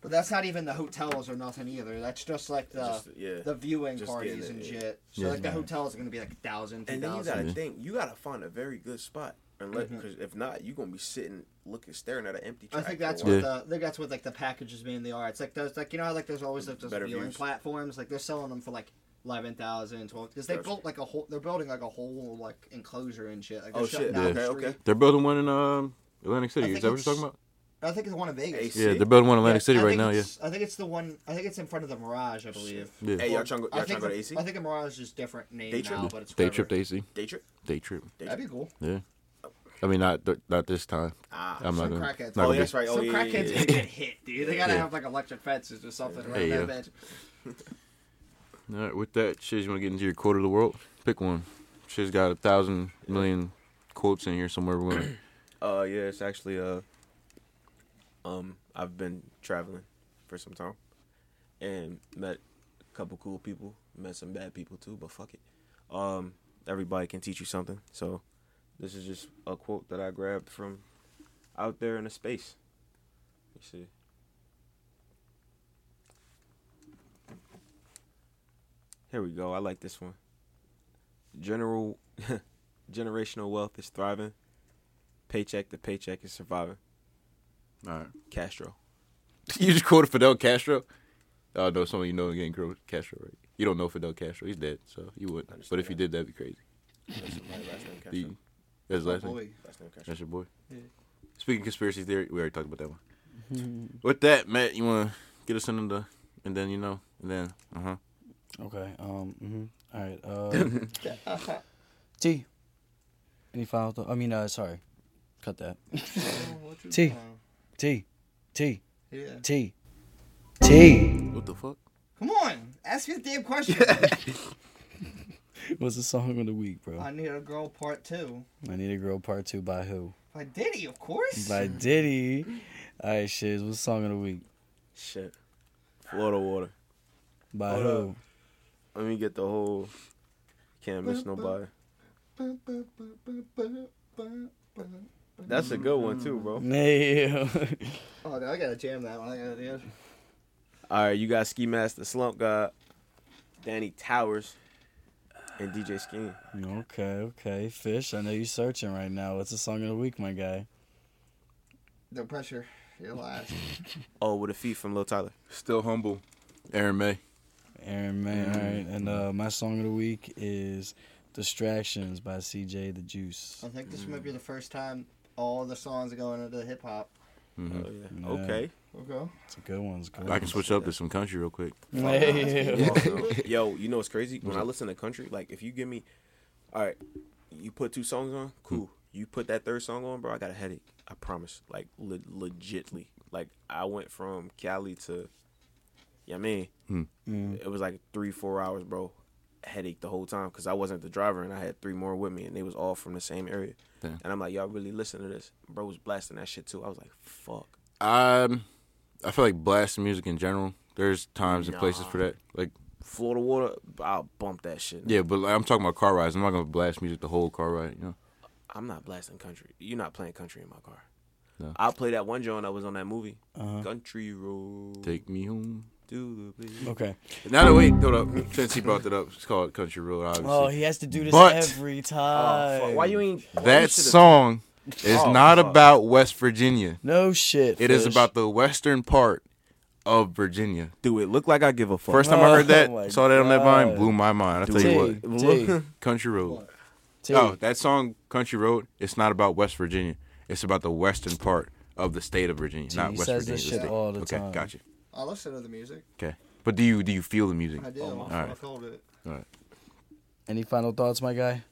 Speaker 2: but that's not even the hotels or nothing either. That's just like the
Speaker 4: Just, yeah.
Speaker 2: the viewing
Speaker 4: Just
Speaker 2: parties
Speaker 4: getting
Speaker 2: and
Speaker 4: it, yeah.
Speaker 2: shit. So
Speaker 1: Yeah.
Speaker 2: like the hotels are going to be like a thousand, two
Speaker 4: and then you
Speaker 2: thousand.
Speaker 4: gotta think, you gotta find a very good spot, unless because if not, you are gonna be sitting looking, staring at an empty.
Speaker 2: Mm-hmm. I
Speaker 4: Track
Speaker 2: think
Speaker 4: for a
Speaker 2: that's
Speaker 4: while.
Speaker 2: what the I think that's what like the packages mainly are. It's like those like you know how, like there's always like those
Speaker 4: Better
Speaker 2: viewing
Speaker 4: views.
Speaker 2: platforms like they're selling them for like eleven thousand, twelve because they
Speaker 4: Gotcha.
Speaker 2: built like a whole they're building like a whole like enclosure and shit. Like they're
Speaker 4: Oh,
Speaker 2: shutting
Speaker 4: shit.
Speaker 2: down
Speaker 4: Yeah.
Speaker 2: the
Speaker 4: Okay,
Speaker 2: street.
Speaker 4: okay.
Speaker 1: they're building one in um Atlantic
Speaker 2: I
Speaker 1: City. Is
Speaker 2: think
Speaker 1: that what you're talking
Speaker 2: it's-
Speaker 1: about?
Speaker 2: I think it's the one in Vegas.
Speaker 4: AC.
Speaker 1: Yeah, they're building one in Atlantic
Speaker 2: Yeah,
Speaker 1: City
Speaker 2: I
Speaker 1: right
Speaker 2: think
Speaker 1: now. Yeah,
Speaker 2: it's- I think it's the one. I think it's in front of the Mirage, I believe.
Speaker 1: yeah.
Speaker 4: Hey, y'all
Speaker 2: Or-
Speaker 4: trying to go,
Speaker 2: I
Speaker 4: y'all
Speaker 2: think
Speaker 4: trying to go to
Speaker 2: the-
Speaker 4: AC?
Speaker 2: I think the Mirage is just different name
Speaker 4: They
Speaker 2: now,
Speaker 4: tripped-
Speaker 2: but it's
Speaker 1: Day
Speaker 2: whatever.
Speaker 1: trip to AC.
Speaker 4: Day trip?
Speaker 1: Day trip.
Speaker 4: Day
Speaker 2: That'd
Speaker 4: trip?
Speaker 2: be cool.
Speaker 1: Yeah. I mean, not not this time.
Speaker 4: Ah.
Speaker 1: I'm not
Speaker 2: some
Speaker 1: gonna.
Speaker 2: crackheads.
Speaker 1: Not
Speaker 4: oh,
Speaker 1: gonna
Speaker 4: that's
Speaker 1: be-
Speaker 4: right. Oh,
Speaker 2: Some
Speaker 4: yeah, yeah,
Speaker 2: crackheads
Speaker 4: yeah,
Speaker 2: gonna get hit, dude. They gotta
Speaker 1: Yeah.
Speaker 2: have like electric fences or something around
Speaker 1: Hey,
Speaker 2: that
Speaker 1: yeah.
Speaker 2: bitch.
Speaker 1: All right, with that shit, you want to get into your quote of the world? Pick one. Shit's got a thousand million quotes in here somewhere. We're gonna.
Speaker 4: Uh, yeah, it's actually uh, um, I've been traveling for some time, and met a couple cool people, met some bad people too, but fuck it. Um, everybody can teach you something, so this is just a quote that I grabbed from out there in the space. Let's see. Here we go. I like this one. General generational wealth is thriving paycheck to paycheck is surviving.
Speaker 1: All right.
Speaker 4: Castro.
Speaker 1: You just quoted Fidel Castro. Oh no, some of you know again Castro, right? You don't know Fidel Castro. He's dead, so you would. not But if you did, that'd be crazy.
Speaker 4: last name Castro.
Speaker 1: You- That's his last name.
Speaker 2: Boy.
Speaker 4: Last name Castro.
Speaker 1: That's your boy. Speaking of conspiracy theory, we already talked about that one. With that, Matt, you want to get us into the, and then you know, and then uh huh.
Speaker 3: Okay. Um. All right. Uh, T. Any final thought? I mean, uh, sorry. Cut that. T. T. T.
Speaker 2: Yeah.
Speaker 3: T. T.
Speaker 1: What the fuck?
Speaker 2: Come on, ask me the damn question.
Speaker 3: What's the song of the week,
Speaker 2: I
Speaker 3: bro?
Speaker 2: need a girl part two.
Speaker 3: I Need a Girl Part 2 by who?
Speaker 2: By Diddy, of course.
Speaker 3: By Diddy. All right, shiz. What's the song of the week?
Speaker 4: Shit. Florida water.
Speaker 3: By
Speaker 4: Hold
Speaker 3: who?
Speaker 4: Let me get the whole. Can't miss nobody.
Speaker 2: Oh,
Speaker 4: That's a good one too, bro.
Speaker 3: Nail.
Speaker 2: Oh, no, I gotta jam that one. I gotta do it.
Speaker 4: All right, you got Ski Master Slump God, Danny Towers, and DJ Skinny.
Speaker 3: okay, okay. Fish, I know you're searching right now. What's the song of the week, my guy?
Speaker 2: No pressure. You're last.
Speaker 4: Oh, with a feat from Lil Tyler.
Speaker 1: Still humble. Aaron May.
Speaker 3: Aaron May. All right. And uh, my song of the week is Distractions by CJ The Juice.
Speaker 2: I think this might be the first time all the songs are going into hip hop.
Speaker 4: Oh yeah.
Speaker 3: Yeah.
Speaker 4: Okay.
Speaker 2: Okay.
Speaker 3: It's a good one. It's a good
Speaker 1: I can switch up to some country real quick.
Speaker 3: Nail.
Speaker 4: Yo, you know what's crazy? When I listen to country, like if you give me, all right, you put two songs on, cool. You put that third song on, bro, I got a headache. I promise. Like le- legitly, like I went from Cali to, yeah, man, it was like three, four hours, bro. headache the whole time because I wasn't the driver and I had three more with me and they was all from the same area.
Speaker 1: Damn.
Speaker 4: And I'm like, y'all really listen to this? Bro was blasting that shit too. I was like, fuck.
Speaker 1: Um, I feel like blasting music in general. There's times and places for that. Like,
Speaker 4: Florida water, I'll bump that shit.
Speaker 1: yeah, but like, I'm talking about car rides. I'm not gonna blast music the whole car ride. You know,
Speaker 4: I'm not blasting country. You're not playing country in my car.
Speaker 1: No.
Speaker 4: I'll play that one joint that was on that movie, Country Road.
Speaker 1: take me home.
Speaker 4: to the place.
Speaker 3: Okay.
Speaker 1: Now that wait, hold up. Since he brought that up, it's called Country Road. Obviously,
Speaker 3: Oh, he has to do this
Speaker 1: But-
Speaker 3: every
Speaker 4: Oh,
Speaker 3: time.
Speaker 4: fuck. Why you ain't why you
Speaker 1: that
Speaker 4: should've-
Speaker 1: song is
Speaker 4: Oh,
Speaker 1: not
Speaker 4: fuck.
Speaker 1: about West Virginia.
Speaker 3: No shit.
Speaker 1: It is
Speaker 3: Fish.
Speaker 1: about the western part of Virginia.
Speaker 4: Do it look like I give a fuck?
Speaker 1: First time I
Speaker 3: Oh
Speaker 1: heard that,
Speaker 3: my
Speaker 1: saw that on that vine,
Speaker 3: God.
Speaker 1: blew my mind. I tell
Speaker 3: T,
Speaker 1: you what,
Speaker 3: T,
Speaker 1: Country Road.
Speaker 3: T.
Speaker 1: Oh, that song Country Road, it's not about West Virginia. It's about the western part of the state of Virginia, not
Speaker 3: he
Speaker 1: West
Speaker 3: says
Speaker 1: Virginia.
Speaker 3: this
Speaker 1: the
Speaker 3: shit
Speaker 1: state.
Speaker 3: all the
Speaker 1: okay,
Speaker 3: time.
Speaker 1: gotcha.
Speaker 2: I listen to the music.
Speaker 1: Okay. But do you do you feel the music?
Speaker 2: I do.
Speaker 1: Oh, All
Speaker 2: I
Speaker 1: right.
Speaker 2: felt it.
Speaker 3: Any final thoughts, my guy?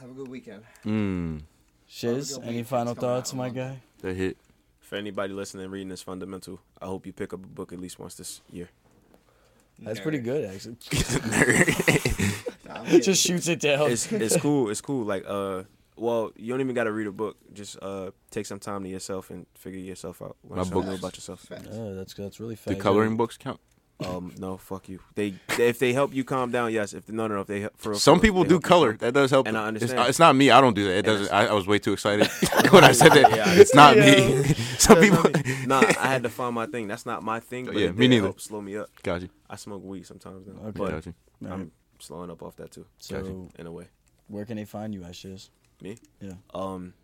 Speaker 2: Have a good weekend.
Speaker 1: Mm,
Speaker 3: Shiz,
Speaker 2: Probably
Speaker 3: any
Speaker 2: weekend's
Speaker 3: final
Speaker 2: coming out
Speaker 3: thoughts,
Speaker 2: in
Speaker 3: my
Speaker 2: London.
Speaker 3: guy?
Speaker 1: that hit.
Speaker 4: For anybody listening, reading this fundamental, I hope you pick up a book at least once this year.
Speaker 3: That's pretty good, actually.
Speaker 2: Nah, I'm kidding.
Speaker 3: Just shoots it down.
Speaker 4: It's it's cool. It's cool. Like uh, well, you don't even gotta read a book. Just uh, take some time to yourself and figure yourself out. Learn
Speaker 1: My
Speaker 4: something
Speaker 1: book-
Speaker 4: new about yourself.
Speaker 2: Facts.
Speaker 3: Oh, that's that's really
Speaker 1: The
Speaker 3: fast.
Speaker 1: coloring books count.
Speaker 4: Um, no, fuck you. They if they help you calm down, yes. If no, no, no. If they help, for real,
Speaker 1: Some
Speaker 4: for real,
Speaker 1: people
Speaker 4: they
Speaker 1: do
Speaker 4: help you
Speaker 1: color.
Speaker 4: calm-
Speaker 1: That does help.
Speaker 4: And I
Speaker 1: It's-
Speaker 4: understand.
Speaker 1: It's, not me. I don't do that. It
Speaker 4: And I-
Speaker 1: doesn't. I, I was way too excited when I said that.
Speaker 4: Yeah, I
Speaker 1: it's not me. Some
Speaker 4: You know
Speaker 1: people.
Speaker 4: what I mean? nah, I had to find my thing. That's not my thing. But
Speaker 1: Oh, Yeah,
Speaker 4: it
Speaker 1: me
Speaker 4: did
Speaker 1: neither.
Speaker 4: Help slow me up.
Speaker 1: Gotcha.
Speaker 4: I smoke weed sometimes now,
Speaker 3: Okay.
Speaker 4: but
Speaker 1: Gotcha.
Speaker 4: I'm slowing up off that too.
Speaker 3: So,
Speaker 4: in a way,
Speaker 3: where can they find you at Shiz?
Speaker 4: me.
Speaker 3: Yeah.
Speaker 4: Um,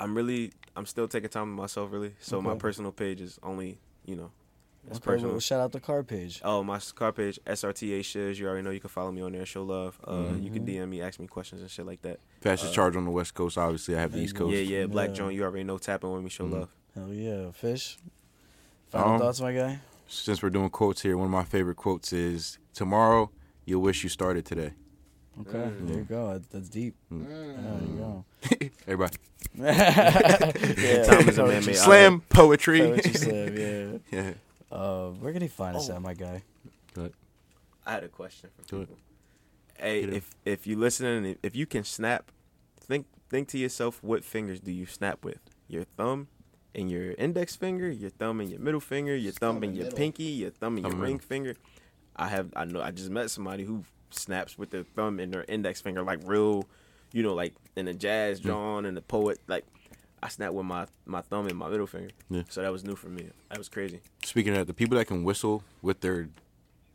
Speaker 4: I'm really, I'm still taking time to myself really. So my
Speaker 3: Okay.
Speaker 4: personal page is only, you know, it's
Speaker 3: Okay,
Speaker 4: personal.
Speaker 3: well, shout out the car page.
Speaker 4: Oh, my car page, SRTA Shiz. You already know you can follow me on there. Show love. Uh,
Speaker 1: Mm-hmm.
Speaker 4: You can DM me, ask me questions and shit like that.
Speaker 1: Fastest charge on the West Coast. Obviously, I have the East Coast.
Speaker 4: uh, Yeah, yeah. Black
Speaker 3: Yeah.
Speaker 4: John, you already know. Tapping with me, show
Speaker 1: Mm-hmm.
Speaker 4: love.
Speaker 3: Hell yeah, fish. Final
Speaker 1: Um,
Speaker 3: thoughts, my guy.
Speaker 1: Since we're doing quotes here, one of my favorite quotes is "Tomorrow, you'll wish you started today."
Speaker 3: Okay, there you go. That- That's deep.
Speaker 1: Mm.
Speaker 3: Ah, There you go.
Speaker 1: Everybody,
Speaker 3: Yeah,
Speaker 4: Time is a
Speaker 3: poetry
Speaker 4: man-made outlet.
Speaker 1: slam poetry.
Speaker 3: Poetry slam, yeah.
Speaker 1: yeah.
Speaker 3: Uh, where can he find us at, my guy?
Speaker 4: I had a question for
Speaker 1: Do it.
Speaker 4: people. Hey,
Speaker 1: Get it.
Speaker 4: if if you listening, and if you can snap, think think to yourself, what fingers do you snap with? Your thumb and your index finger, your thumb and your middle finger, your
Speaker 2: thumb
Speaker 4: thumb, and
Speaker 2: and
Speaker 4: your
Speaker 2: middle.
Speaker 4: pinky, your thumb and
Speaker 1: Thumb and
Speaker 4: your ring
Speaker 1: middle.
Speaker 4: finger. I have I know I just met somebody who snaps with their thumb and their index finger like real, you know, like in the jazz John and the poet like. I snap with my, my thumb and my middle finger,
Speaker 1: Yeah.
Speaker 4: so that was new for me. That was crazy.
Speaker 1: Speaking of that, the people that can whistle with their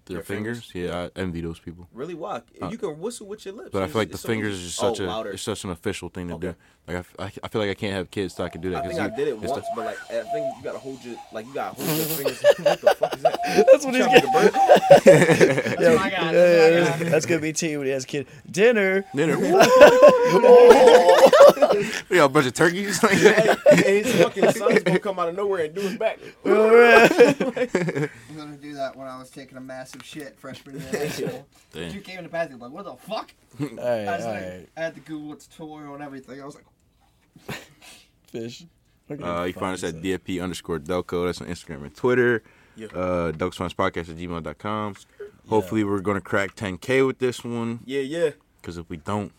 Speaker 1: their,
Speaker 4: Their
Speaker 1: fingers,
Speaker 4: fingers?
Speaker 1: yeah, I envy those people.
Speaker 4: Really, walk. you can whistle with your lips.
Speaker 1: Uh, But I
Speaker 4: it's-
Speaker 1: feel like the
Speaker 4: it's so
Speaker 1: fingers
Speaker 4: easy.
Speaker 1: is just such a
Speaker 4: Oh, louder.
Speaker 1: it's such an official thing to do.
Speaker 4: Okay.
Speaker 1: Like I f- I, I feel like I can't have kids so I can do that.
Speaker 4: I
Speaker 1: 'cause
Speaker 4: think I
Speaker 1: you-
Speaker 4: did it
Speaker 1: it's the-
Speaker 4: once, but like I think you gotta hold your like you gotta hold your fingers. what the fuck is that? That's what he's
Speaker 2: That's my guy. That's my guy.
Speaker 3: That's gonna be T when he has kid dinner.
Speaker 1: Then it, we got a bunch of turkeys. Like that.
Speaker 4: And his fucking son's gonna come out of nowhere and do his back.
Speaker 2: I'm gonna do that when I was taking a massive shit freshman year of high school.
Speaker 1: Damn.
Speaker 2: Dude came in the bathroom like, what the fuck? I
Speaker 3: All right,
Speaker 2: was
Speaker 3: all
Speaker 2: like,
Speaker 3: right,
Speaker 2: I had to Google its tutorial and everything. I was like,
Speaker 3: fish. Where can
Speaker 1: Uh,
Speaker 3: they
Speaker 1: you can find us at
Speaker 3: us?
Speaker 1: DFP underscore Delco. That's on Instagram and Twitter.
Speaker 4: Yeah.
Speaker 1: Uh, Podcast at gmail.com. Hopefully, we're going to crack 10K with this one.
Speaker 4: Yeah, yeah.
Speaker 1: Because if we don't,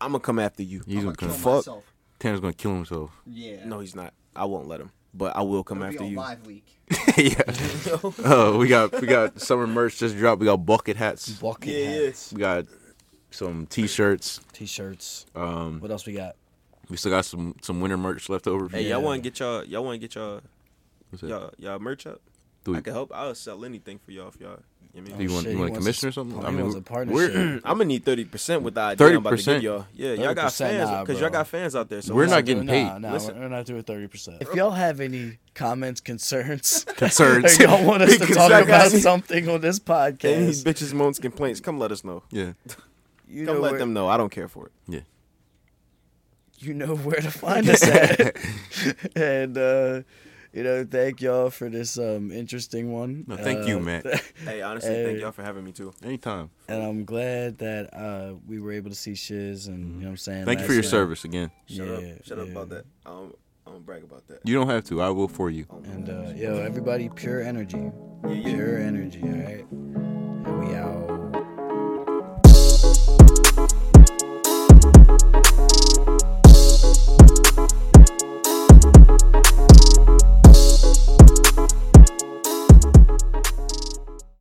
Speaker 4: I'm gonna come after you.
Speaker 1: he's
Speaker 2: I'm
Speaker 1: going
Speaker 2: gonna kill
Speaker 1: to
Speaker 2: myself.
Speaker 1: Tanner's going to kill himself.
Speaker 2: Yeah.
Speaker 4: No, he's not. I won't let him. But I will come
Speaker 2: It'll be
Speaker 4: after
Speaker 2: on
Speaker 4: you.
Speaker 2: live week.
Speaker 1: yeah. Oh, we got we got summer merch just dropped. We got bucket hats.
Speaker 3: Bucket
Speaker 4: Yeah, yeah.
Speaker 3: hats,
Speaker 1: We got some t-shirts.
Speaker 3: t-shirts.
Speaker 1: Um,
Speaker 3: What else we got?
Speaker 1: we still got some some winter merch left over. from-
Speaker 4: Hey,
Speaker 3: Yeah.
Speaker 4: y'all wanna get y'all y'all wanna get y'all
Speaker 1: What's that?
Speaker 4: y'all y'all merch up?
Speaker 1: Do
Speaker 4: I
Speaker 1: we-
Speaker 4: can help. I'll sell anything for y'all if y'all.
Speaker 1: Do
Speaker 4: You know what I
Speaker 1: you
Speaker 4: mean?
Speaker 3: Oh,
Speaker 1: want,
Speaker 3: shit,
Speaker 1: you want
Speaker 3: he
Speaker 1: a
Speaker 3: wants
Speaker 1: commission
Speaker 3: a-
Speaker 1: or something?
Speaker 3: he
Speaker 1: I mean,
Speaker 3: wants a
Speaker 1: we're-
Speaker 3: partnership.
Speaker 4: I'm gonna need thirty percent with the idea I'm about to
Speaker 1: 30%?
Speaker 4: give y'all. Yeah, y'all got
Speaker 3: 30%,
Speaker 4: fans
Speaker 3: nah,
Speaker 4: because y'all
Speaker 3: bro.
Speaker 4: got fans out there. So
Speaker 1: We're
Speaker 4: it's
Speaker 1: not
Speaker 4: like-
Speaker 1: getting
Speaker 3: nah,
Speaker 1: paid.
Speaker 3: Nah,
Speaker 4: Listen.
Speaker 3: we're not doing thirty percent. If y'all have any comments, concerns,
Speaker 1: Concerns.
Speaker 3: or y'all want us to
Speaker 1: Because
Speaker 3: talk
Speaker 1: I got
Speaker 3: about
Speaker 1: you.
Speaker 3: something on this
Speaker 4: Any
Speaker 3: podcast,
Speaker 4: bitches, moans, complaints, come let us know.
Speaker 1: Yeah,
Speaker 3: you know
Speaker 4: Come let
Speaker 3: where,
Speaker 4: them know. I don't care for it.
Speaker 1: yeah.
Speaker 3: you know where to find us at. and uh, you know, thank y'all for this um interesting one.
Speaker 1: No, thank you,
Speaker 3: Uh,
Speaker 1: man.
Speaker 4: Hey, honestly,
Speaker 3: Hey.
Speaker 4: thank y'all for having me too.
Speaker 1: Anytime.
Speaker 3: And I'm glad that uh we were able to see Shiz and you know what I'm saying.
Speaker 1: Thank you
Speaker 3: last
Speaker 1: for your
Speaker 3: night.
Speaker 1: service again.
Speaker 4: Shut
Speaker 3: Yeah,
Speaker 4: up. Shut up
Speaker 3: yeah.
Speaker 4: about that. I don't, I don't brag about that.
Speaker 1: You don't have to. I will for you.
Speaker 3: uh, And uh, yo, everybody, pure energy,
Speaker 4: Yeah, yeah.
Speaker 3: pure energy. All right, and we out.